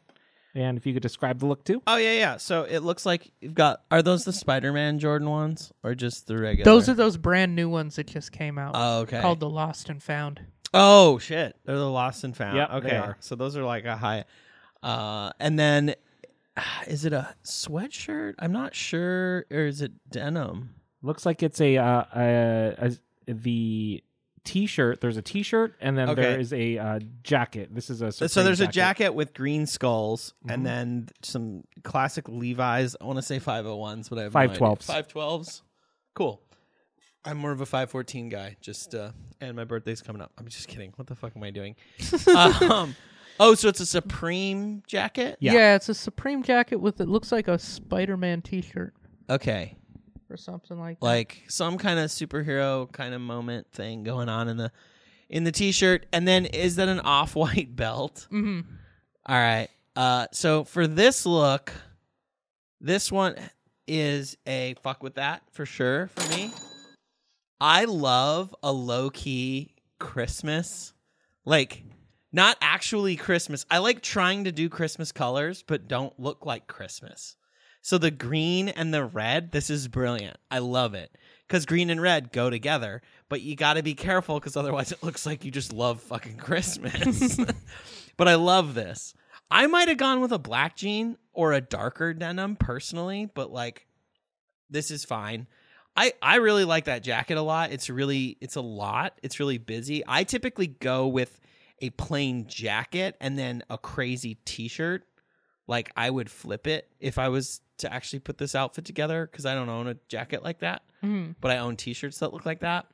[SPEAKER 3] And if you could describe the look too.
[SPEAKER 2] Oh yeah, yeah. So it looks like you've got. Are those the Spider-Man Jordan ones, or just the regular?
[SPEAKER 4] Those are those brand new ones that just came out
[SPEAKER 2] Oh, okay.
[SPEAKER 4] called the Lost and Found.
[SPEAKER 2] Oh shit, they're the lost and found.
[SPEAKER 3] Yep,
[SPEAKER 2] okay,
[SPEAKER 3] they are.
[SPEAKER 2] so those are like a high. Uh, and then, ah, is it a sweatshirt? I'm not sure, or is it denim?
[SPEAKER 3] Looks like it's a, uh, a, a the t-shirt. There's a t-shirt, and then
[SPEAKER 2] Okay.
[SPEAKER 3] there is a uh, jacket. Mm-hmm. This is a
[SPEAKER 2] so
[SPEAKER 3] Supreme
[SPEAKER 2] there's a jacket with green skulls, and then some classic Levi's. I want to say 501s, but I have no idea.
[SPEAKER 3] 512s.
[SPEAKER 2] 512s. Cool. I'm more of a 514 guy. Just uh, and my birthday's coming up. I'm just kidding. What the fuck am I
[SPEAKER 3] *laughs*
[SPEAKER 2] doing? um, oh, so it's a Supreme jacket.
[SPEAKER 3] Yeah.
[SPEAKER 4] Yeah. it's a Supreme jacket with it looks like a Spider-Man T-shirt
[SPEAKER 2] Okay.
[SPEAKER 4] or something like
[SPEAKER 2] *laughs*
[SPEAKER 4] that.
[SPEAKER 2] like some kind of superhero kind of moment thing going on in the in the t-shirt and then is that an off-white *laughs* belt mm-hmm. right uh so for this look this one is a fuck with that for sure for me i love a low-key christmas like not actually christmas i like trying to do christmas colors but don't look like christmas so the green and the red, this is brilliant. I love it. Because green and red go together, but you got to be careful because otherwise it looks like you just love fucking *laughs* Christmas. but I love this. I might have gone with a black jean or a darker denim personally, but like this is fine. I, I really like that jacket a lot. It's really it's a lot. It's really busy. I typically go with a plain jacket and then a crazy t-shirt like I would flip it if I was to actually put this outfit together because I don't own a jacket like that,
[SPEAKER 4] Hmm.
[SPEAKER 2] but I own t-shirts that look like that.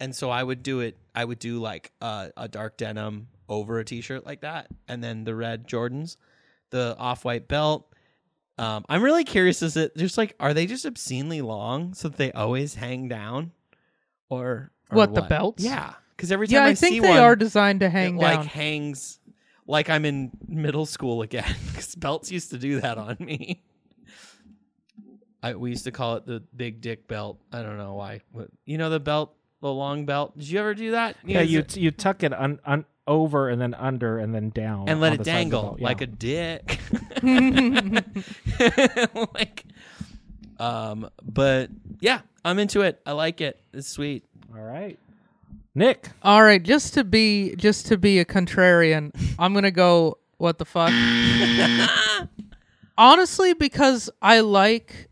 [SPEAKER 2] And so I would do it. I would do like a, a dark denim over a t-shirt like that, and then the red Jordans, the off-white belt. Um, I'm really curious. Is it just like are they just obscenely long so that they always hang down, or, or
[SPEAKER 4] What, the belts?
[SPEAKER 2] Yeah, because every time
[SPEAKER 4] yeah,
[SPEAKER 2] I,
[SPEAKER 4] I
[SPEAKER 2] see
[SPEAKER 4] think they
[SPEAKER 2] one,
[SPEAKER 4] are designed to hang
[SPEAKER 2] it,
[SPEAKER 4] down.
[SPEAKER 2] like hangs like I'm in middle school again *laughs* because belts used to do that on me. I we used to call it the big dick belt. I don't know why. What, you know the belt, the long belt. Did you ever do that?
[SPEAKER 3] Yeah, you
[SPEAKER 2] guys-
[SPEAKER 3] you tuck it un, un, over and then under and then down
[SPEAKER 2] and let
[SPEAKER 3] on
[SPEAKER 2] it
[SPEAKER 3] the side
[SPEAKER 2] dangle
[SPEAKER 3] of the belt. Yeah.
[SPEAKER 2] like a dick. *laughs* like, um, but yeah, I'm into it. I like it. It's sweet.
[SPEAKER 3] All right, Nick.
[SPEAKER 4] All right, just to be just to be a contrarian, I'm gonna go. What the fuck? Honestly, because I like,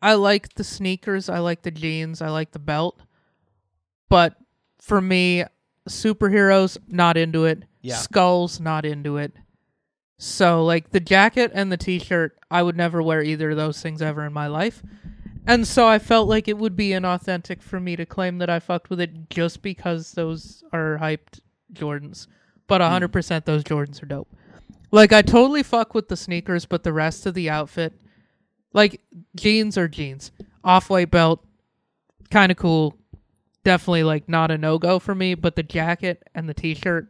[SPEAKER 4] I like the sneakers, I like the jeans, I like the belt, but for me, superheroes not into it.
[SPEAKER 2] Yeah.
[SPEAKER 4] Skulls not into it. So like the jacket and the t-shirt, I would never wear either of those things ever in my life. And so I felt like it would be inauthentic for me to claim that I fucked with it just because those are hyped Jordans. But 100% those Jordans are dope. Like I totally fuck with the sneakers, but the rest of the outfit like jeans are jeans. Off-white belt kind of cool. Definitely like not a no-go for me, but the jacket and the t-shirt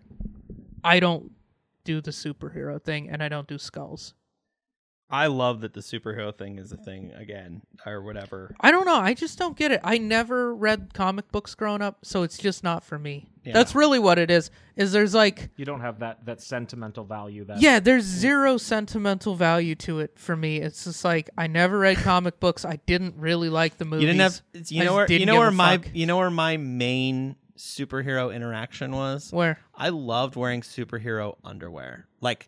[SPEAKER 4] I don't do the superhero thing and I don't do skulls.
[SPEAKER 2] I love that the superhero thing is a thing again, or whatever.
[SPEAKER 4] I don't know. I just don't get it. I never read comic books growing up, so it's just not for me.
[SPEAKER 2] Yeah.
[SPEAKER 4] That's really what it is. Is there's like
[SPEAKER 3] You don't have that that sentimental value. That
[SPEAKER 4] yeah, there's zero sentimental value to it for me. It's just like I never read comic books. I didn't really like the movies.
[SPEAKER 2] You didn't have it's- you
[SPEAKER 4] I
[SPEAKER 2] know
[SPEAKER 4] just
[SPEAKER 2] where you
[SPEAKER 4] didn't
[SPEAKER 2] know
[SPEAKER 4] give
[SPEAKER 2] where
[SPEAKER 4] a
[SPEAKER 2] my
[SPEAKER 4] fuck.
[SPEAKER 2] you know where my main superhero interaction was.
[SPEAKER 4] where
[SPEAKER 2] I loved wearing superhero underwear, like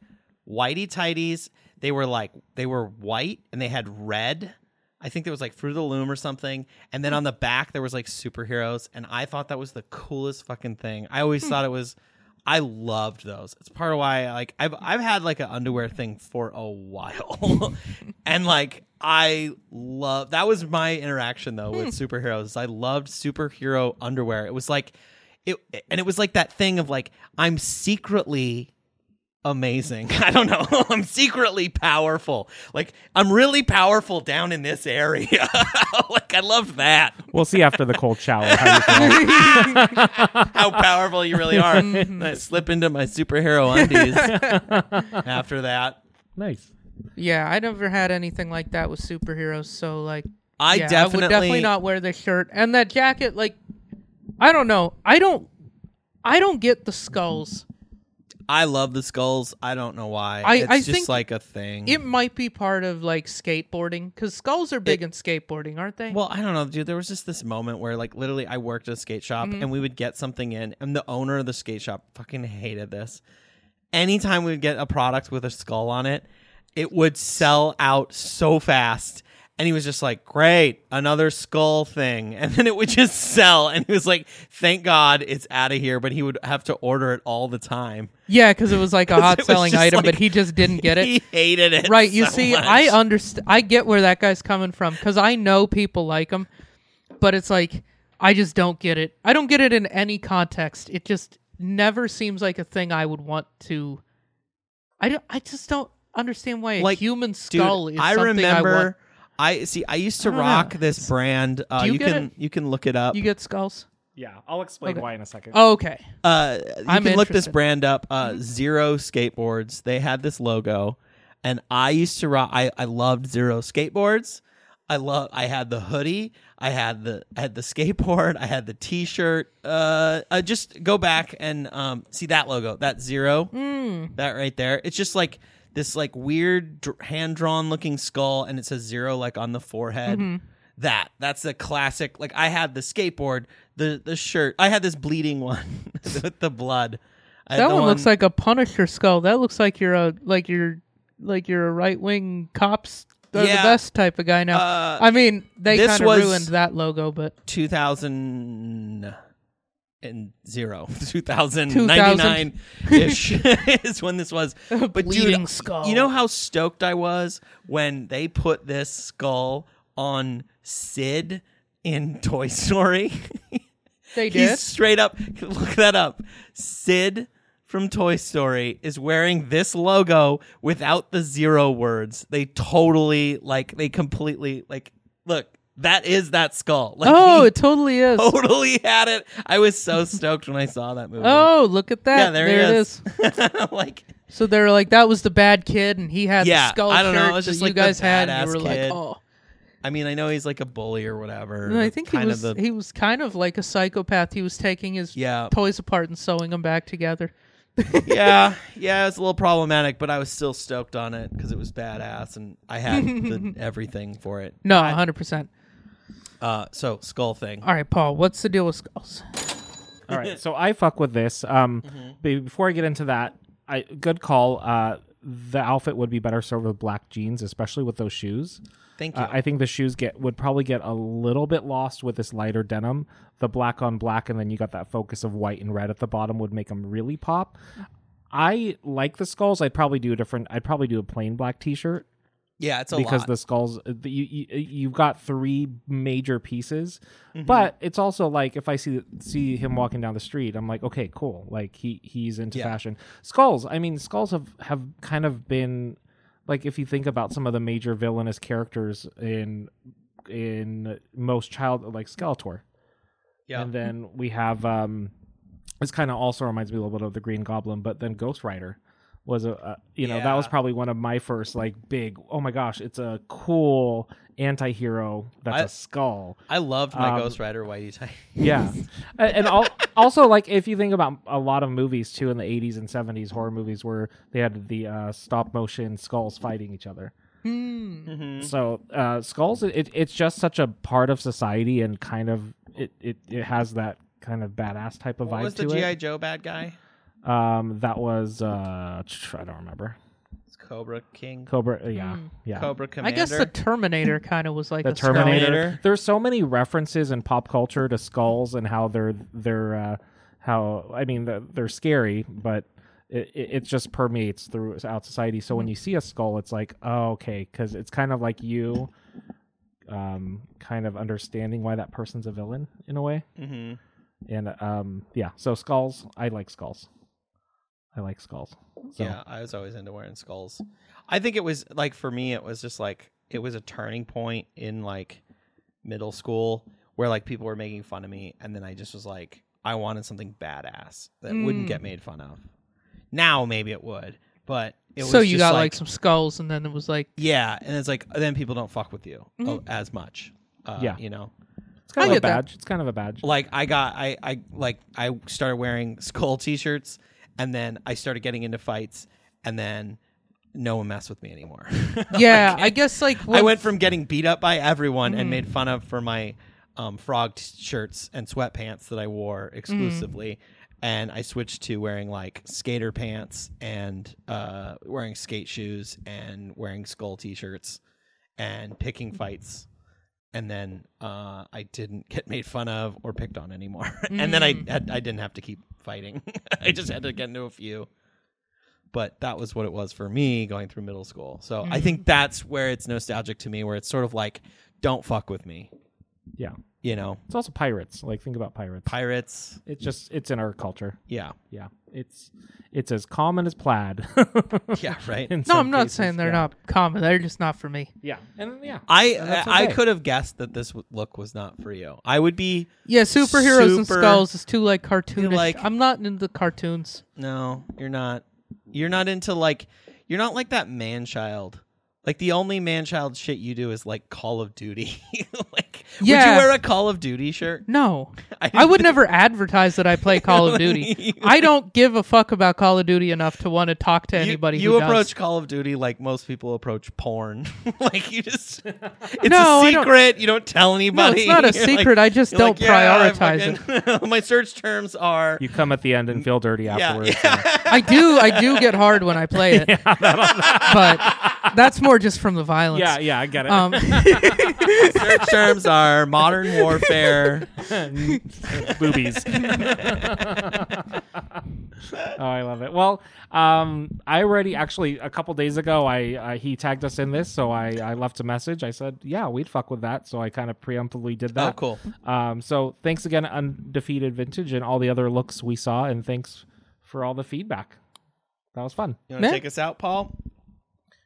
[SPEAKER 2] whitey tighties. They were like they were white and they had red. I think there was like Fruit of the Loom or something, and then on the back there was like superheroes, and I thought that was the coolest fucking thing. I always thought it was. I loved those. It's part of why like I've I've had like an underwear thing for a while, *laughs* and like I love that was my interaction though with superheroes. is I loved superhero underwear. It was like it and it was like that thing of like I'm secretly amazing. *laughs* I don't know. I'm secretly powerful. Like I'm really powerful down in this area. *laughs* like I love that.
[SPEAKER 3] We'll see after the cold shower. How you
[SPEAKER 2] *laughs*
[SPEAKER 3] feel.
[SPEAKER 2] How powerful you really
[SPEAKER 4] *laughs*
[SPEAKER 2] are. And I slip into my superhero undies after that.
[SPEAKER 3] nice.
[SPEAKER 4] Yeah, I never had anything like that with superheroes. So like,
[SPEAKER 2] I
[SPEAKER 4] yeah,
[SPEAKER 2] definitely
[SPEAKER 4] would definitely not wear the shirt and that jacket. Like, I don't know. I don't. I don't get the skulls.
[SPEAKER 2] I love the skulls. I don't know why.
[SPEAKER 4] I-
[SPEAKER 2] it's
[SPEAKER 4] I
[SPEAKER 2] just
[SPEAKER 4] think
[SPEAKER 2] like a thing.
[SPEAKER 4] It might be part of like skateboarding because skulls are big in skateboarding, aren't they?
[SPEAKER 2] Well, I don't know, dude. There was just this moment where, like, literally, I worked at a skate shop
[SPEAKER 4] Mm-hmm.
[SPEAKER 2] and we would get something in, and the owner of the skate shop fucking hated this. Anytime we would get a product with a skull on it, it would sell out so fast. And he was just like, great, another skull thing. *laughs* And then it would just sell. And he was like, thank God it's out of here. But he would have to order it all the time.
[SPEAKER 4] yeah, because it was
[SPEAKER 2] *laughs*
[SPEAKER 4] like a hot
[SPEAKER 2] was
[SPEAKER 4] selling
[SPEAKER 2] just
[SPEAKER 4] item,
[SPEAKER 2] like-
[SPEAKER 4] but he just didn't get it.
[SPEAKER 2] *laughs* He hated it.
[SPEAKER 4] right you
[SPEAKER 2] so
[SPEAKER 4] see
[SPEAKER 2] much.
[SPEAKER 4] i understand i get where that guy's coming from because i know people like him but it's like i just don't get it i don't get it in any context it just never seems like a thing i would want to i don't i just don't understand why a
[SPEAKER 2] Like,
[SPEAKER 4] human
[SPEAKER 2] Dude,
[SPEAKER 4] skull is
[SPEAKER 2] I
[SPEAKER 4] something i want
[SPEAKER 2] remember. I, see. I used to
[SPEAKER 4] don't know.
[SPEAKER 2] rock this brand. Uh,
[SPEAKER 4] Do you
[SPEAKER 2] you,
[SPEAKER 4] get
[SPEAKER 2] can
[SPEAKER 4] it?
[SPEAKER 2] you can look it up.
[SPEAKER 4] you get skulls
[SPEAKER 3] Yeah, I'll explain
[SPEAKER 4] Okay.
[SPEAKER 3] why in a second.
[SPEAKER 4] oh, okay
[SPEAKER 2] uh, you
[SPEAKER 4] I'm
[SPEAKER 2] can look this
[SPEAKER 4] interested.
[SPEAKER 2] brand up. Uh, Zero Skateboards. They had this logo, and I used to rock. I, I loved Zero Skateboards. I love. I had the hoodie. I had the I had the skateboard. I had the T-shirt. Uh, uh just go back and um, see that logo. That zero.
[SPEAKER 4] Hmm.
[SPEAKER 2] That right there. It's just like this like weird dr- hand drawn looking skull, and it says zero like on the forehead.
[SPEAKER 4] Mm-hmm.
[SPEAKER 2] That that's a classic. Like I had the skateboard, the the shirt. I had this bleeding one *laughs* with the blood. I had
[SPEAKER 4] that
[SPEAKER 2] the
[SPEAKER 4] one, looks like a punisher skull that looks like you're a like you're like you're a right-wing cops are
[SPEAKER 2] Yeah.
[SPEAKER 4] the best type of guy now
[SPEAKER 2] Uh,
[SPEAKER 4] i mean they
[SPEAKER 2] this
[SPEAKER 4] kind of
[SPEAKER 2] was-
[SPEAKER 4] ruined that logo but
[SPEAKER 2] 2000 and zero *laughs*
[SPEAKER 4] 2000.
[SPEAKER 2] 2099 ish *laughs* is when this was but
[SPEAKER 4] Bleeding
[SPEAKER 2] dude
[SPEAKER 4] skull.
[SPEAKER 2] you know how stoked i was when they put this skull on sid in toy story *laughs*
[SPEAKER 4] they did
[SPEAKER 2] he's straight up *laughs* look that up sid from toy story is wearing this logo without the zero words they totally like they completely like look that is that skull like
[SPEAKER 4] oh
[SPEAKER 2] he
[SPEAKER 4] it totally
[SPEAKER 2] *laughs*
[SPEAKER 4] is
[SPEAKER 2] totally had it. I was so stoked when I saw that movie.
[SPEAKER 4] Oh, look at that.
[SPEAKER 2] yeah, there,
[SPEAKER 4] it
[SPEAKER 2] he
[SPEAKER 4] is.
[SPEAKER 2] is. *laughs* like,
[SPEAKER 4] So they were like, that was the bad kid, and he had
[SPEAKER 2] Yeah,
[SPEAKER 4] the skull
[SPEAKER 2] I don't know,
[SPEAKER 4] shirt
[SPEAKER 2] it was
[SPEAKER 4] that
[SPEAKER 2] just
[SPEAKER 4] you
[SPEAKER 2] like the
[SPEAKER 4] guys had, and
[SPEAKER 2] badass
[SPEAKER 4] you were like,
[SPEAKER 2] kid.
[SPEAKER 4] oh.
[SPEAKER 2] I mean, I know he's like a bully or whatever.
[SPEAKER 4] And I
[SPEAKER 2] but
[SPEAKER 4] think he
[SPEAKER 2] kind
[SPEAKER 4] was
[SPEAKER 2] of the
[SPEAKER 4] he *laughs* was kind of like a psychopath. He was taking his
[SPEAKER 2] Yeah.
[SPEAKER 4] toys apart and sewing them back together.
[SPEAKER 2] *laughs* yeah, yeah. It's a little problematic, but I was still stoked on it because it was badass, and I had
[SPEAKER 4] *laughs*
[SPEAKER 2] the, everything for it.
[SPEAKER 4] No, hundred percent.
[SPEAKER 2] Uh, so skull thing.
[SPEAKER 4] All right, Paul, what's the deal with skulls?
[SPEAKER 3] All right, so I fuck with this. Um, be- Before I get into that, I good call. Uh, the outfit would be better served with black jeans, especially with those shoes.
[SPEAKER 2] Thank you.
[SPEAKER 3] Uh, I think the shoes get would probably get a little bit lost with this lighter denim. The black on black, and then you got that focus of white and red at the bottom would make them really pop. I like the skulls. I'd probably do a different. I'd probably do a plain black T-shirt
[SPEAKER 2] yeah, it's a
[SPEAKER 3] because
[SPEAKER 2] lot.
[SPEAKER 3] the skulls uh, the, you, you you've got three major pieces
[SPEAKER 2] Mm-hmm.
[SPEAKER 3] but it's also like if i see see him walking down the street i'm like okay cool like he he's into
[SPEAKER 2] Yeah.
[SPEAKER 3] fashion skulls i mean skulls have have kind of been like if you think about some of the major villainous characters in in most child like skeletor
[SPEAKER 2] yeah,
[SPEAKER 3] and then we have um this kind of also reminds me a little bit of the Green Goblin, but then Ghost Rider was a, a you know that was
[SPEAKER 2] Yeah.
[SPEAKER 3] probably one of my first like big oh my gosh it's a cool anti-hero that's a
[SPEAKER 2] I-
[SPEAKER 3] skull
[SPEAKER 2] I loved my
[SPEAKER 3] Um,
[SPEAKER 2] Ghost Rider Whitey tie.
[SPEAKER 3] yeah *laughs* and, and al- also like if you think about a lot of movies too in the 80s and 70s horror movies where they had the uh, stop motion skulls fighting each other
[SPEAKER 2] Hmm.
[SPEAKER 3] so uh, skulls it, it's just such a part of society and kind of it, it, it has that kind of badass type of
[SPEAKER 2] *laughs* What
[SPEAKER 3] vibe
[SPEAKER 2] was the
[SPEAKER 3] to
[SPEAKER 2] GI
[SPEAKER 3] it
[SPEAKER 2] Joe bad guy?
[SPEAKER 3] um, that was uh, tch, i don't remember
[SPEAKER 2] It's Cobra King.
[SPEAKER 3] cobra yeah
[SPEAKER 2] Hmm.
[SPEAKER 3] yeah
[SPEAKER 2] Cobra Commander.
[SPEAKER 4] I guess the Terminator kind of was like
[SPEAKER 3] the
[SPEAKER 4] a skull.
[SPEAKER 3] Terminator.
[SPEAKER 2] Terminator.
[SPEAKER 3] There's so many references in pop culture to skulls and how they're they're uh, how I mean they're, they're scary, but it, it it just permeates throughout society. So when you see a skull, it's like oh okay, because it's kind of like you, um, kind of understanding why that person's a villain in a way.
[SPEAKER 2] Mhm.
[SPEAKER 3] And um, yeah, so skulls. I like skulls. I like skulls. So.
[SPEAKER 2] Yeah, I was always into wearing skulls. I think it was like for me, it was just like it was a turning point in like middle school where like people were making fun of me, and then I just was like, I wanted something badass that wouldn't
[SPEAKER 4] Hmm.
[SPEAKER 2] get made fun of. Now maybe it would, but it was
[SPEAKER 4] so you
[SPEAKER 2] just,
[SPEAKER 4] got like, some skulls, and then it
[SPEAKER 2] *laughs*
[SPEAKER 4] was like,
[SPEAKER 2] yeah, and it's like then people don't fuck with you uh, as much. Uh,
[SPEAKER 3] Yeah.
[SPEAKER 2] you know,
[SPEAKER 3] It's kind
[SPEAKER 4] I
[SPEAKER 3] of a
[SPEAKER 4] get that.
[SPEAKER 3] badge. It's kind of a badge.
[SPEAKER 2] like I got I I like I started wearing *laughs* skull t-shirts and then I started getting into fights and then no one messed with me anymore. *laughs*
[SPEAKER 4] yeah, I guess like
[SPEAKER 2] I
[SPEAKER 4] when-
[SPEAKER 2] went from getting beat up by everyone and made fun of for my um, frog t- shirts and sweatpants that I wore exclusively. And I switched to wearing like skater pants and uh, wearing skate shoes and wearing skull t shirts and picking fights. And then uh, I didn't get made fun of or picked on anymore. *laughs* and then I, had, I didn't have to keep fighting, *laughs* I just had to get into a few but that was what it was for me going through middle school. So
[SPEAKER 4] Mm.
[SPEAKER 2] I think that's where it's nostalgic to me, where it's sort of like, don't fuck with me,
[SPEAKER 3] Yeah.
[SPEAKER 2] you know,
[SPEAKER 3] It's also pirates. Like think about pirates.
[SPEAKER 2] pirates.
[SPEAKER 3] it's just it's in our culture.
[SPEAKER 2] Yeah, *laughs*
[SPEAKER 3] Yeah. It's it's as common as plaid. *laughs*
[SPEAKER 2] yeah, right.
[SPEAKER 3] In
[SPEAKER 4] no,
[SPEAKER 3] some
[SPEAKER 4] I'm not
[SPEAKER 3] cases,
[SPEAKER 4] saying they're
[SPEAKER 3] yeah.
[SPEAKER 4] not common. They're just not for me.
[SPEAKER 3] Yeah. And yeah.
[SPEAKER 2] I
[SPEAKER 3] that's
[SPEAKER 2] I
[SPEAKER 3] okay.
[SPEAKER 2] could have guessed that this w- look was not for you. I would be
[SPEAKER 4] Yeah, superheroes and
[SPEAKER 2] Super-
[SPEAKER 4] skulls is too like cartoonish.
[SPEAKER 2] like-
[SPEAKER 4] I'm not into cartoons.
[SPEAKER 2] no, you're not. You're not into like, you're not like that man child. Like the only man child shit you do is like Call of Duty. *laughs* like, would
[SPEAKER 4] Yeah.
[SPEAKER 2] you wear a Call of Duty shirt? *laughs*
[SPEAKER 4] No,
[SPEAKER 2] I
[SPEAKER 4] I, would never advertise that I play Call
[SPEAKER 2] *laughs*
[SPEAKER 4] of Duty. I don't give a fuck about Call of Duty enough to want to talk to
[SPEAKER 2] You-
[SPEAKER 4] anybody.
[SPEAKER 2] You,
[SPEAKER 4] who does.
[SPEAKER 2] approach Call of Duty like most people approach porn. *laughs* like you just, it's a
[SPEAKER 4] No, I don't-
[SPEAKER 2] secret. You don't tell
[SPEAKER 4] No,
[SPEAKER 2] anybody.
[SPEAKER 4] it's not a
[SPEAKER 2] *laughs* You're like-
[SPEAKER 4] secret. I just
[SPEAKER 2] you're like,
[SPEAKER 4] don't
[SPEAKER 2] "Yeah, I
[SPEAKER 4] prioritize it.
[SPEAKER 2] *laughs* fucking- my search terms are.
[SPEAKER 3] You come at the end and feel dirty afterwards. *laughs* so-
[SPEAKER 4] I do. I do get hard when
[SPEAKER 2] *laughs*
[SPEAKER 4] I play it, but that's more just from the violence.
[SPEAKER 3] yeah, yeah, I get
[SPEAKER 2] *laughs*
[SPEAKER 3] it.
[SPEAKER 4] Um,
[SPEAKER 2] search terms are modern warfare.
[SPEAKER 3] boobies. *laughs* oh, I love it. Well, um, I already actually a couple days ago, I uh, he tagged us in this, so I I left a message. I said, yeah, we'd fuck with that. So I kind of preemptively did that.
[SPEAKER 2] Oh, cool.
[SPEAKER 3] Um, so thanks again, undefeated vintage, and all the other looks we saw, and thanks for all the feedback. That was fun.
[SPEAKER 2] You want to
[SPEAKER 4] Yeah.
[SPEAKER 2] take us out, Paul?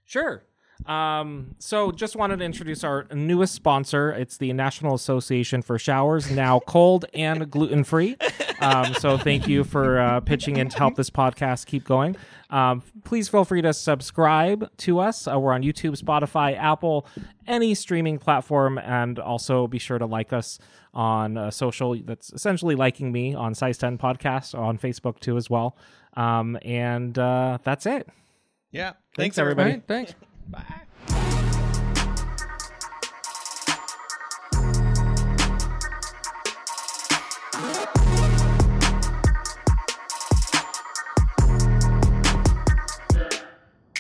[SPEAKER 3] Sure. Um, so just wanted to introduce our newest sponsor. It's the National Association for Showers, now *laughs* cold and gluten free. Um, so thank you for uh, pitching in to help this podcast keep going. Um, please feel free to subscribe to us. Uh, we're on YouTube, Spotify, Apple, any streaming platform, and also be sure to like us on uh, social. That's essentially liking me on Size 10 Podcast on Facebook too, as well. Um, and uh, that's it.
[SPEAKER 2] Yeah.
[SPEAKER 3] Thanks,
[SPEAKER 2] Thanks,
[SPEAKER 3] everybody.
[SPEAKER 2] everybody.
[SPEAKER 4] right, thanks.
[SPEAKER 2] Bye.